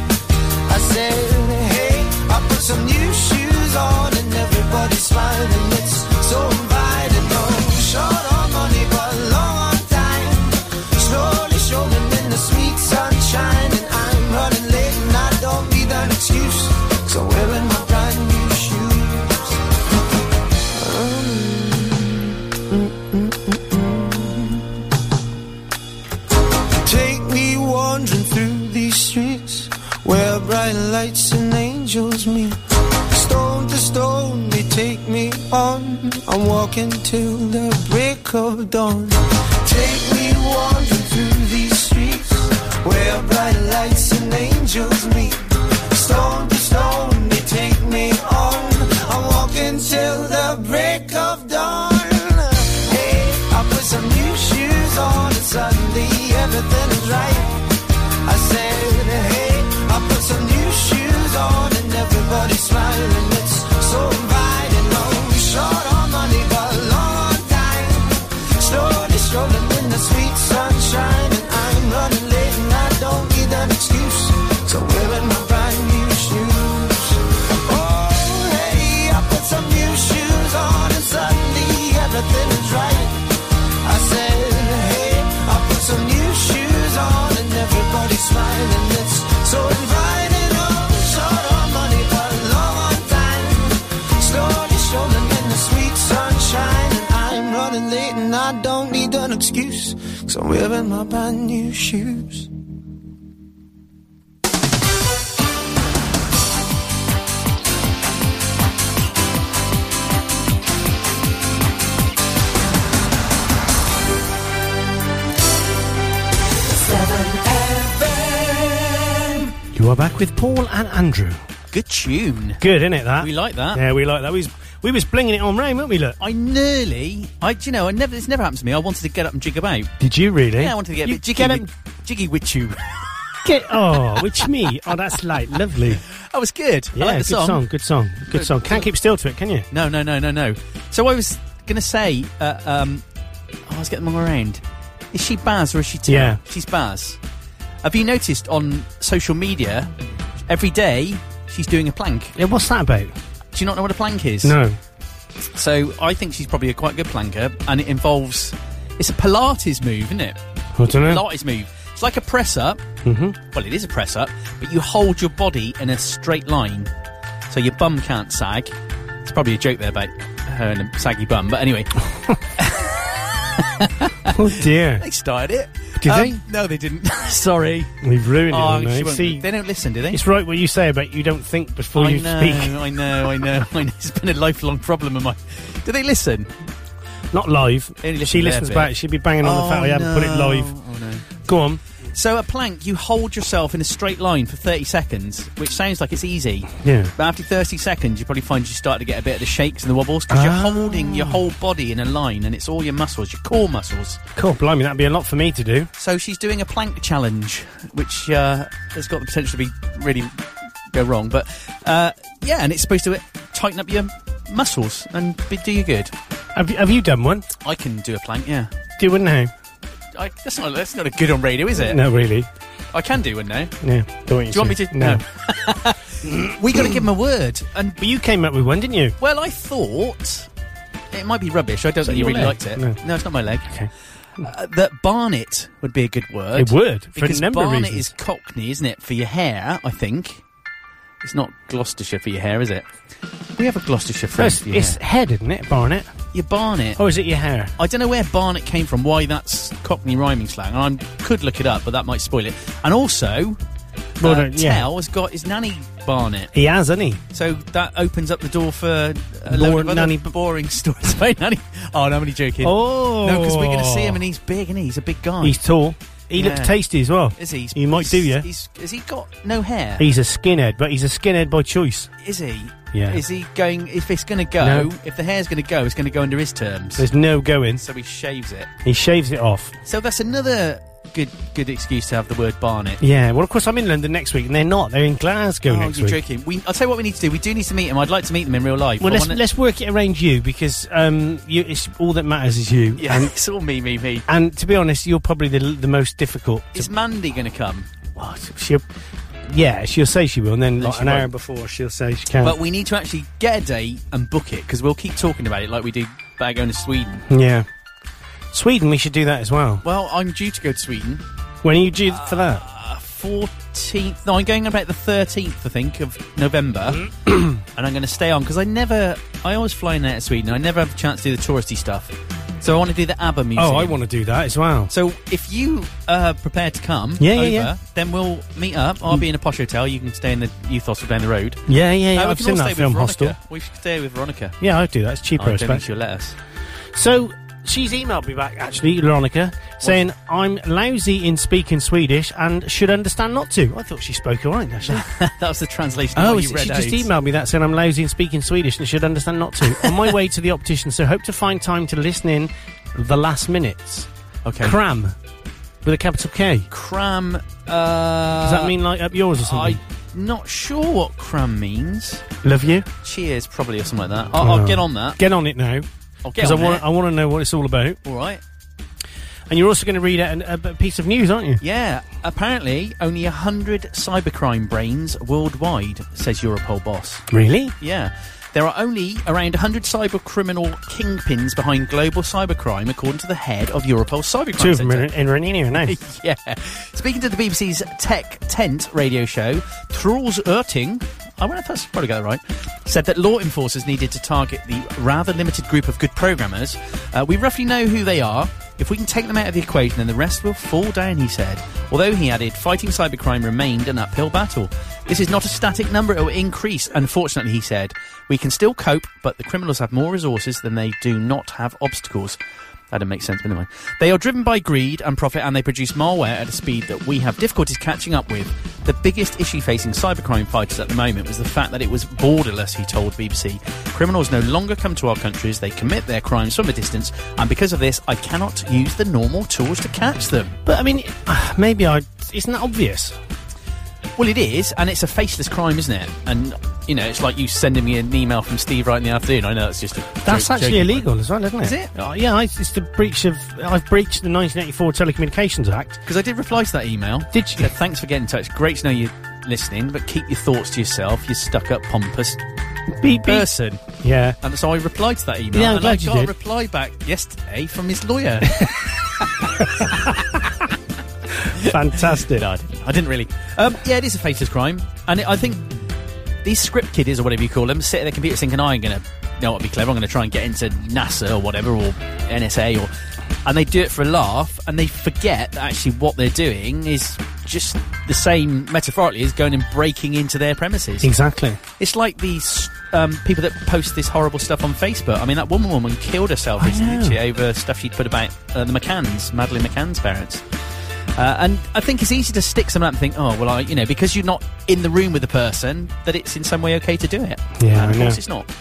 [SPEAKER 17] I said, hey, I put some new shoes on, and everybody's smiling. It's so inviting. No short on money, but long on time. Slowly strolling in the sweet sunshine, and I'm running late, and I don't need an excuse. So I'm wearing my brand new shoes. Um, Take me wandering through these streets where bright lights and angels meet. Stone to stone, they take me on. I'm walking till the break of dawn. Take me wandering through these streets where bright lights and angels meet. Stone to stone, they take me on. I'm walking till the break of dawn. Hey, I put some new shoes on, and suddenly everything is right. I said, hey, I put some new shoes on, and everybody's smiling. It's so inviting. Oh, No short on money, but long on time. Slowly strolling in the sweet sunshine, and I'm running late, and I don't need an excuse. So wearing my brand new shoes. Oh, hey, I put some new shoes on, and suddenly everything is right. I said, hey, I put some new shoes on and everybody's smiling. It's so inviting. Oh, short on money, but long on time. Slowly strolling in the sweet sunshine. And I'm running late and I don't need an excuse. Cause I'm wearing my brand new shoes.
[SPEAKER 5] You are back with Paul and Andrew. Good tune. Good, isn't it? That
[SPEAKER 6] We like that.
[SPEAKER 5] Yeah, we like that. We, We was blinging it on rain, weren't we? Look,
[SPEAKER 6] I nearly. I, do you know, I never. It's never happened to me. I wanted to get up and jig about.
[SPEAKER 5] Did you really?
[SPEAKER 6] Yeah, I wanted to get a
[SPEAKER 5] You
[SPEAKER 6] bit jiggy,
[SPEAKER 5] get up-
[SPEAKER 6] with, jiggy with you.
[SPEAKER 5] Get oh, which me? Oh, that's light, lovely.
[SPEAKER 6] That was good.
[SPEAKER 5] Yeah,
[SPEAKER 6] I like the
[SPEAKER 5] good song. good song, good song. Can't keep still to it, can you?
[SPEAKER 6] No, no, no, no, no. So I was going to say, uh, um, oh, I was getting them all around. Is she Baz or is she Tara?
[SPEAKER 5] Yeah.
[SPEAKER 6] She's Baz. Have you noticed on social media, every day she's doing a plank?
[SPEAKER 5] Yeah, what's that about?
[SPEAKER 6] Do you not know what a plank is?
[SPEAKER 5] No.
[SPEAKER 6] So I think she's probably a quite good planker, and it involves. It's a Pilates move, isn't it?
[SPEAKER 5] I dunno.
[SPEAKER 6] Pilates move. It's like a press up.
[SPEAKER 5] Mhm.
[SPEAKER 6] Well, it is a press up, but you hold your body in a straight line, so your bum can't sag. It's probably a joke there about her and a saggy bum, but anyway.
[SPEAKER 5] Oh dear.
[SPEAKER 6] They started it.
[SPEAKER 5] Did
[SPEAKER 6] Um,
[SPEAKER 5] they?
[SPEAKER 6] No, they didn't. Sorry.
[SPEAKER 5] We've ruined
[SPEAKER 6] Oh,
[SPEAKER 5] it.
[SPEAKER 6] she
[SPEAKER 5] Mate.
[SPEAKER 6] won't-
[SPEAKER 5] See,
[SPEAKER 6] they don't listen, do they?
[SPEAKER 5] it's right what you say about you don't think before
[SPEAKER 6] I
[SPEAKER 5] you
[SPEAKER 6] know,
[SPEAKER 5] speak.
[SPEAKER 6] I know, I know, I know. It's been a lifelong problem of mine. Do they listen?
[SPEAKER 5] Not live.
[SPEAKER 6] They only listen
[SPEAKER 5] She
[SPEAKER 6] a
[SPEAKER 5] listens
[SPEAKER 6] little bit.
[SPEAKER 5] back. She'd be banging on the fact we
[SPEAKER 6] Oh,
[SPEAKER 5] haven't put it
[SPEAKER 6] no.
[SPEAKER 5] live.
[SPEAKER 6] Oh, no.
[SPEAKER 5] Go on.
[SPEAKER 6] So a plank, you hold yourself in a straight line for 30 seconds, which sounds like it's easy.
[SPEAKER 5] Yeah.
[SPEAKER 6] But after 30 seconds, you probably find you start to get a bit of the shakes and the wobbles because
[SPEAKER 5] Ah.
[SPEAKER 6] you're holding your whole body in a line and it's all your muscles, your core muscles.
[SPEAKER 5] Cool, blimey, that'd be a lot for me to do.
[SPEAKER 6] So she's doing a plank challenge, which uh, has got the potential to be really go wrong. But uh, yeah, and it's supposed to tighten up your muscles and be, do you good.
[SPEAKER 5] Have you, have you done one?
[SPEAKER 6] I can do a plank, yeah.
[SPEAKER 5] Do one now?
[SPEAKER 6] I, that's not that's not a good on radio, is it?
[SPEAKER 5] No, really.
[SPEAKER 6] I can do one now.
[SPEAKER 5] No. Don't want you
[SPEAKER 6] Do you want me to?
[SPEAKER 5] No.
[SPEAKER 6] we got to give him a word. And
[SPEAKER 5] but you came up with one, didn't you?
[SPEAKER 6] Well, I thought it might be rubbish. I
[SPEAKER 5] that
[SPEAKER 6] don't think you
[SPEAKER 5] your
[SPEAKER 6] really
[SPEAKER 5] leg?
[SPEAKER 6] liked it.
[SPEAKER 5] No.
[SPEAKER 6] No. it's not my leg. Okay. that Barnet would be a good word.
[SPEAKER 5] It would, for a
[SPEAKER 6] because
[SPEAKER 5] number of
[SPEAKER 6] Barnet
[SPEAKER 5] reasons.
[SPEAKER 6] is Cockney, isn't it? For your hair, I think. It's not Gloucestershire for your hair, is it? We have a Gloucestershire
[SPEAKER 5] No,
[SPEAKER 6] phrase
[SPEAKER 5] it's,
[SPEAKER 6] for your
[SPEAKER 5] it's
[SPEAKER 6] hair.
[SPEAKER 5] head, isn't it, Barnet?
[SPEAKER 6] Your Barnet.
[SPEAKER 5] Or is it your hair?
[SPEAKER 6] I don't know where Barnet came from, why that's Cockney rhyming slang. and I could look it up, but that might spoil it. And also,
[SPEAKER 5] Well,
[SPEAKER 6] uh,
[SPEAKER 5] no, yeah.
[SPEAKER 6] Tell has got his nanny Barnet.
[SPEAKER 5] He has, hasn't he?
[SPEAKER 6] So that opens up the door for a
[SPEAKER 5] Bore-
[SPEAKER 6] load of other
[SPEAKER 5] nanny-
[SPEAKER 6] boring stories about nanny. Oh, no, I'm only joking.
[SPEAKER 5] Oh.
[SPEAKER 6] No, because we're going to see him and he's big, and he's a big guy.
[SPEAKER 5] He's tall. He
[SPEAKER 6] Yeah.
[SPEAKER 5] looks tasty as well.
[SPEAKER 6] Is he? He's-
[SPEAKER 5] He might do,
[SPEAKER 6] he's-
[SPEAKER 5] yeah.
[SPEAKER 6] He's, has he got no hair?
[SPEAKER 5] He's a skinhead, but he's a skinhead by choice.
[SPEAKER 6] Is he?
[SPEAKER 5] Yeah.
[SPEAKER 6] Is he going? If it's going to go,
[SPEAKER 5] No.
[SPEAKER 6] if the hair's going to go, it's going to go under his terms.
[SPEAKER 5] There's no going.
[SPEAKER 6] so he shaves it.
[SPEAKER 5] He shaves it off.
[SPEAKER 6] So that's another good good excuse to have the word Barnet.
[SPEAKER 5] Yeah, well, of course, I'm in London next week, and they're not. They're in Glasgow
[SPEAKER 6] oh,
[SPEAKER 5] next
[SPEAKER 6] you're
[SPEAKER 5] week.
[SPEAKER 6] joking. We, I'll tell you what we need to do. We do need to meet him. I'd like to meet them in real life.
[SPEAKER 5] Well,
[SPEAKER 6] I
[SPEAKER 5] let's,
[SPEAKER 6] wanna-
[SPEAKER 5] let's work it around you because um, you, it's all that matters is you.
[SPEAKER 6] Yeah,
[SPEAKER 5] And,
[SPEAKER 6] it's all me, me, me.
[SPEAKER 5] and to be honest, you're probably the, the most difficult. To,
[SPEAKER 6] Is Mandy going to come?
[SPEAKER 5] she'll, yeah, she'll say she will, and then like,
[SPEAKER 6] she
[SPEAKER 5] an hour
[SPEAKER 6] won't.
[SPEAKER 5] before she'll say she can't.
[SPEAKER 6] But we need to actually get a date and book it because we'll keep talking about it like we do about going to Sweden.
[SPEAKER 5] yeah, Sweden, we should do that as well.
[SPEAKER 6] Well, I'm due to go to Sweden.
[SPEAKER 5] Oh.
[SPEAKER 6] Uh,
[SPEAKER 5] When are you due for that?
[SPEAKER 6] Fourteenth. No, I'm going about the thirteenth, I think, of November,
[SPEAKER 5] Mm.
[SPEAKER 6] and I'm going to stay on because I never. I always fly in and out of Sweden. I never have a chance to do the touristy stuff, so I want to do the ABBA museum.
[SPEAKER 5] Oh, I want to do that as well.
[SPEAKER 6] So if you are prepared to come,
[SPEAKER 5] Oh. Yeah, yeah,
[SPEAKER 6] over,
[SPEAKER 5] yeah.
[SPEAKER 6] then we'll meet up. I'll be in a posh hotel. You can stay in the youth hostel down the road. Uh,
[SPEAKER 5] Yeah, yeah, yeah,
[SPEAKER 6] we
[SPEAKER 5] I've
[SPEAKER 6] can
[SPEAKER 5] seen
[SPEAKER 6] all
[SPEAKER 5] that
[SPEAKER 6] stay with
[SPEAKER 5] film,
[SPEAKER 6] Veronica.
[SPEAKER 5] Hostel.
[SPEAKER 6] We should stay with Veronica.
[SPEAKER 5] Yeah, I'd do that. It's
[SPEAKER 6] I
[SPEAKER 5] cheaper, I,
[SPEAKER 6] don't think
[SPEAKER 5] suppose.
[SPEAKER 6] she'll let us.
[SPEAKER 5] So she's emailed me back actually, Veronica, saying I'm lousy in speaking Swedish and should understand not to. I thought she spoke all right actually.
[SPEAKER 6] that was the translation.
[SPEAKER 5] oh,
[SPEAKER 6] you
[SPEAKER 5] she
[SPEAKER 6] read
[SPEAKER 5] just
[SPEAKER 6] out.
[SPEAKER 5] emailed me that saying I'm lousy in speaking Swedish and should understand not to. On my way to the optician, so hope to find time to listen in the last minutes.
[SPEAKER 6] Okay.
[SPEAKER 5] Cram with a capital K.
[SPEAKER 6] Cram. Uh,
[SPEAKER 5] Does that mean like up yours or something?
[SPEAKER 6] I'm not sure what cram means.
[SPEAKER 5] Love you.
[SPEAKER 6] Cheers, probably, or something like that. I'll, I'll
[SPEAKER 5] Oh.
[SPEAKER 6] get on that.
[SPEAKER 5] Get on it now.
[SPEAKER 6] I'll get
[SPEAKER 5] Because I
[SPEAKER 6] on
[SPEAKER 5] want
[SPEAKER 6] it.
[SPEAKER 5] I want to know what it's all about.
[SPEAKER 6] All right.
[SPEAKER 5] And you're also going to read out an, a, a piece of news, aren't you?
[SPEAKER 6] Yeah. Apparently, only hundred cybercrime brains worldwide, says Europol boss.
[SPEAKER 5] Really?
[SPEAKER 6] Yeah. There are only around 100 cyber criminal kingpins behind global cybercrime, according to the head of Europol's cybercrime
[SPEAKER 5] Two of them
[SPEAKER 6] centre.
[SPEAKER 5] are in, in Renania now.
[SPEAKER 6] yeah. Speaking to the BBC's Tech Tent radio show, Truls Erting, I wonder if that's probably got that right, said that law enforcers needed to target the rather limited group of good programmers. Uh, we roughly know who they are. If we can take them out of the equation, then the rest will fall down, he said. Although he added, fighting cybercrime remained an uphill battle. This is not a static number, it will increase, unfortunately, he said. We can still cope, but the criminals have more resources than they do not have obstacles. That didn't make sense, but anyway. They are driven by greed and profit, and they produce malware at a speed that we have difficulties catching up with. The biggest issue facing cybercrime fighters at the moment was the fact that it was borderless, he told BBC. Criminals no longer come to our countries, they commit their crimes from a distance, and because of this, I cannot use the normal tools to catch them.
[SPEAKER 5] But I mean, maybe I. Isn't that obvious?
[SPEAKER 6] Well, it is, and it's a faceless crime, isn't it? And, you know, it's like you sending me an email from Steve right in the afternoon. I know that's just a.
[SPEAKER 5] That's
[SPEAKER 6] joke-
[SPEAKER 5] actually
[SPEAKER 6] joking.
[SPEAKER 5] illegal as well, isn't it?
[SPEAKER 6] Is it?
[SPEAKER 5] Oh, yeah, I, it's the breach of. I've breached the 1984 Telecommunications Act.
[SPEAKER 6] Because I did reply to that email. Did you? Thanks for getting in touch. Great to know you're listening, but keep your thoughts to yourself. You stuck up, pompous
[SPEAKER 5] beep.
[SPEAKER 6] person.
[SPEAKER 5] Yeah.
[SPEAKER 6] And so I replied to that email.
[SPEAKER 5] Yeah, I'm
[SPEAKER 6] and
[SPEAKER 5] glad
[SPEAKER 6] I
[SPEAKER 5] you
[SPEAKER 6] got a
[SPEAKER 5] did.
[SPEAKER 6] reply back yesterday from his lawyer.
[SPEAKER 5] Fantastic.
[SPEAKER 6] I didn't, I didn't really. Um, yeah, it is a faceless crime. And it, I think these script kiddies, or whatever you call them, sit at their computer thinking, "Oh, I'm going to, you know what, be clever. I'm going to try and get into NASA or whatever, or NSA, or. And they do it for a laugh, and they forget that actually what they're doing is just the same, metaphorically, as going and breaking into their premises.
[SPEAKER 5] Exactly.
[SPEAKER 6] It's like these um, people that post this horrible stuff on Facebook. I mean, that one woman killed herself recently she, over stuff she'd put about uh, the McCanns, Madeline McCann's parents. Uh, and I think it's easy to stick someone up and think, oh, well, I, you know, because you're not in the room with the person, that it's in some way okay to do it.
[SPEAKER 5] Yeah,
[SPEAKER 6] And
[SPEAKER 5] I
[SPEAKER 6] of course
[SPEAKER 5] know.
[SPEAKER 6] it's not.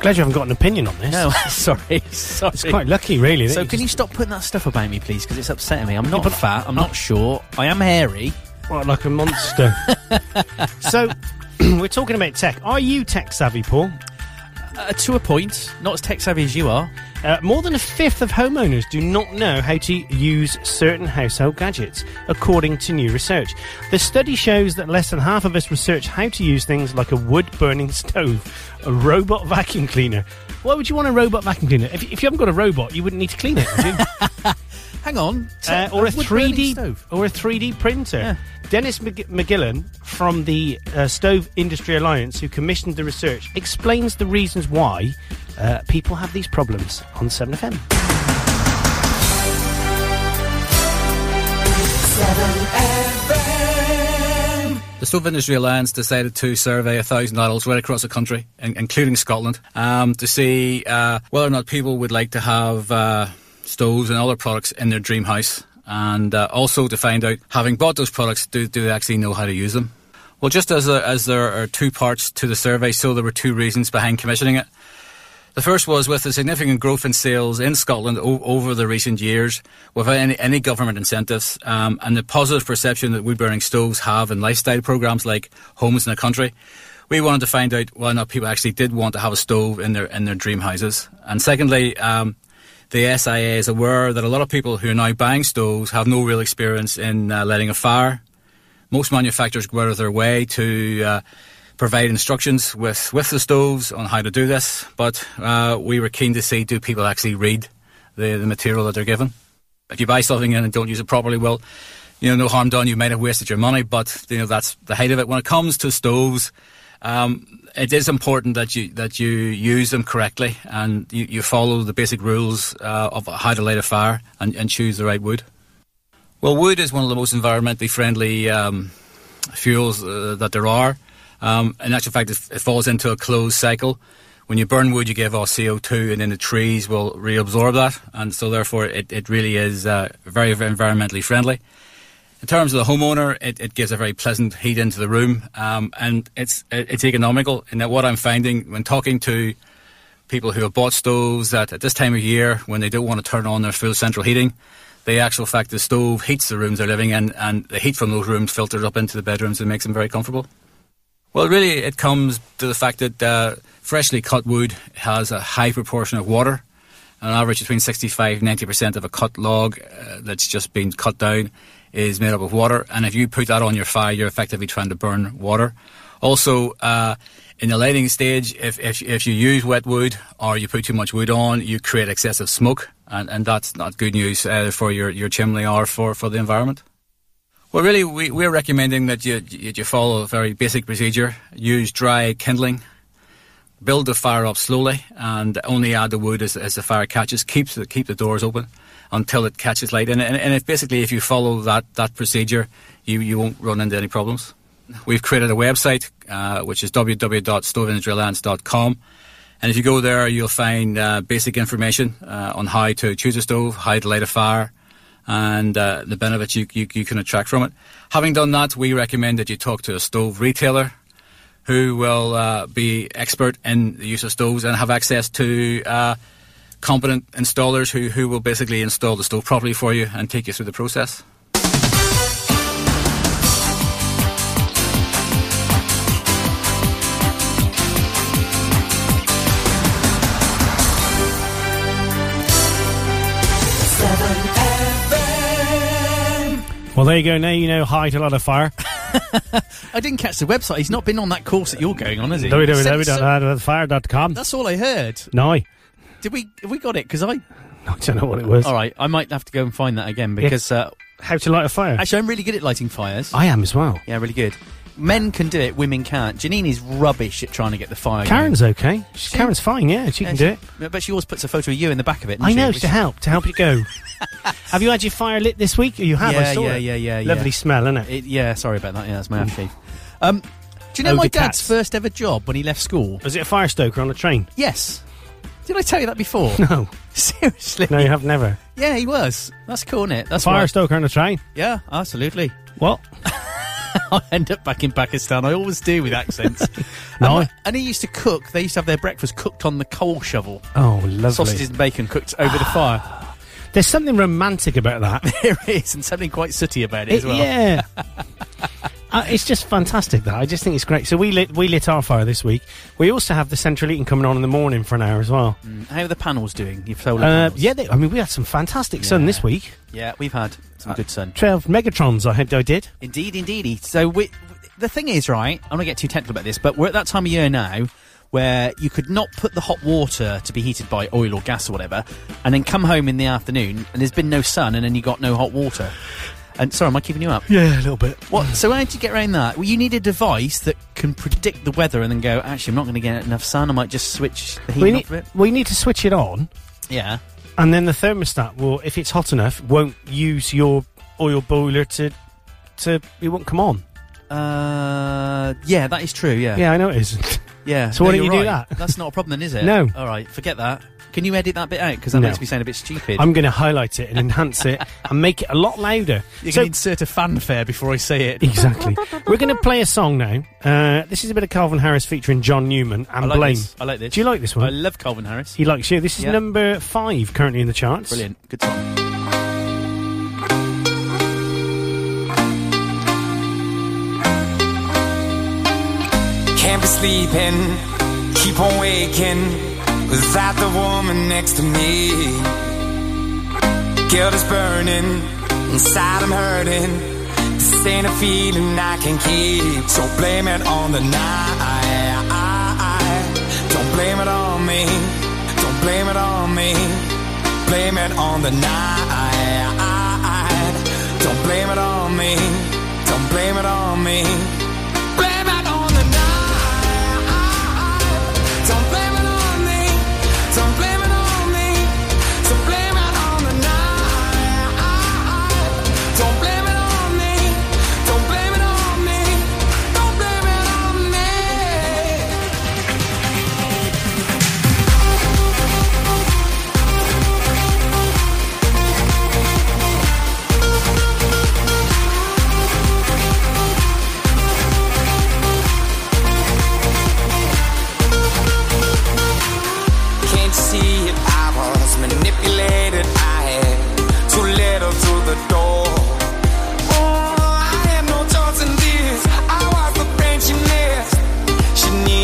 [SPEAKER 5] Glad you haven't got an opinion on this.
[SPEAKER 6] No, sorry, sorry. It's
[SPEAKER 5] quite lucky, really, that
[SPEAKER 6] So,
[SPEAKER 5] you
[SPEAKER 6] can you stop putting that stuff about me, please? Because it's upsetting me. I'm not fat. I'm not short. I am hairy.
[SPEAKER 5] Well, like a monster. so, we're talking about tech. Are you tech savvy, Paul?
[SPEAKER 6] Uh, to a point. Not as tech savvy as you are.
[SPEAKER 5] Uh, more than a fifth of homeowners do not know how to use certain household gadgets, according to new research. The study shows that less than half of us research how to use things like a wood burning stove, a robot vacuum cleaner. Why would you want a robot vacuum cleaner? If, if you haven't got a robot, you wouldn't need to clean it. would you?
[SPEAKER 6] Hang on.
[SPEAKER 5] Uh, or a
[SPEAKER 6] wood-burning
[SPEAKER 5] 3D
[SPEAKER 6] stove.
[SPEAKER 5] or a 3D printer. Dennis McG- McGillan from the uh, Stove Industry Alliance, who commissioned the research, explains the reasons why uh, people have these problems on 7FM.
[SPEAKER 17] 7FM.
[SPEAKER 20] The Stove Industry Alliance decided to survey a thousand adults right across the country, in- including Scotland, um, to see uh, whether or not people would like to have uh, stoves and other products in their dream house, and uh, also to find out, having bought those products, do, do they actually know how to use them? Well, just as, a, as there are two parts to the survey, so there were two reasons behind commissioning it. The first was with the significant growth in sales in Scotland o- over the recent years, without any, any government incentives, um, and the positive perception that wood burning stoves have in lifestyle programs like Homes in the Country. We wanted to find out whether or not people actually did want to have a stove in their in their dream houses. And secondly, um, the SIA is aware that a lot of people who are now buying stoves have no real experience in uh, letting a fire. Most manufacturers go out of their way to uh, provide instructions with, with the stoves on how to do this, but uh, we were keen to see do people actually read the, the material that they're given. If you buy something and don't use it properly, well, you know, no harm done. You might have wasted your money, but you know that's the height of it. When it comes to stoves, um, it is important that you that you use them correctly and you, you follow the basic rules uh, of how to light a fire and, and choose the right wood. Well, wood is one of the most environmentally friendly um, fuels uh, that there are. Um, in actual fact, it, it falls into a closed cycle. When you burn wood, you give off CO2, and then the trees will reabsorb that, and so therefore it, it really is uh, very, very environmentally friendly. In terms of the homeowner, it, it gives a very pleasant heat into the room, um, and it's it, it's economical. And that what I'm finding when talking to people who have bought stoves that at this time of year, when they don't want to turn on their full central heating, the actual fact the stove heats the rooms they're living in, and the heat from those rooms filters up into the bedrooms and makes them very comfortable. Well, really, it comes to the fact that uh, freshly cut wood has a high proportion of water. On average, between 65 and 90% of a cut log uh, that's just been cut down is made up of water. And if you put that on your fire, you're effectively trying to burn water. Also, uh, in the lighting stage, if, if, if you use wet wood or you put too much wood on, you create excessive smoke. And, and that's not good news either for your, your chimney or for, for the environment. Well, really, we, we're recommending that you, you, you follow a very basic procedure. Use dry kindling. Build the fire up slowly and only add the wood as, as the fire catches. Keep the, keep the doors open until it catches light. And, and, and if basically, if you follow that, that procedure, you, you won't run into any problems. We've created a website, uh, which is www.stoveindustryalliance.com. And if you go there, you'll find uh, basic information uh, on how to choose a stove, how to light a fire, and uh, the benefits you, you, you can attract from it. Having done that, we recommend that you talk to a stove retailer who will uh, be expert in the use of stoves and have access to uh, competent installers who, who will basically install the stove properly for you and take you through the process.
[SPEAKER 5] Well, there you go. Now you know hide a lot of fire.
[SPEAKER 6] I didn't catch the website. He's not been on that course that you're going on, has he?
[SPEAKER 5] www.hidealoftofire.com.
[SPEAKER 6] That's all I heard.
[SPEAKER 5] No, I
[SPEAKER 6] Did we? Have we got it? Because I.
[SPEAKER 5] don't know what it was.
[SPEAKER 6] All right, I might have to go and find that again because. Uh,
[SPEAKER 5] How to light a fire?
[SPEAKER 6] Actually, I'm really good at lighting fires.
[SPEAKER 5] I am as well.
[SPEAKER 6] Yeah, really good. Men can do it, women can't. Janine is rubbish at trying to get the fire.
[SPEAKER 5] Karen's okay. She- Karen's fine. Yeah, she
[SPEAKER 6] Yeah,
[SPEAKER 5] can do it.
[SPEAKER 6] it. But she always puts a photo of you in the back of it.
[SPEAKER 5] I know
[SPEAKER 6] She,
[SPEAKER 5] to help to help you go. have you had your fire lit this week? You have.
[SPEAKER 6] yeah,
[SPEAKER 5] I saw
[SPEAKER 6] yeah,
[SPEAKER 5] it.
[SPEAKER 6] yeah, yeah, yeah.
[SPEAKER 5] Lovely smell, isn't it? Hmm.
[SPEAKER 6] Yeah, sorry about that. Yeah, that's my aftershave. Um, do you know
[SPEAKER 5] Oh,
[SPEAKER 6] my
[SPEAKER 5] the
[SPEAKER 6] dad's
[SPEAKER 5] cats.
[SPEAKER 6] first ever job when he left school?
[SPEAKER 5] Was it a fire stoker on a train?
[SPEAKER 6] Yes. Did I tell you that before?
[SPEAKER 5] No.
[SPEAKER 6] Seriously?
[SPEAKER 5] No, you have never.
[SPEAKER 6] Yeah, he was. That's cool, is That's
[SPEAKER 5] fire
[SPEAKER 6] why-
[SPEAKER 5] stoker on a train.
[SPEAKER 6] Yeah, absolutely.
[SPEAKER 5] What?
[SPEAKER 6] I end up back in Pakistan. I always do with accents.
[SPEAKER 5] No.
[SPEAKER 6] And, my- and he used to cook. They used to have their breakfast cooked on the coal shovel.
[SPEAKER 5] Oh, lovely. Ah.
[SPEAKER 6] Sausages and bacon cooked over the fire.
[SPEAKER 5] There's something romantic about that.
[SPEAKER 6] There is, and something quite sooty about it, as
[SPEAKER 5] It-
[SPEAKER 6] well.
[SPEAKER 5] Yeah. Uh, it's just fantastic that I just think it's great. So we lit we lit our fire this week. We also have the central heating coming on in the morning for an hour as well.
[SPEAKER 6] Mm, How are the panels doing? Your solar
[SPEAKER 5] Uh,
[SPEAKER 6] panels?
[SPEAKER 5] yeah, they, I mean we had some fantastic sun this week.
[SPEAKER 6] Yeah, we've had
[SPEAKER 5] uh,
[SPEAKER 6] some good sun.
[SPEAKER 5] Twelve megatrons, I hope I did.
[SPEAKER 6] Indeed, indeed. So we, the thing is, right? I'm going to get too technical about this, but we're at that time of year now where you could not put the hot water to be heated by oil or gas or whatever, and then come home in the afternoon and there's been no sun, and then you got no hot water. And sorry, am I keeping you up?
[SPEAKER 5] Yeah, a little bit.
[SPEAKER 6] What? So how do you get around that? Well, you need a device that can predict the weather and then go. Actually, I'm not going to get enough sun. I might just switch the heat
[SPEAKER 5] We
[SPEAKER 6] off
[SPEAKER 5] need,
[SPEAKER 6] of it.
[SPEAKER 5] we need to switch it on,
[SPEAKER 6] Yeah.
[SPEAKER 5] and then the thermostat will, if it's hot enough, won't use your oil boiler to to it won't come on.
[SPEAKER 6] Uh, yeah, that is true. Yeah.
[SPEAKER 5] Yeah, I know it is.
[SPEAKER 6] Yeah.
[SPEAKER 5] So why
[SPEAKER 6] no,
[SPEAKER 5] don't you
[SPEAKER 6] you're
[SPEAKER 5] do
[SPEAKER 6] right.
[SPEAKER 5] that?
[SPEAKER 6] That's not a problem, then, is it?
[SPEAKER 5] No.
[SPEAKER 6] All right, forget that. Can you edit that bit out? Because that
[SPEAKER 5] No.
[SPEAKER 6] makes me sound a bit stupid.
[SPEAKER 5] I'm going to highlight it and enhance it and make it a lot louder.
[SPEAKER 6] You
[SPEAKER 5] So-
[SPEAKER 6] can insert a fanfare before I say it.
[SPEAKER 5] Exactly. We're going to play a song now. Uh, this is a bit of Calvin Harris featuring John Newman
[SPEAKER 6] I
[SPEAKER 5] and
[SPEAKER 6] like
[SPEAKER 5] Blame.
[SPEAKER 6] this. I like this.
[SPEAKER 5] Do you like this one?
[SPEAKER 6] I love Calvin Harris.
[SPEAKER 5] he likes you. This is
[SPEAKER 6] Yeah.
[SPEAKER 5] number five currently in the charts.
[SPEAKER 6] Brilliant. Good song.
[SPEAKER 21] Can't be sleeping, keep on waking without the woman next to me. Guilt is burning, inside I'm hurting. This ain't a feeling I can keep, so blame it on the night. Don't blame it on me, don't blame it on me. Blame it on the night. Don't blame it on me, don't blame it on me. Blame it on the night. Don't blame it on me. Don't blame it on me. Don't blame it on the night. Don't blame it on me. Don't blame it on me. Don't blame it on me. Oh,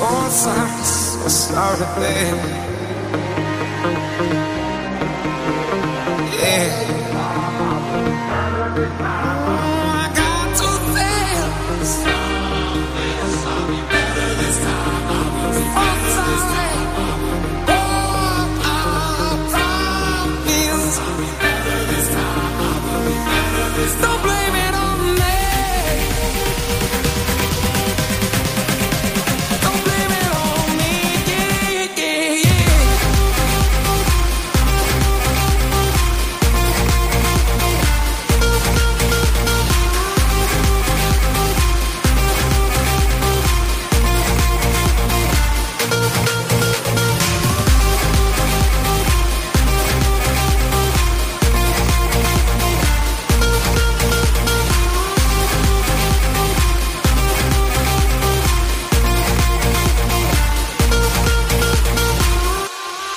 [SPEAKER 21] a sorry thing. Yeah. I got to fail. Don't blame it on me. Don't blame it on me. Yeah, yeah, yeah.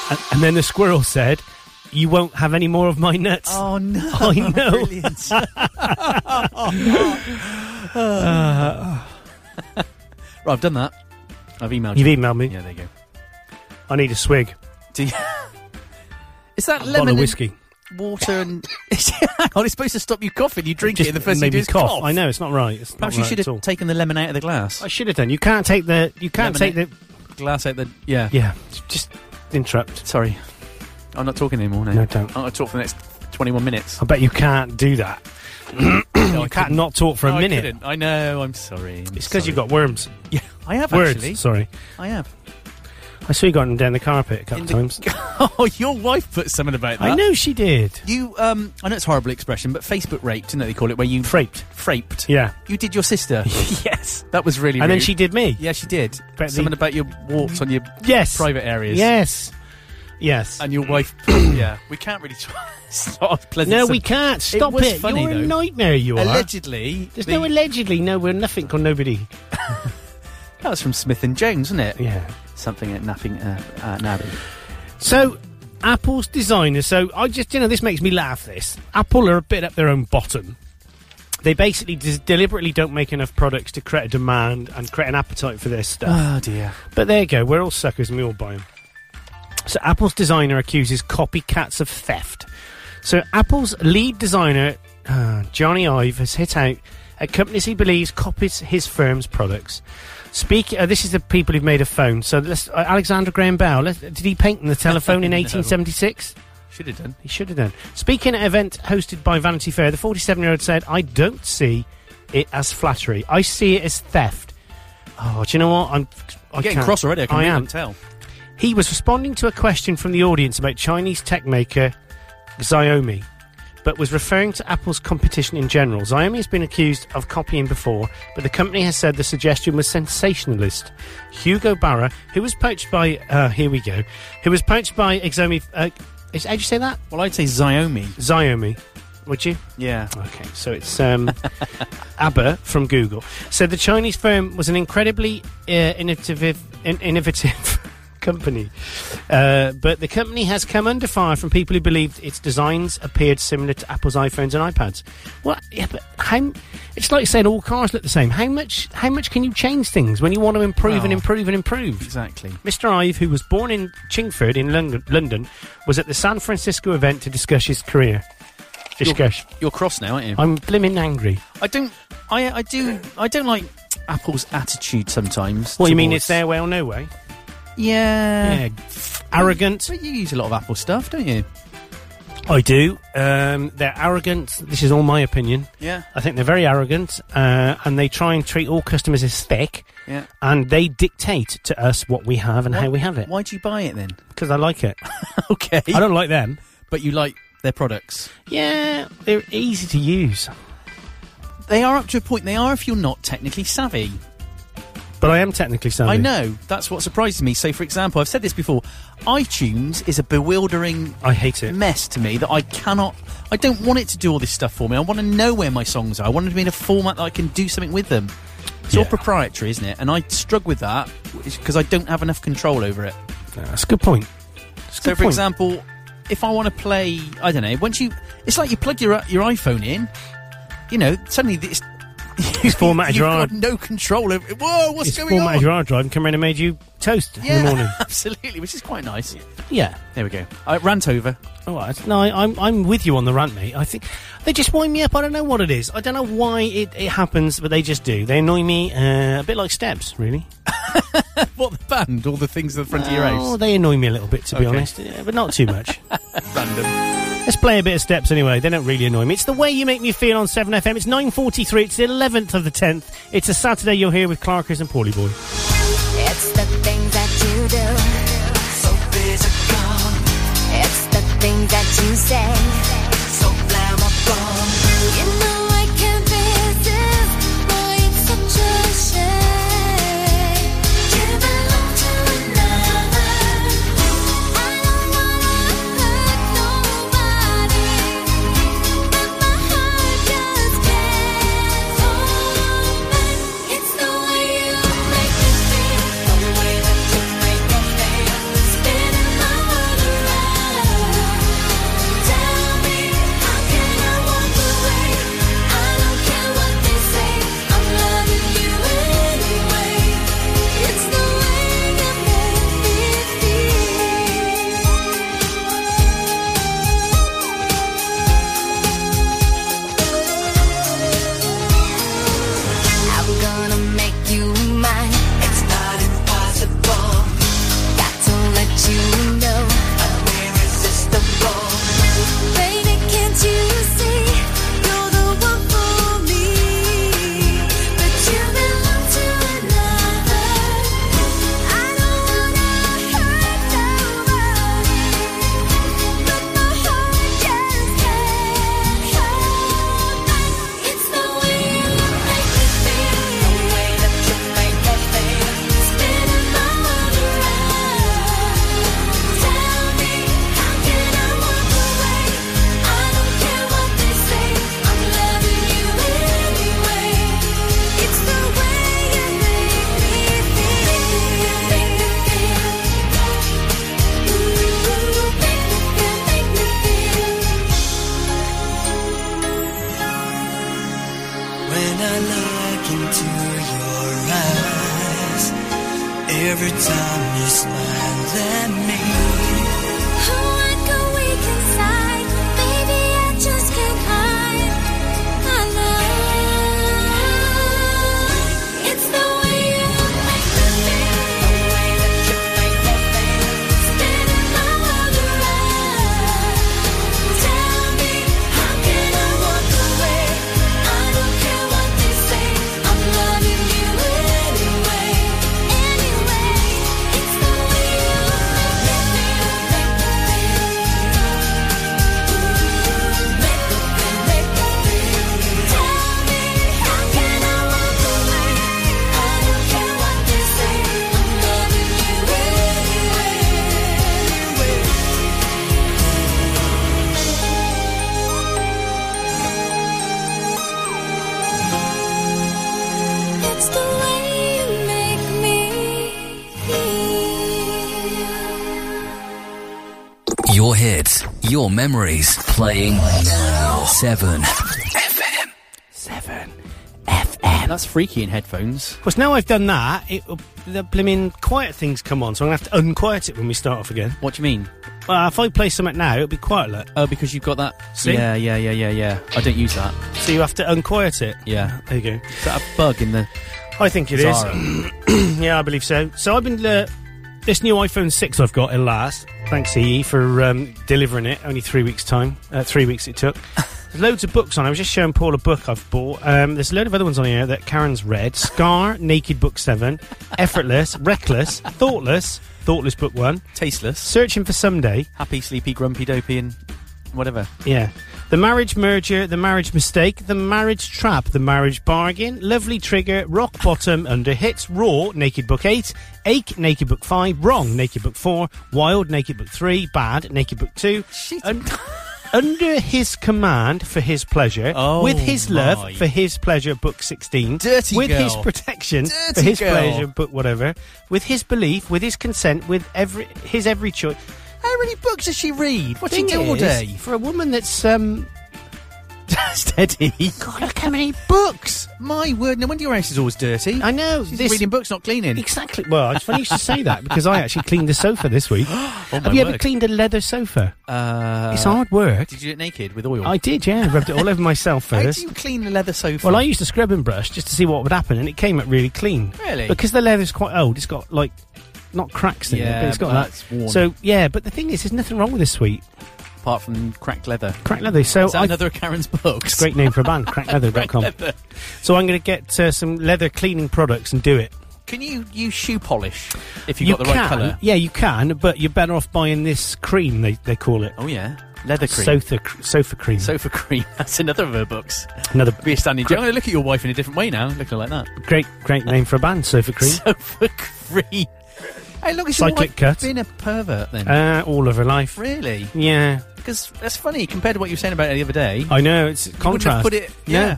[SPEAKER 5] And, and then the squirrel said, "You won't have any more of my nuts."
[SPEAKER 6] Oh, no.
[SPEAKER 5] I know.
[SPEAKER 6] Brilliant. Oh,
[SPEAKER 5] Uh,
[SPEAKER 6] right, I've done that. I've emailed
[SPEAKER 5] You've
[SPEAKER 6] you.
[SPEAKER 5] emailed me.
[SPEAKER 6] Yeah, there you go.
[SPEAKER 5] I need a swig.
[SPEAKER 6] Is that
[SPEAKER 5] Bottle
[SPEAKER 6] lemon
[SPEAKER 5] of
[SPEAKER 6] and
[SPEAKER 5] whiskey.
[SPEAKER 6] water and? oh, it's supposed to stop you coughing. You drink
[SPEAKER 5] Just
[SPEAKER 6] it, and the first thing
[SPEAKER 5] made
[SPEAKER 6] you do
[SPEAKER 5] me
[SPEAKER 6] is
[SPEAKER 5] cough. I know it's not right. It's not
[SPEAKER 6] Perhaps you
[SPEAKER 5] right
[SPEAKER 6] should
[SPEAKER 5] at
[SPEAKER 6] have
[SPEAKER 5] all.
[SPEAKER 6] taken the lemon out of the glass.
[SPEAKER 5] I should have done. You can't take the. You can't
[SPEAKER 6] Lemon
[SPEAKER 5] take
[SPEAKER 6] out- glass out the. Yeah,
[SPEAKER 5] yeah. Just interrupt.
[SPEAKER 6] Sorry, I'm not talking anymore now.
[SPEAKER 5] No, don't.
[SPEAKER 6] I'm going to talk for the next 21 minutes.
[SPEAKER 5] the. I bet you can't do that. you
[SPEAKER 6] I
[SPEAKER 5] can't
[SPEAKER 6] couldn't.
[SPEAKER 5] not talk for a
[SPEAKER 6] No, I
[SPEAKER 5] minute.
[SPEAKER 6] couldn't. I, know. I'm sorry. I'm
[SPEAKER 5] It's because
[SPEAKER 6] sorry.
[SPEAKER 5] you've got worms.
[SPEAKER 6] Yeah, I have
[SPEAKER 5] Words,
[SPEAKER 6] actually.
[SPEAKER 5] sorry.
[SPEAKER 6] I have.
[SPEAKER 5] I saw you got them down the carpet a couple
[SPEAKER 6] In the-
[SPEAKER 5] times.
[SPEAKER 6] oh, your wife put something about that.
[SPEAKER 5] I know she did.
[SPEAKER 6] You, um, I know it's a horrible expression, but Facebook raped, isn't it? They call it where you fraped, fraped.
[SPEAKER 5] Yeah.
[SPEAKER 6] You did your sister. yes, that was really.
[SPEAKER 5] And then
[SPEAKER 6] rude.
[SPEAKER 5] she did me.
[SPEAKER 6] Yeah, she did.
[SPEAKER 5] But the-
[SPEAKER 6] Something about your walks on your
[SPEAKER 5] Yes.
[SPEAKER 6] private areas.
[SPEAKER 5] Yes. Yes.
[SPEAKER 6] And your wife. yeah, we can't really. Try. it's not a pleasant.
[SPEAKER 5] No,
[SPEAKER 6] sub-
[SPEAKER 5] we can't. Stop
[SPEAKER 6] was
[SPEAKER 5] it.
[SPEAKER 6] funny,
[SPEAKER 5] You're a
[SPEAKER 6] though.
[SPEAKER 5] nightmare, you are.
[SPEAKER 6] Allegedly,
[SPEAKER 5] There's
[SPEAKER 6] the-
[SPEAKER 5] no allegedly. No, we're nothing or nobody.
[SPEAKER 6] That was from Smith and Jones, wasn't it?
[SPEAKER 5] Yeah.
[SPEAKER 6] Something at Napping uh, uh, Nabby.
[SPEAKER 5] So, Apple's designer. So, I just, you know, this makes me laugh. This Apple are a bit up their own bottom. They basically des- deliberately don't make enough products to create a demand and create an appetite for their stuff.
[SPEAKER 6] Oh dear.
[SPEAKER 5] But there you go. We're all suckers and we all buy them. So, Apple's designer accuses copycats of theft. So, Apple's lead designer, uh, Johnny Ive, has hit out at companies he believes copies his firm's products. Speak. Uh, this is the people who've made a phone. So, let's, uh, Alexander Graham Bell. Let, did he paint the telephone in
[SPEAKER 6] No.
[SPEAKER 5] 1876?
[SPEAKER 6] Should have done.
[SPEAKER 5] He should have done. Speaking at an event hosted by Vanity Fair, the 47 year old said, I don't see it as flattery. I see it as theft. Oh, do you know what? I'm, I
[SPEAKER 6] I'm getting
[SPEAKER 5] can't-
[SPEAKER 6] cross already. I can
[SPEAKER 5] I
[SPEAKER 6] really
[SPEAKER 5] am.
[SPEAKER 6] tell.
[SPEAKER 5] He was responding to a question from the audience about Chinese tech maker Xiaomi, but was referring to Apple's competition in general. Xiaomi has been accused of copying before, but the company has said the suggestion was sensationalist. Hugo Barra, who was poached by, uh, here we go, who was poached by Xiaomi. Uh, is, how'd you say that?
[SPEAKER 6] Well, I'd say Xiaomi.
[SPEAKER 5] Xiaomi. Would you?
[SPEAKER 6] Yeah.
[SPEAKER 5] Okay, so it's um, Abba from Google. So the Chinese firm was an incredibly uh, innovative, in- innovative company, uh, but the company has come under fire from people who believed its designs appeared similar to Apple's iPhones and iPads. Well, yeah, but how? It's like saying all cars look the same. How much? How much can you change things when you want to improve and
[SPEAKER 6] Well,
[SPEAKER 5] improve and improve?
[SPEAKER 6] Exactly.
[SPEAKER 5] Mr. Ive, who was born in Chingford in Lon- London, was at the San Francisco event to discuss his career. Discuss.
[SPEAKER 6] You're cross now, aren't you?
[SPEAKER 5] I'm blimmin' angry.
[SPEAKER 6] I don't. I I do. I don't like Apple's attitude sometimes.
[SPEAKER 5] What, you mean
[SPEAKER 6] towards-
[SPEAKER 5] it's their way or no way? Yeah.
[SPEAKER 6] Yeah.
[SPEAKER 5] Arrogant.
[SPEAKER 6] But you use a lot of Apple stuff, don't you?
[SPEAKER 5] I do. Um, they're arrogant. This is all my opinion.
[SPEAKER 6] Yeah.
[SPEAKER 5] I think they're very arrogant, uh, and they try and treat all customers as thick,
[SPEAKER 6] Yeah.
[SPEAKER 5] and they dictate to us what we have and how we have it.
[SPEAKER 6] Why'd you buy it then?
[SPEAKER 5] Because I like it.
[SPEAKER 6] okay.
[SPEAKER 5] I don't like them.
[SPEAKER 6] But you like their products.
[SPEAKER 5] Yeah, they're easy to use.
[SPEAKER 6] They are up to a point. They are if you're not technically savvy.
[SPEAKER 5] But I am technically savvy.
[SPEAKER 6] I know. That's what surprises me. So, for example, I've said this before. iTunes is a bewildering
[SPEAKER 5] I hate it.
[SPEAKER 6] mess to me that I cannot. I don't want it to do all this stuff for me. I want to know where my songs are. I want them to be in a format that I can do something with them. It's all
[SPEAKER 5] Yeah.
[SPEAKER 6] proprietary, isn't it? And I struggle with that because I don't have enough control over it.
[SPEAKER 5] Yeah, That's a good point. That's a
[SPEAKER 6] So,
[SPEAKER 5] good
[SPEAKER 6] for
[SPEAKER 5] point.
[SPEAKER 6] example, if I want to play, I don't know. Once you, it's like you plug your your iPhone in. You know, suddenly it's
[SPEAKER 5] He's formatted
[SPEAKER 6] You've
[SPEAKER 5] your hard
[SPEAKER 6] got no control over. Whoa, what's
[SPEAKER 5] he's
[SPEAKER 6] going
[SPEAKER 5] formatted
[SPEAKER 6] on?
[SPEAKER 5] your hard drive and come around and made you toast
[SPEAKER 6] yeah,
[SPEAKER 5] in the morning.
[SPEAKER 6] absolutely, which is quite nice.
[SPEAKER 5] Yeah.
[SPEAKER 6] There we go. I rant over.
[SPEAKER 5] All right. No, I, I'm I'm with you on the rant, mate. I think they just wind me up. I don't know what it is. I don't know why it, it happens, but they just do. They annoy me uh, a bit like steps, really.
[SPEAKER 6] Banned all the things at the front of your
[SPEAKER 5] Oh,
[SPEAKER 6] house.
[SPEAKER 5] they annoy me a little bit, to be
[SPEAKER 6] Okay.
[SPEAKER 5] honest, yeah, but not too much. Let's play a bit of steps anyway. They don't really annoy me. It's the way you make me feel on 7FM. It's 9.43. It's the 11th of the 10th. It's a Saturday. You're here with Clarkers and Paulie Boy.
[SPEAKER 7] It's the things that you do. So physical. It's the things that you say. So flammable. You know I can't resist. Boy, it's such a shame. Giving love to another. I don't wanna hurt nobody. But my heart just can't hold back. It's the way you make me feel. The way that you make me feel. Spinning my world around. Tell me, how can I walk away? I don't care what they say. I'm loving you anyway. It's the way you make me feel. I'm gonna make you mine. It's not impossible. Got to let you know. I'm irresistible. Baby, can't you see? You're the one for me. But you belong to another. I don't wanna hurt nobody. But my heart just can't hold back. It's the way you make me feel. The way that you make me feel. Spinning my world around. Tell me, how can I walk away? I don't care what they say. I'm loving you anyway. It's the way you make me feel. Make me feel. Ooh, make me feel. Make me feel.
[SPEAKER 17] When I look into your eyes, every time you smile at me,
[SPEAKER 7] Oh, I go weak inside. Baby, I just can't hide my love. It's the way you make me feel. The way that you make me feel. Spinning my world around. Tell me, how can I walk away? I don't care what they say. I'm loving you anyway. Anyway, it's the way you make me feel. It's the way you make me feel.
[SPEAKER 2] Your hits, your memories, playing now. 7.
[SPEAKER 5] FM. Seven.
[SPEAKER 6] That's freaky in headphones.
[SPEAKER 5] Well, so now I've done that, it, uh, the blimmin' quiet things come on, so I'm going to have to unquiet it when we start off again.
[SPEAKER 6] What do you mean?
[SPEAKER 5] Well, if I play something now, it'll be quiet, look.
[SPEAKER 6] Oh, because you've got that.
[SPEAKER 5] See?
[SPEAKER 6] Yeah, yeah, yeah, yeah, yeah. I don't use that.
[SPEAKER 5] So you have to unquiet it.
[SPEAKER 6] Yeah.
[SPEAKER 5] There you go.
[SPEAKER 6] Is that a bug in the?
[SPEAKER 5] I think it is. yeah, I believe so. So I've been uh, this new iPhone six I've got at last. Thanks, EE, for um, delivering it. Only three weeks time. Uh, three weeks it took. There's loads of books on. I was just showing Paul a book I've bought. Um, there's a load of other ones on here that Karen's read. Scar, Naked Book Seven, Effortless, Reckless, Thoughtless, Thoughtless Book One,
[SPEAKER 6] Tasteless,
[SPEAKER 5] Searching for Someday,
[SPEAKER 6] Happy, sleepy, grumpy, dopey, and whatever.
[SPEAKER 5] yeah. The Marriage Merger, The Marriage Mistake, The Marriage Trap, The Marriage Bargain, Lovely Trigger, Rock Bottom, Under Hits, Raw, Naked Book 8, Ache, Naked Book 5, Wrong, Naked Book 4, Wild, Naked Book 3, Bad, Naked Book 2. Un- under His Command for His Pleasure,
[SPEAKER 6] Oh,
[SPEAKER 5] With His Love
[SPEAKER 6] my.
[SPEAKER 5] for His Pleasure, Book 16,
[SPEAKER 6] Dirty
[SPEAKER 5] With His
[SPEAKER 6] girl.
[SPEAKER 5] Protection for
[SPEAKER 6] Dirty
[SPEAKER 5] His
[SPEAKER 6] girl.
[SPEAKER 5] Pleasure, Book whatever, With His Belief, With His Consent, With every His Every Choice.
[SPEAKER 6] How many books does she read? What's
[SPEAKER 5] Thing
[SPEAKER 6] she do all
[SPEAKER 5] is,
[SPEAKER 6] day?
[SPEAKER 5] For a woman that's um
[SPEAKER 6] Steady.
[SPEAKER 5] God, look how many books.
[SPEAKER 6] My word, no wonder your house is always dirty.
[SPEAKER 5] I know.
[SPEAKER 6] She's
[SPEAKER 5] this-
[SPEAKER 6] reading books, not cleaning.
[SPEAKER 5] Exactly. Well, Oh, it's funny you should say that because I actually cleaned the sofa this week. Have you ever
[SPEAKER 6] Oh, word.
[SPEAKER 5] cleaned a leather sofa?
[SPEAKER 6] Uh,
[SPEAKER 5] It's hard work.
[SPEAKER 6] Did you do it naked with oil?
[SPEAKER 5] I did, yeah. Rubbed it all over myself
[SPEAKER 6] How
[SPEAKER 5] first.
[SPEAKER 6] do you clean a leather sofa?
[SPEAKER 5] Well, I used a scrubbing brush just to see what would happen, and it came up really clean.
[SPEAKER 6] Really?
[SPEAKER 5] Because the leather's quite old. It's got like not cracks in it,
[SPEAKER 6] Yeah,
[SPEAKER 5] but it's got
[SPEAKER 6] but
[SPEAKER 5] that.
[SPEAKER 6] that's worn.
[SPEAKER 5] So yeah, but the thing is, there's nothing wrong with this suite.
[SPEAKER 6] apart from cracked leather.
[SPEAKER 5] Crack leather. So
[SPEAKER 6] Is that
[SPEAKER 5] I-
[SPEAKER 6] another of Karen's books.
[SPEAKER 5] It's a great name for a band, crackleather.com. So I'm going to get uh, some leather cleaning products and do it.
[SPEAKER 6] Can you use shoe polish if you, got the
[SPEAKER 5] can,
[SPEAKER 6] right colour?
[SPEAKER 5] Yeah, you can, but you're better off buying this cream, they, they call it.
[SPEAKER 6] Oh yeah, leather cream.
[SPEAKER 5] Sofa, cr- sofa cream.
[SPEAKER 6] Sofa cream. That's another of her books.
[SPEAKER 5] Another
[SPEAKER 6] Be a standing joke. I'm going to look at your wife in a different way now. Looking like that.
[SPEAKER 5] Great, great name for a band, Sofa Cream.
[SPEAKER 6] Sofa cream. Hey, look, it's
[SPEAKER 5] Cyclic
[SPEAKER 6] your
[SPEAKER 5] cut.
[SPEAKER 6] wife been a pervert then.
[SPEAKER 5] uh, all of her life.
[SPEAKER 6] really?
[SPEAKER 5] Yeah.
[SPEAKER 6] Because that's funny compared to what you were saying about it the other day.
[SPEAKER 5] I know, it's
[SPEAKER 6] wouldn't have
[SPEAKER 5] contrast.
[SPEAKER 6] put it- yeah.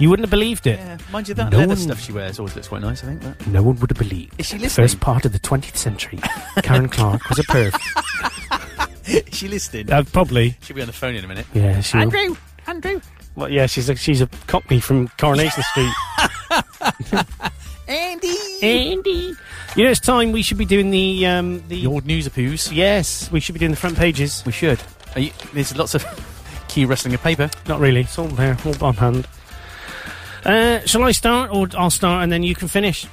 [SPEAKER 5] You wouldn't have believed it.
[SPEAKER 6] Yeah, mind you, that
[SPEAKER 5] No
[SPEAKER 6] leather
[SPEAKER 5] one-
[SPEAKER 6] stuff she wears always looks quite nice. I think. But
[SPEAKER 5] No one would have believed.
[SPEAKER 6] Is she
[SPEAKER 5] The
[SPEAKER 6] listening?
[SPEAKER 5] First part of the 20th century, Karen Clark was a perv.
[SPEAKER 6] Is she listening?
[SPEAKER 5] Uh, probably.
[SPEAKER 6] She'll be on the phone in a minute.
[SPEAKER 5] Yeah, she will.
[SPEAKER 6] Andrew, Andrew,
[SPEAKER 5] Well, yeah, she's a, she's a cockney from Coronation Street.
[SPEAKER 6] Andy,
[SPEAKER 5] Andy. You know, it's time we should be doing the um, the
[SPEAKER 6] The old news appeals.
[SPEAKER 5] Yes, we should be doing the front pages.
[SPEAKER 6] We should. Are you, there's lots of key wrestling of paper.
[SPEAKER 5] Not really. It's all there, all on hand. Uh, shall I start, or I'll start and then you can finish?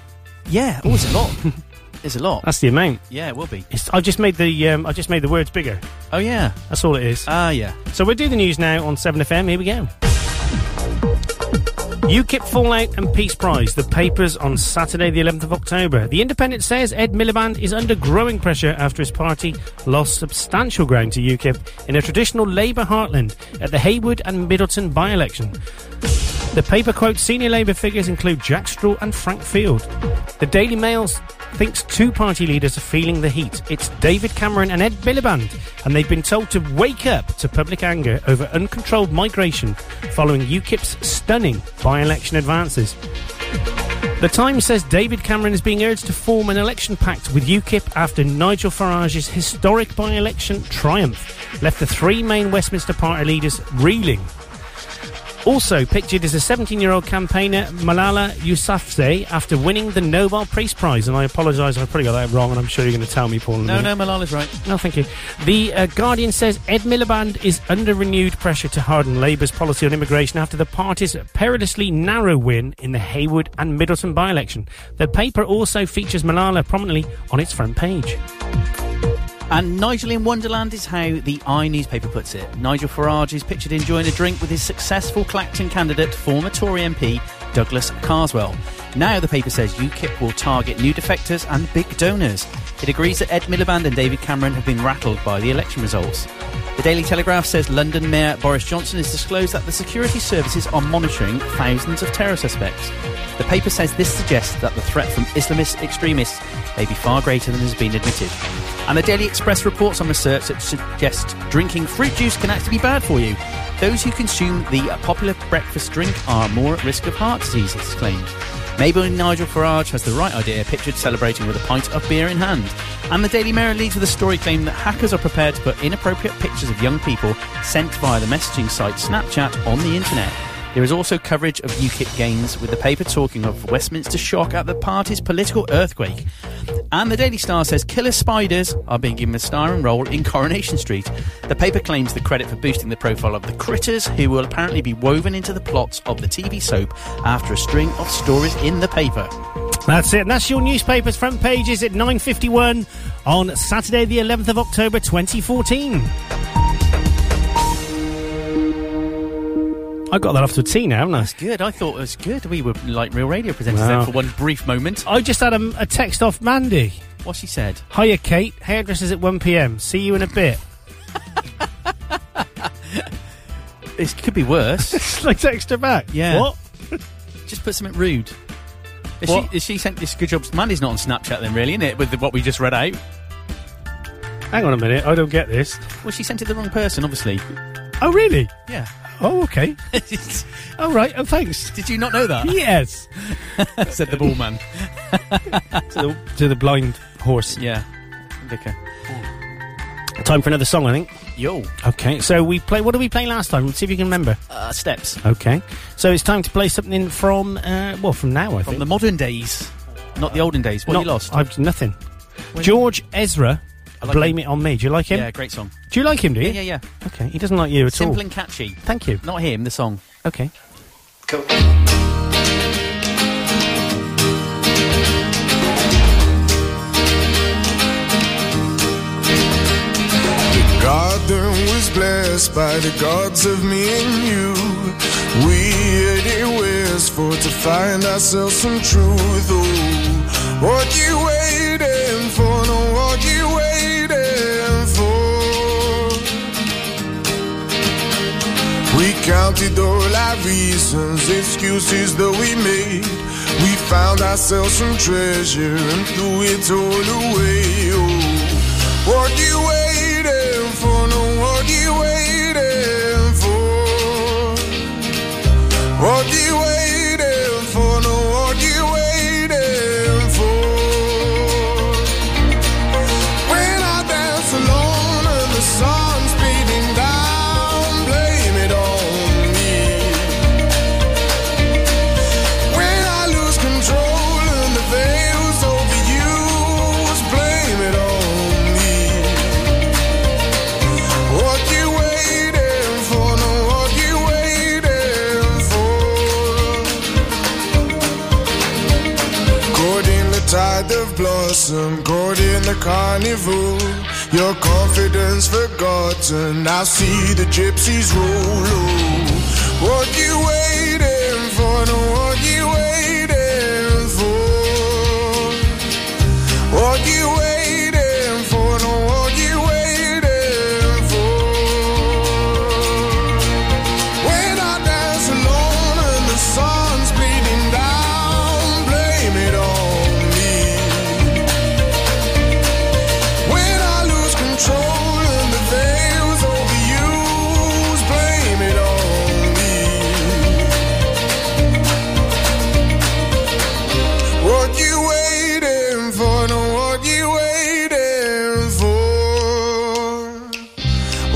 [SPEAKER 6] Yeah. Oh, it's a lot. It's a lot.
[SPEAKER 5] That's the amount.
[SPEAKER 6] yeah, it will be.
[SPEAKER 5] It's, I just made the um, I just made the words bigger.
[SPEAKER 6] Oh yeah.
[SPEAKER 5] That's all it is.
[SPEAKER 6] Ah yeah.
[SPEAKER 5] So we'll do the news now on 7FM. Here we go. UKIP fallout and peace prize. The papers on Saturday, the 11th of October. The Independent says Ed Miliband is under growing pressure after his party lost substantial ground to UKIP in a traditional Labour heartland at the Haywood and Middleton by election. The paper quotes senior Labour figures include Jack Straw and Frank Field. The Daily Mail thinks two party leaders are feeling the heat. It's David Cameron and Ed Miliband, and they've been told to wake up to public anger over uncontrolled migration following UKIP's stunning by election advances. The Times says David Cameron is being urged to form an election pact with UKIP after Nigel Farage's historic by election triumph left the three main Westminster party leaders reeling. Also pictured is a 17-year-old campaigner Malala Yousafzai after winning the Nobel Peace Prize, and I apologise, I probably got that wrong, and I'm sure you're going to tell me, Paul. in a
[SPEAKER 6] No,
[SPEAKER 5] minute.
[SPEAKER 6] no, Malala's right.
[SPEAKER 5] No, thank you. The uh, Guardian says Ed Miliband is under renewed pressure to harden Labour's policy on immigration after the party's perilously narrow win in the Haywood and Middleton by election. The paper also features Malala prominently on its front page.
[SPEAKER 6] And Nigel in Wonderland is how the i newspaper puts it. Nigel Farage is pictured enjoying a drink with his successful Clacton candidate, former Tory MP Douglas Carswell. Now the paper says UKIP will target new defectors and big donors. It agrees that Ed Miliband and David Cameron have been rattled by the election results. The Daily Telegraph says London Mayor Boris Johnson has disclosed that the security services are monitoring thousands of terror suspects. The paper says this suggests that the threat from Islamist extremists may be far greater than has been admitted. And the Daily Express reports on research that suggests drinking fruit juice can actually be bad for you. Those who consume the popular breakfast drink are more at risk of heart disease, it's claimed. Maybe Nigel Farage has the right idea, pictured celebrating with a pint of beer in hand. And the Daily Mirror leads with a story claiming that hackers are prepared to put inappropriate pictures of young people sent via the messaging site Snapchat on the internet. There is also coverage of UKIP gains, with the paper talking of Westminster shock at the party's political earthquake. And the Daily Star says killer spiders are being given a starring role in Coronation Street. The paper claims the credit for boosting the profile of the critters, who will apparently be woven into the plots of the TV soap after a string of stories in the paper.
[SPEAKER 5] That's it. And that's your newspaper's front pages at 9.51 on Saturday the 11th of October 2014. I got that off to a T now, haven't I?
[SPEAKER 6] Good, I thought it was good. We were like real radio presenters
[SPEAKER 5] Wow.
[SPEAKER 6] then for one brief moment.
[SPEAKER 5] I just had a, a text off Mandy.
[SPEAKER 6] What she said.
[SPEAKER 5] Hiya, Kate. Hairdressers at 1pm. See you in a bit.
[SPEAKER 6] It could be worse.
[SPEAKER 5] I text her back.
[SPEAKER 6] Yeah.
[SPEAKER 5] What?
[SPEAKER 6] Just put something rude. Is
[SPEAKER 5] What?
[SPEAKER 6] she, is she sent this good jobs? Mandy's not on Snapchat then, really, isn't it? With the, what we just read out.
[SPEAKER 5] Hang on a minute. I don't get this.
[SPEAKER 6] Well, she sent it to the wrong person, obviously.
[SPEAKER 5] Oh, really?
[SPEAKER 6] Yeah.
[SPEAKER 5] Oh, okay.
[SPEAKER 6] Did
[SPEAKER 5] All right. Oh, thanks.
[SPEAKER 6] you not know that?
[SPEAKER 5] Yes.
[SPEAKER 6] Said the ball man.
[SPEAKER 5] to, the, to the blind horse.
[SPEAKER 6] Yeah. Vicar.
[SPEAKER 5] Time Time for another song, I think.
[SPEAKER 6] Yo.
[SPEAKER 5] Okay, so we play. What did we play last time? Let's see if you can remember.
[SPEAKER 6] Uh, steps.
[SPEAKER 5] Okay, so it's time to play something from uh, well, from now. I
[SPEAKER 6] From
[SPEAKER 5] think
[SPEAKER 6] the modern days, not the olden days. What
[SPEAKER 5] Not-
[SPEAKER 6] you lost?
[SPEAKER 5] I've nothing. George Ezra.
[SPEAKER 6] I like
[SPEAKER 5] Blame
[SPEAKER 6] him.
[SPEAKER 5] it on me. Do you like him?
[SPEAKER 6] Yeah, great song.
[SPEAKER 5] Do you like him? Do you?
[SPEAKER 6] Yeah, yeah,
[SPEAKER 5] Okay, he doesn't like you at
[SPEAKER 6] Simple
[SPEAKER 5] all.
[SPEAKER 6] and catchy.
[SPEAKER 5] Thank you.
[SPEAKER 6] Not him, the song.
[SPEAKER 5] Okay.
[SPEAKER 22] The garden was blessed by the gods of me and you. We had a west for to find ourselves some truth. Oh, what you waiting for? No, what you waiting for? We counted all our reasons, excuses that we made. We found ourselves some treasure and threw it all away. Oh, what you waiting for? No, what you waiting for? What you waiting for? No, what you waiting for? When I dance alone and the sun's beating down, blame it on me. When I lose control and the veil's overused, blame it on me. What you waiting for? No, what you waiting for? Caught in the tide of blossom, caught in the carnival. Your confidence forgotten. I see the gypsies roll. Oh, What you waiting for? No, what you waiting for? What you waiting for? No, what you waiting for? When I dance alone and the sun's beating down, blame it on me. When I lose control and the veil's overused, blame it on me. What you waiting for? No, what you waiting for?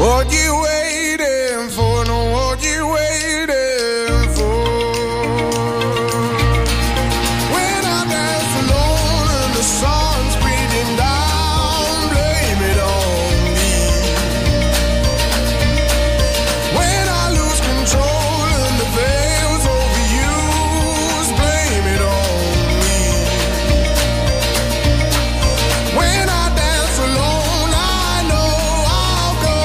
[SPEAKER 22] What you waiting for? No, what you waiting for? When I dance alone and the sun's beating down, blame it on me. When I lose control and the veil's overused, blame it on me. When I dance alone, I know I'll go.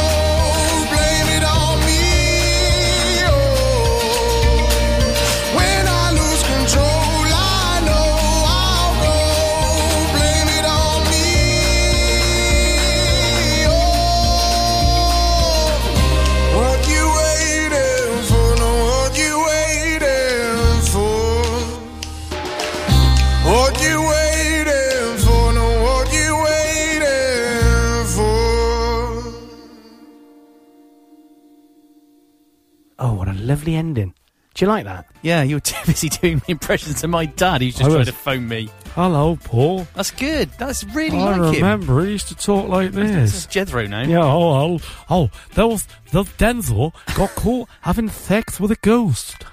[SPEAKER 22] Blame it on me. Oh. When I lose control, I know I'll go. Blame it on me. Oh. What you waiting for? No, what you waiting for? What you waiting for? No, what you waiting for?
[SPEAKER 5] Oh, what a lovely ending. Do you like that?
[SPEAKER 6] Yeah, you were too busy doing impressions of my dad. He's
[SPEAKER 5] I
[SPEAKER 6] just trying
[SPEAKER 5] was.
[SPEAKER 6] to phone me.
[SPEAKER 5] Hello, Paul.
[SPEAKER 6] That's good. That's really
[SPEAKER 5] I
[SPEAKER 6] like him.
[SPEAKER 5] remember he used to talk like
[SPEAKER 6] This
[SPEAKER 5] this.
[SPEAKER 6] is Jethro now.
[SPEAKER 23] Yeah, oh, oh, oh, there was the Denzel got caught having sex with a ghost.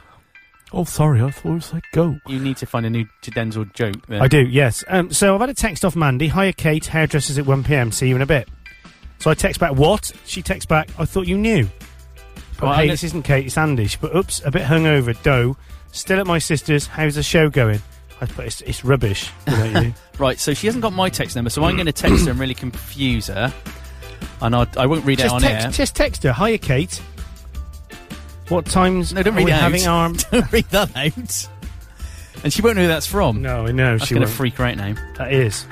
[SPEAKER 23] Oh, sorry, I thought it was a goat.
[SPEAKER 6] You need to find a new Denzel joke. Then.
[SPEAKER 5] I do, yes. Um, so I've had a text off Mandy. Hiya, Kate. Hairdressers at 1 pm. See you in a bit. So I text back, what? She texts back, I thought you knew. But
[SPEAKER 6] Well,
[SPEAKER 5] hey,
[SPEAKER 6] I'm-
[SPEAKER 5] this isn't Kate, it's Andy. She put, oops, a bit hungover, dough. Still at my sister's. How's the show going? I put, it's, it's rubbish. without you.
[SPEAKER 6] Right, so she hasn't got my text number, so I'm going to text her and really confuse her. And I'll, I won't read it
[SPEAKER 5] just,
[SPEAKER 6] on
[SPEAKER 5] text,
[SPEAKER 6] air.
[SPEAKER 5] just text her, hiya, Kate. What times
[SPEAKER 6] no, don't
[SPEAKER 5] are
[SPEAKER 6] read
[SPEAKER 5] we
[SPEAKER 6] it out.
[SPEAKER 5] having our...
[SPEAKER 6] don't read that out. And she won't know who that's from.
[SPEAKER 5] No, I know.
[SPEAKER 6] That's
[SPEAKER 5] she
[SPEAKER 6] going to
[SPEAKER 5] won't.
[SPEAKER 6] freak her out now.
[SPEAKER 5] That is.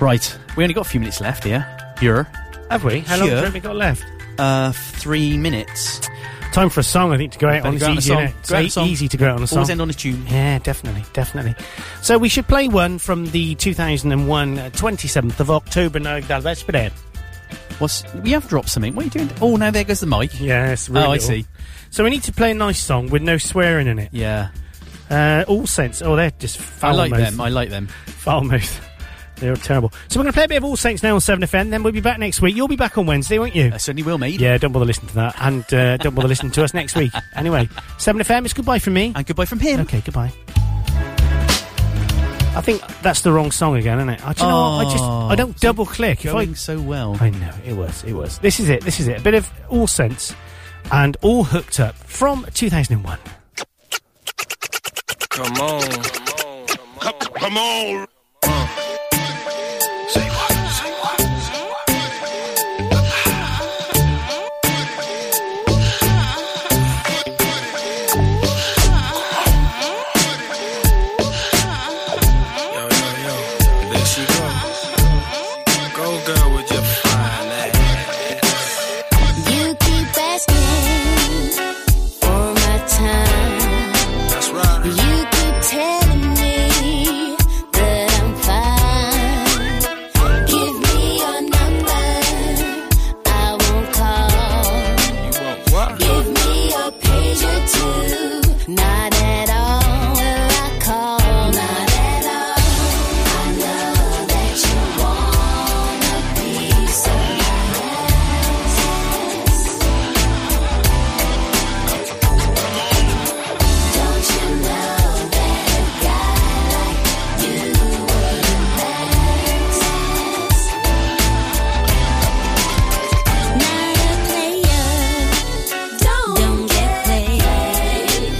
[SPEAKER 6] Right, we only got a few minutes left here. Here.
[SPEAKER 5] Have we? How long
[SPEAKER 6] Sure.
[SPEAKER 5] have we got left?
[SPEAKER 6] Uh, three minutes.
[SPEAKER 5] Time for a song, I think, to go out on. It's
[SPEAKER 6] Better go out on a
[SPEAKER 5] easy,
[SPEAKER 6] song.
[SPEAKER 5] innit? It's
[SPEAKER 6] Go out on a song.
[SPEAKER 5] easy to go out on a song.
[SPEAKER 6] Always end on a tune.
[SPEAKER 5] Yeah, definitely, definitely. So we should play one from the 2001, uh, 27th of October. No, that- that's been it.
[SPEAKER 6] What's we have dropped something? What are you doing? Oh, now there goes the mic.
[SPEAKER 5] Yes.
[SPEAKER 6] Oh, I see.
[SPEAKER 5] So we need to play a nice song with no swearing in it.
[SPEAKER 6] Yeah.
[SPEAKER 5] Uh, All Saints. Oh, they're just foul
[SPEAKER 6] I like
[SPEAKER 5] mouth.
[SPEAKER 6] them. I like them.
[SPEAKER 5] Foul mouth. They're terrible. So we're going to play a bit of All Saints now on 7FM, then we'll be back next week. You'll be back on Wednesday, won't you? I
[SPEAKER 6] certainly will, mate.
[SPEAKER 5] Yeah, don't bother listening to that. And uh, don't bother listening to us next week. Anyway, 7FM, it's goodbye from me.
[SPEAKER 6] And goodbye from him.
[SPEAKER 5] Okay, goodbye. I think that's the wrong song again, isn't it? I, do you know what? I just I don't double click. If I,
[SPEAKER 6] Oh, Going so well.
[SPEAKER 5] I know it was, it was. This is it. This is it. A bit of All Saints and All Hooked Up from 2001.
[SPEAKER 17] Come on. Come on. Come on. Say what? Say what? Say what? Yo, yo, yo. There she go. Go, girl, with your fine ass.
[SPEAKER 7] You keep asking for my time.
[SPEAKER 17] That's right.
[SPEAKER 7] You keep telling me that I'm fine. Give me your number, I won't call. Give me your page or two, not at all. Will I call? Not at all. I know that you want a piece of my ass. Don't you know that a guy like you would impress? Not a player, don't get played.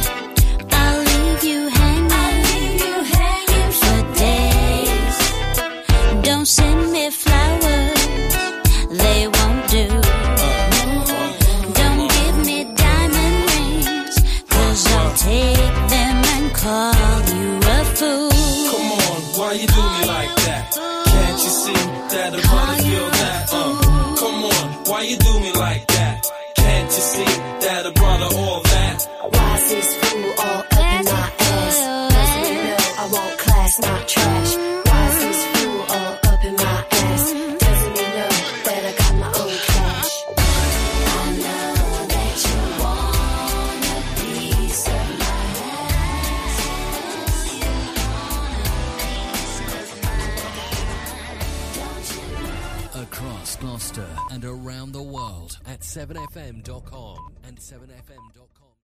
[SPEAKER 7] I'll leave you hanging for days. Don't send me flowers, they won't do. Don't give me diamond rings. Cause I'll take them and call you a fool.
[SPEAKER 17] Come on, why you do me like that? Can't you see that I wanna feel that? Uh, come on, why you do me like that? Can't you see that I brought all that?
[SPEAKER 4] Why is this fool all up in my ass? Doesn't he know I want class, not trash? Why is this fool all up in my ass? Doesn't he know that I got my own cash? I know that you want a piece of my
[SPEAKER 2] Across Gloucester and around the world at 7fm.com and 7fm.com.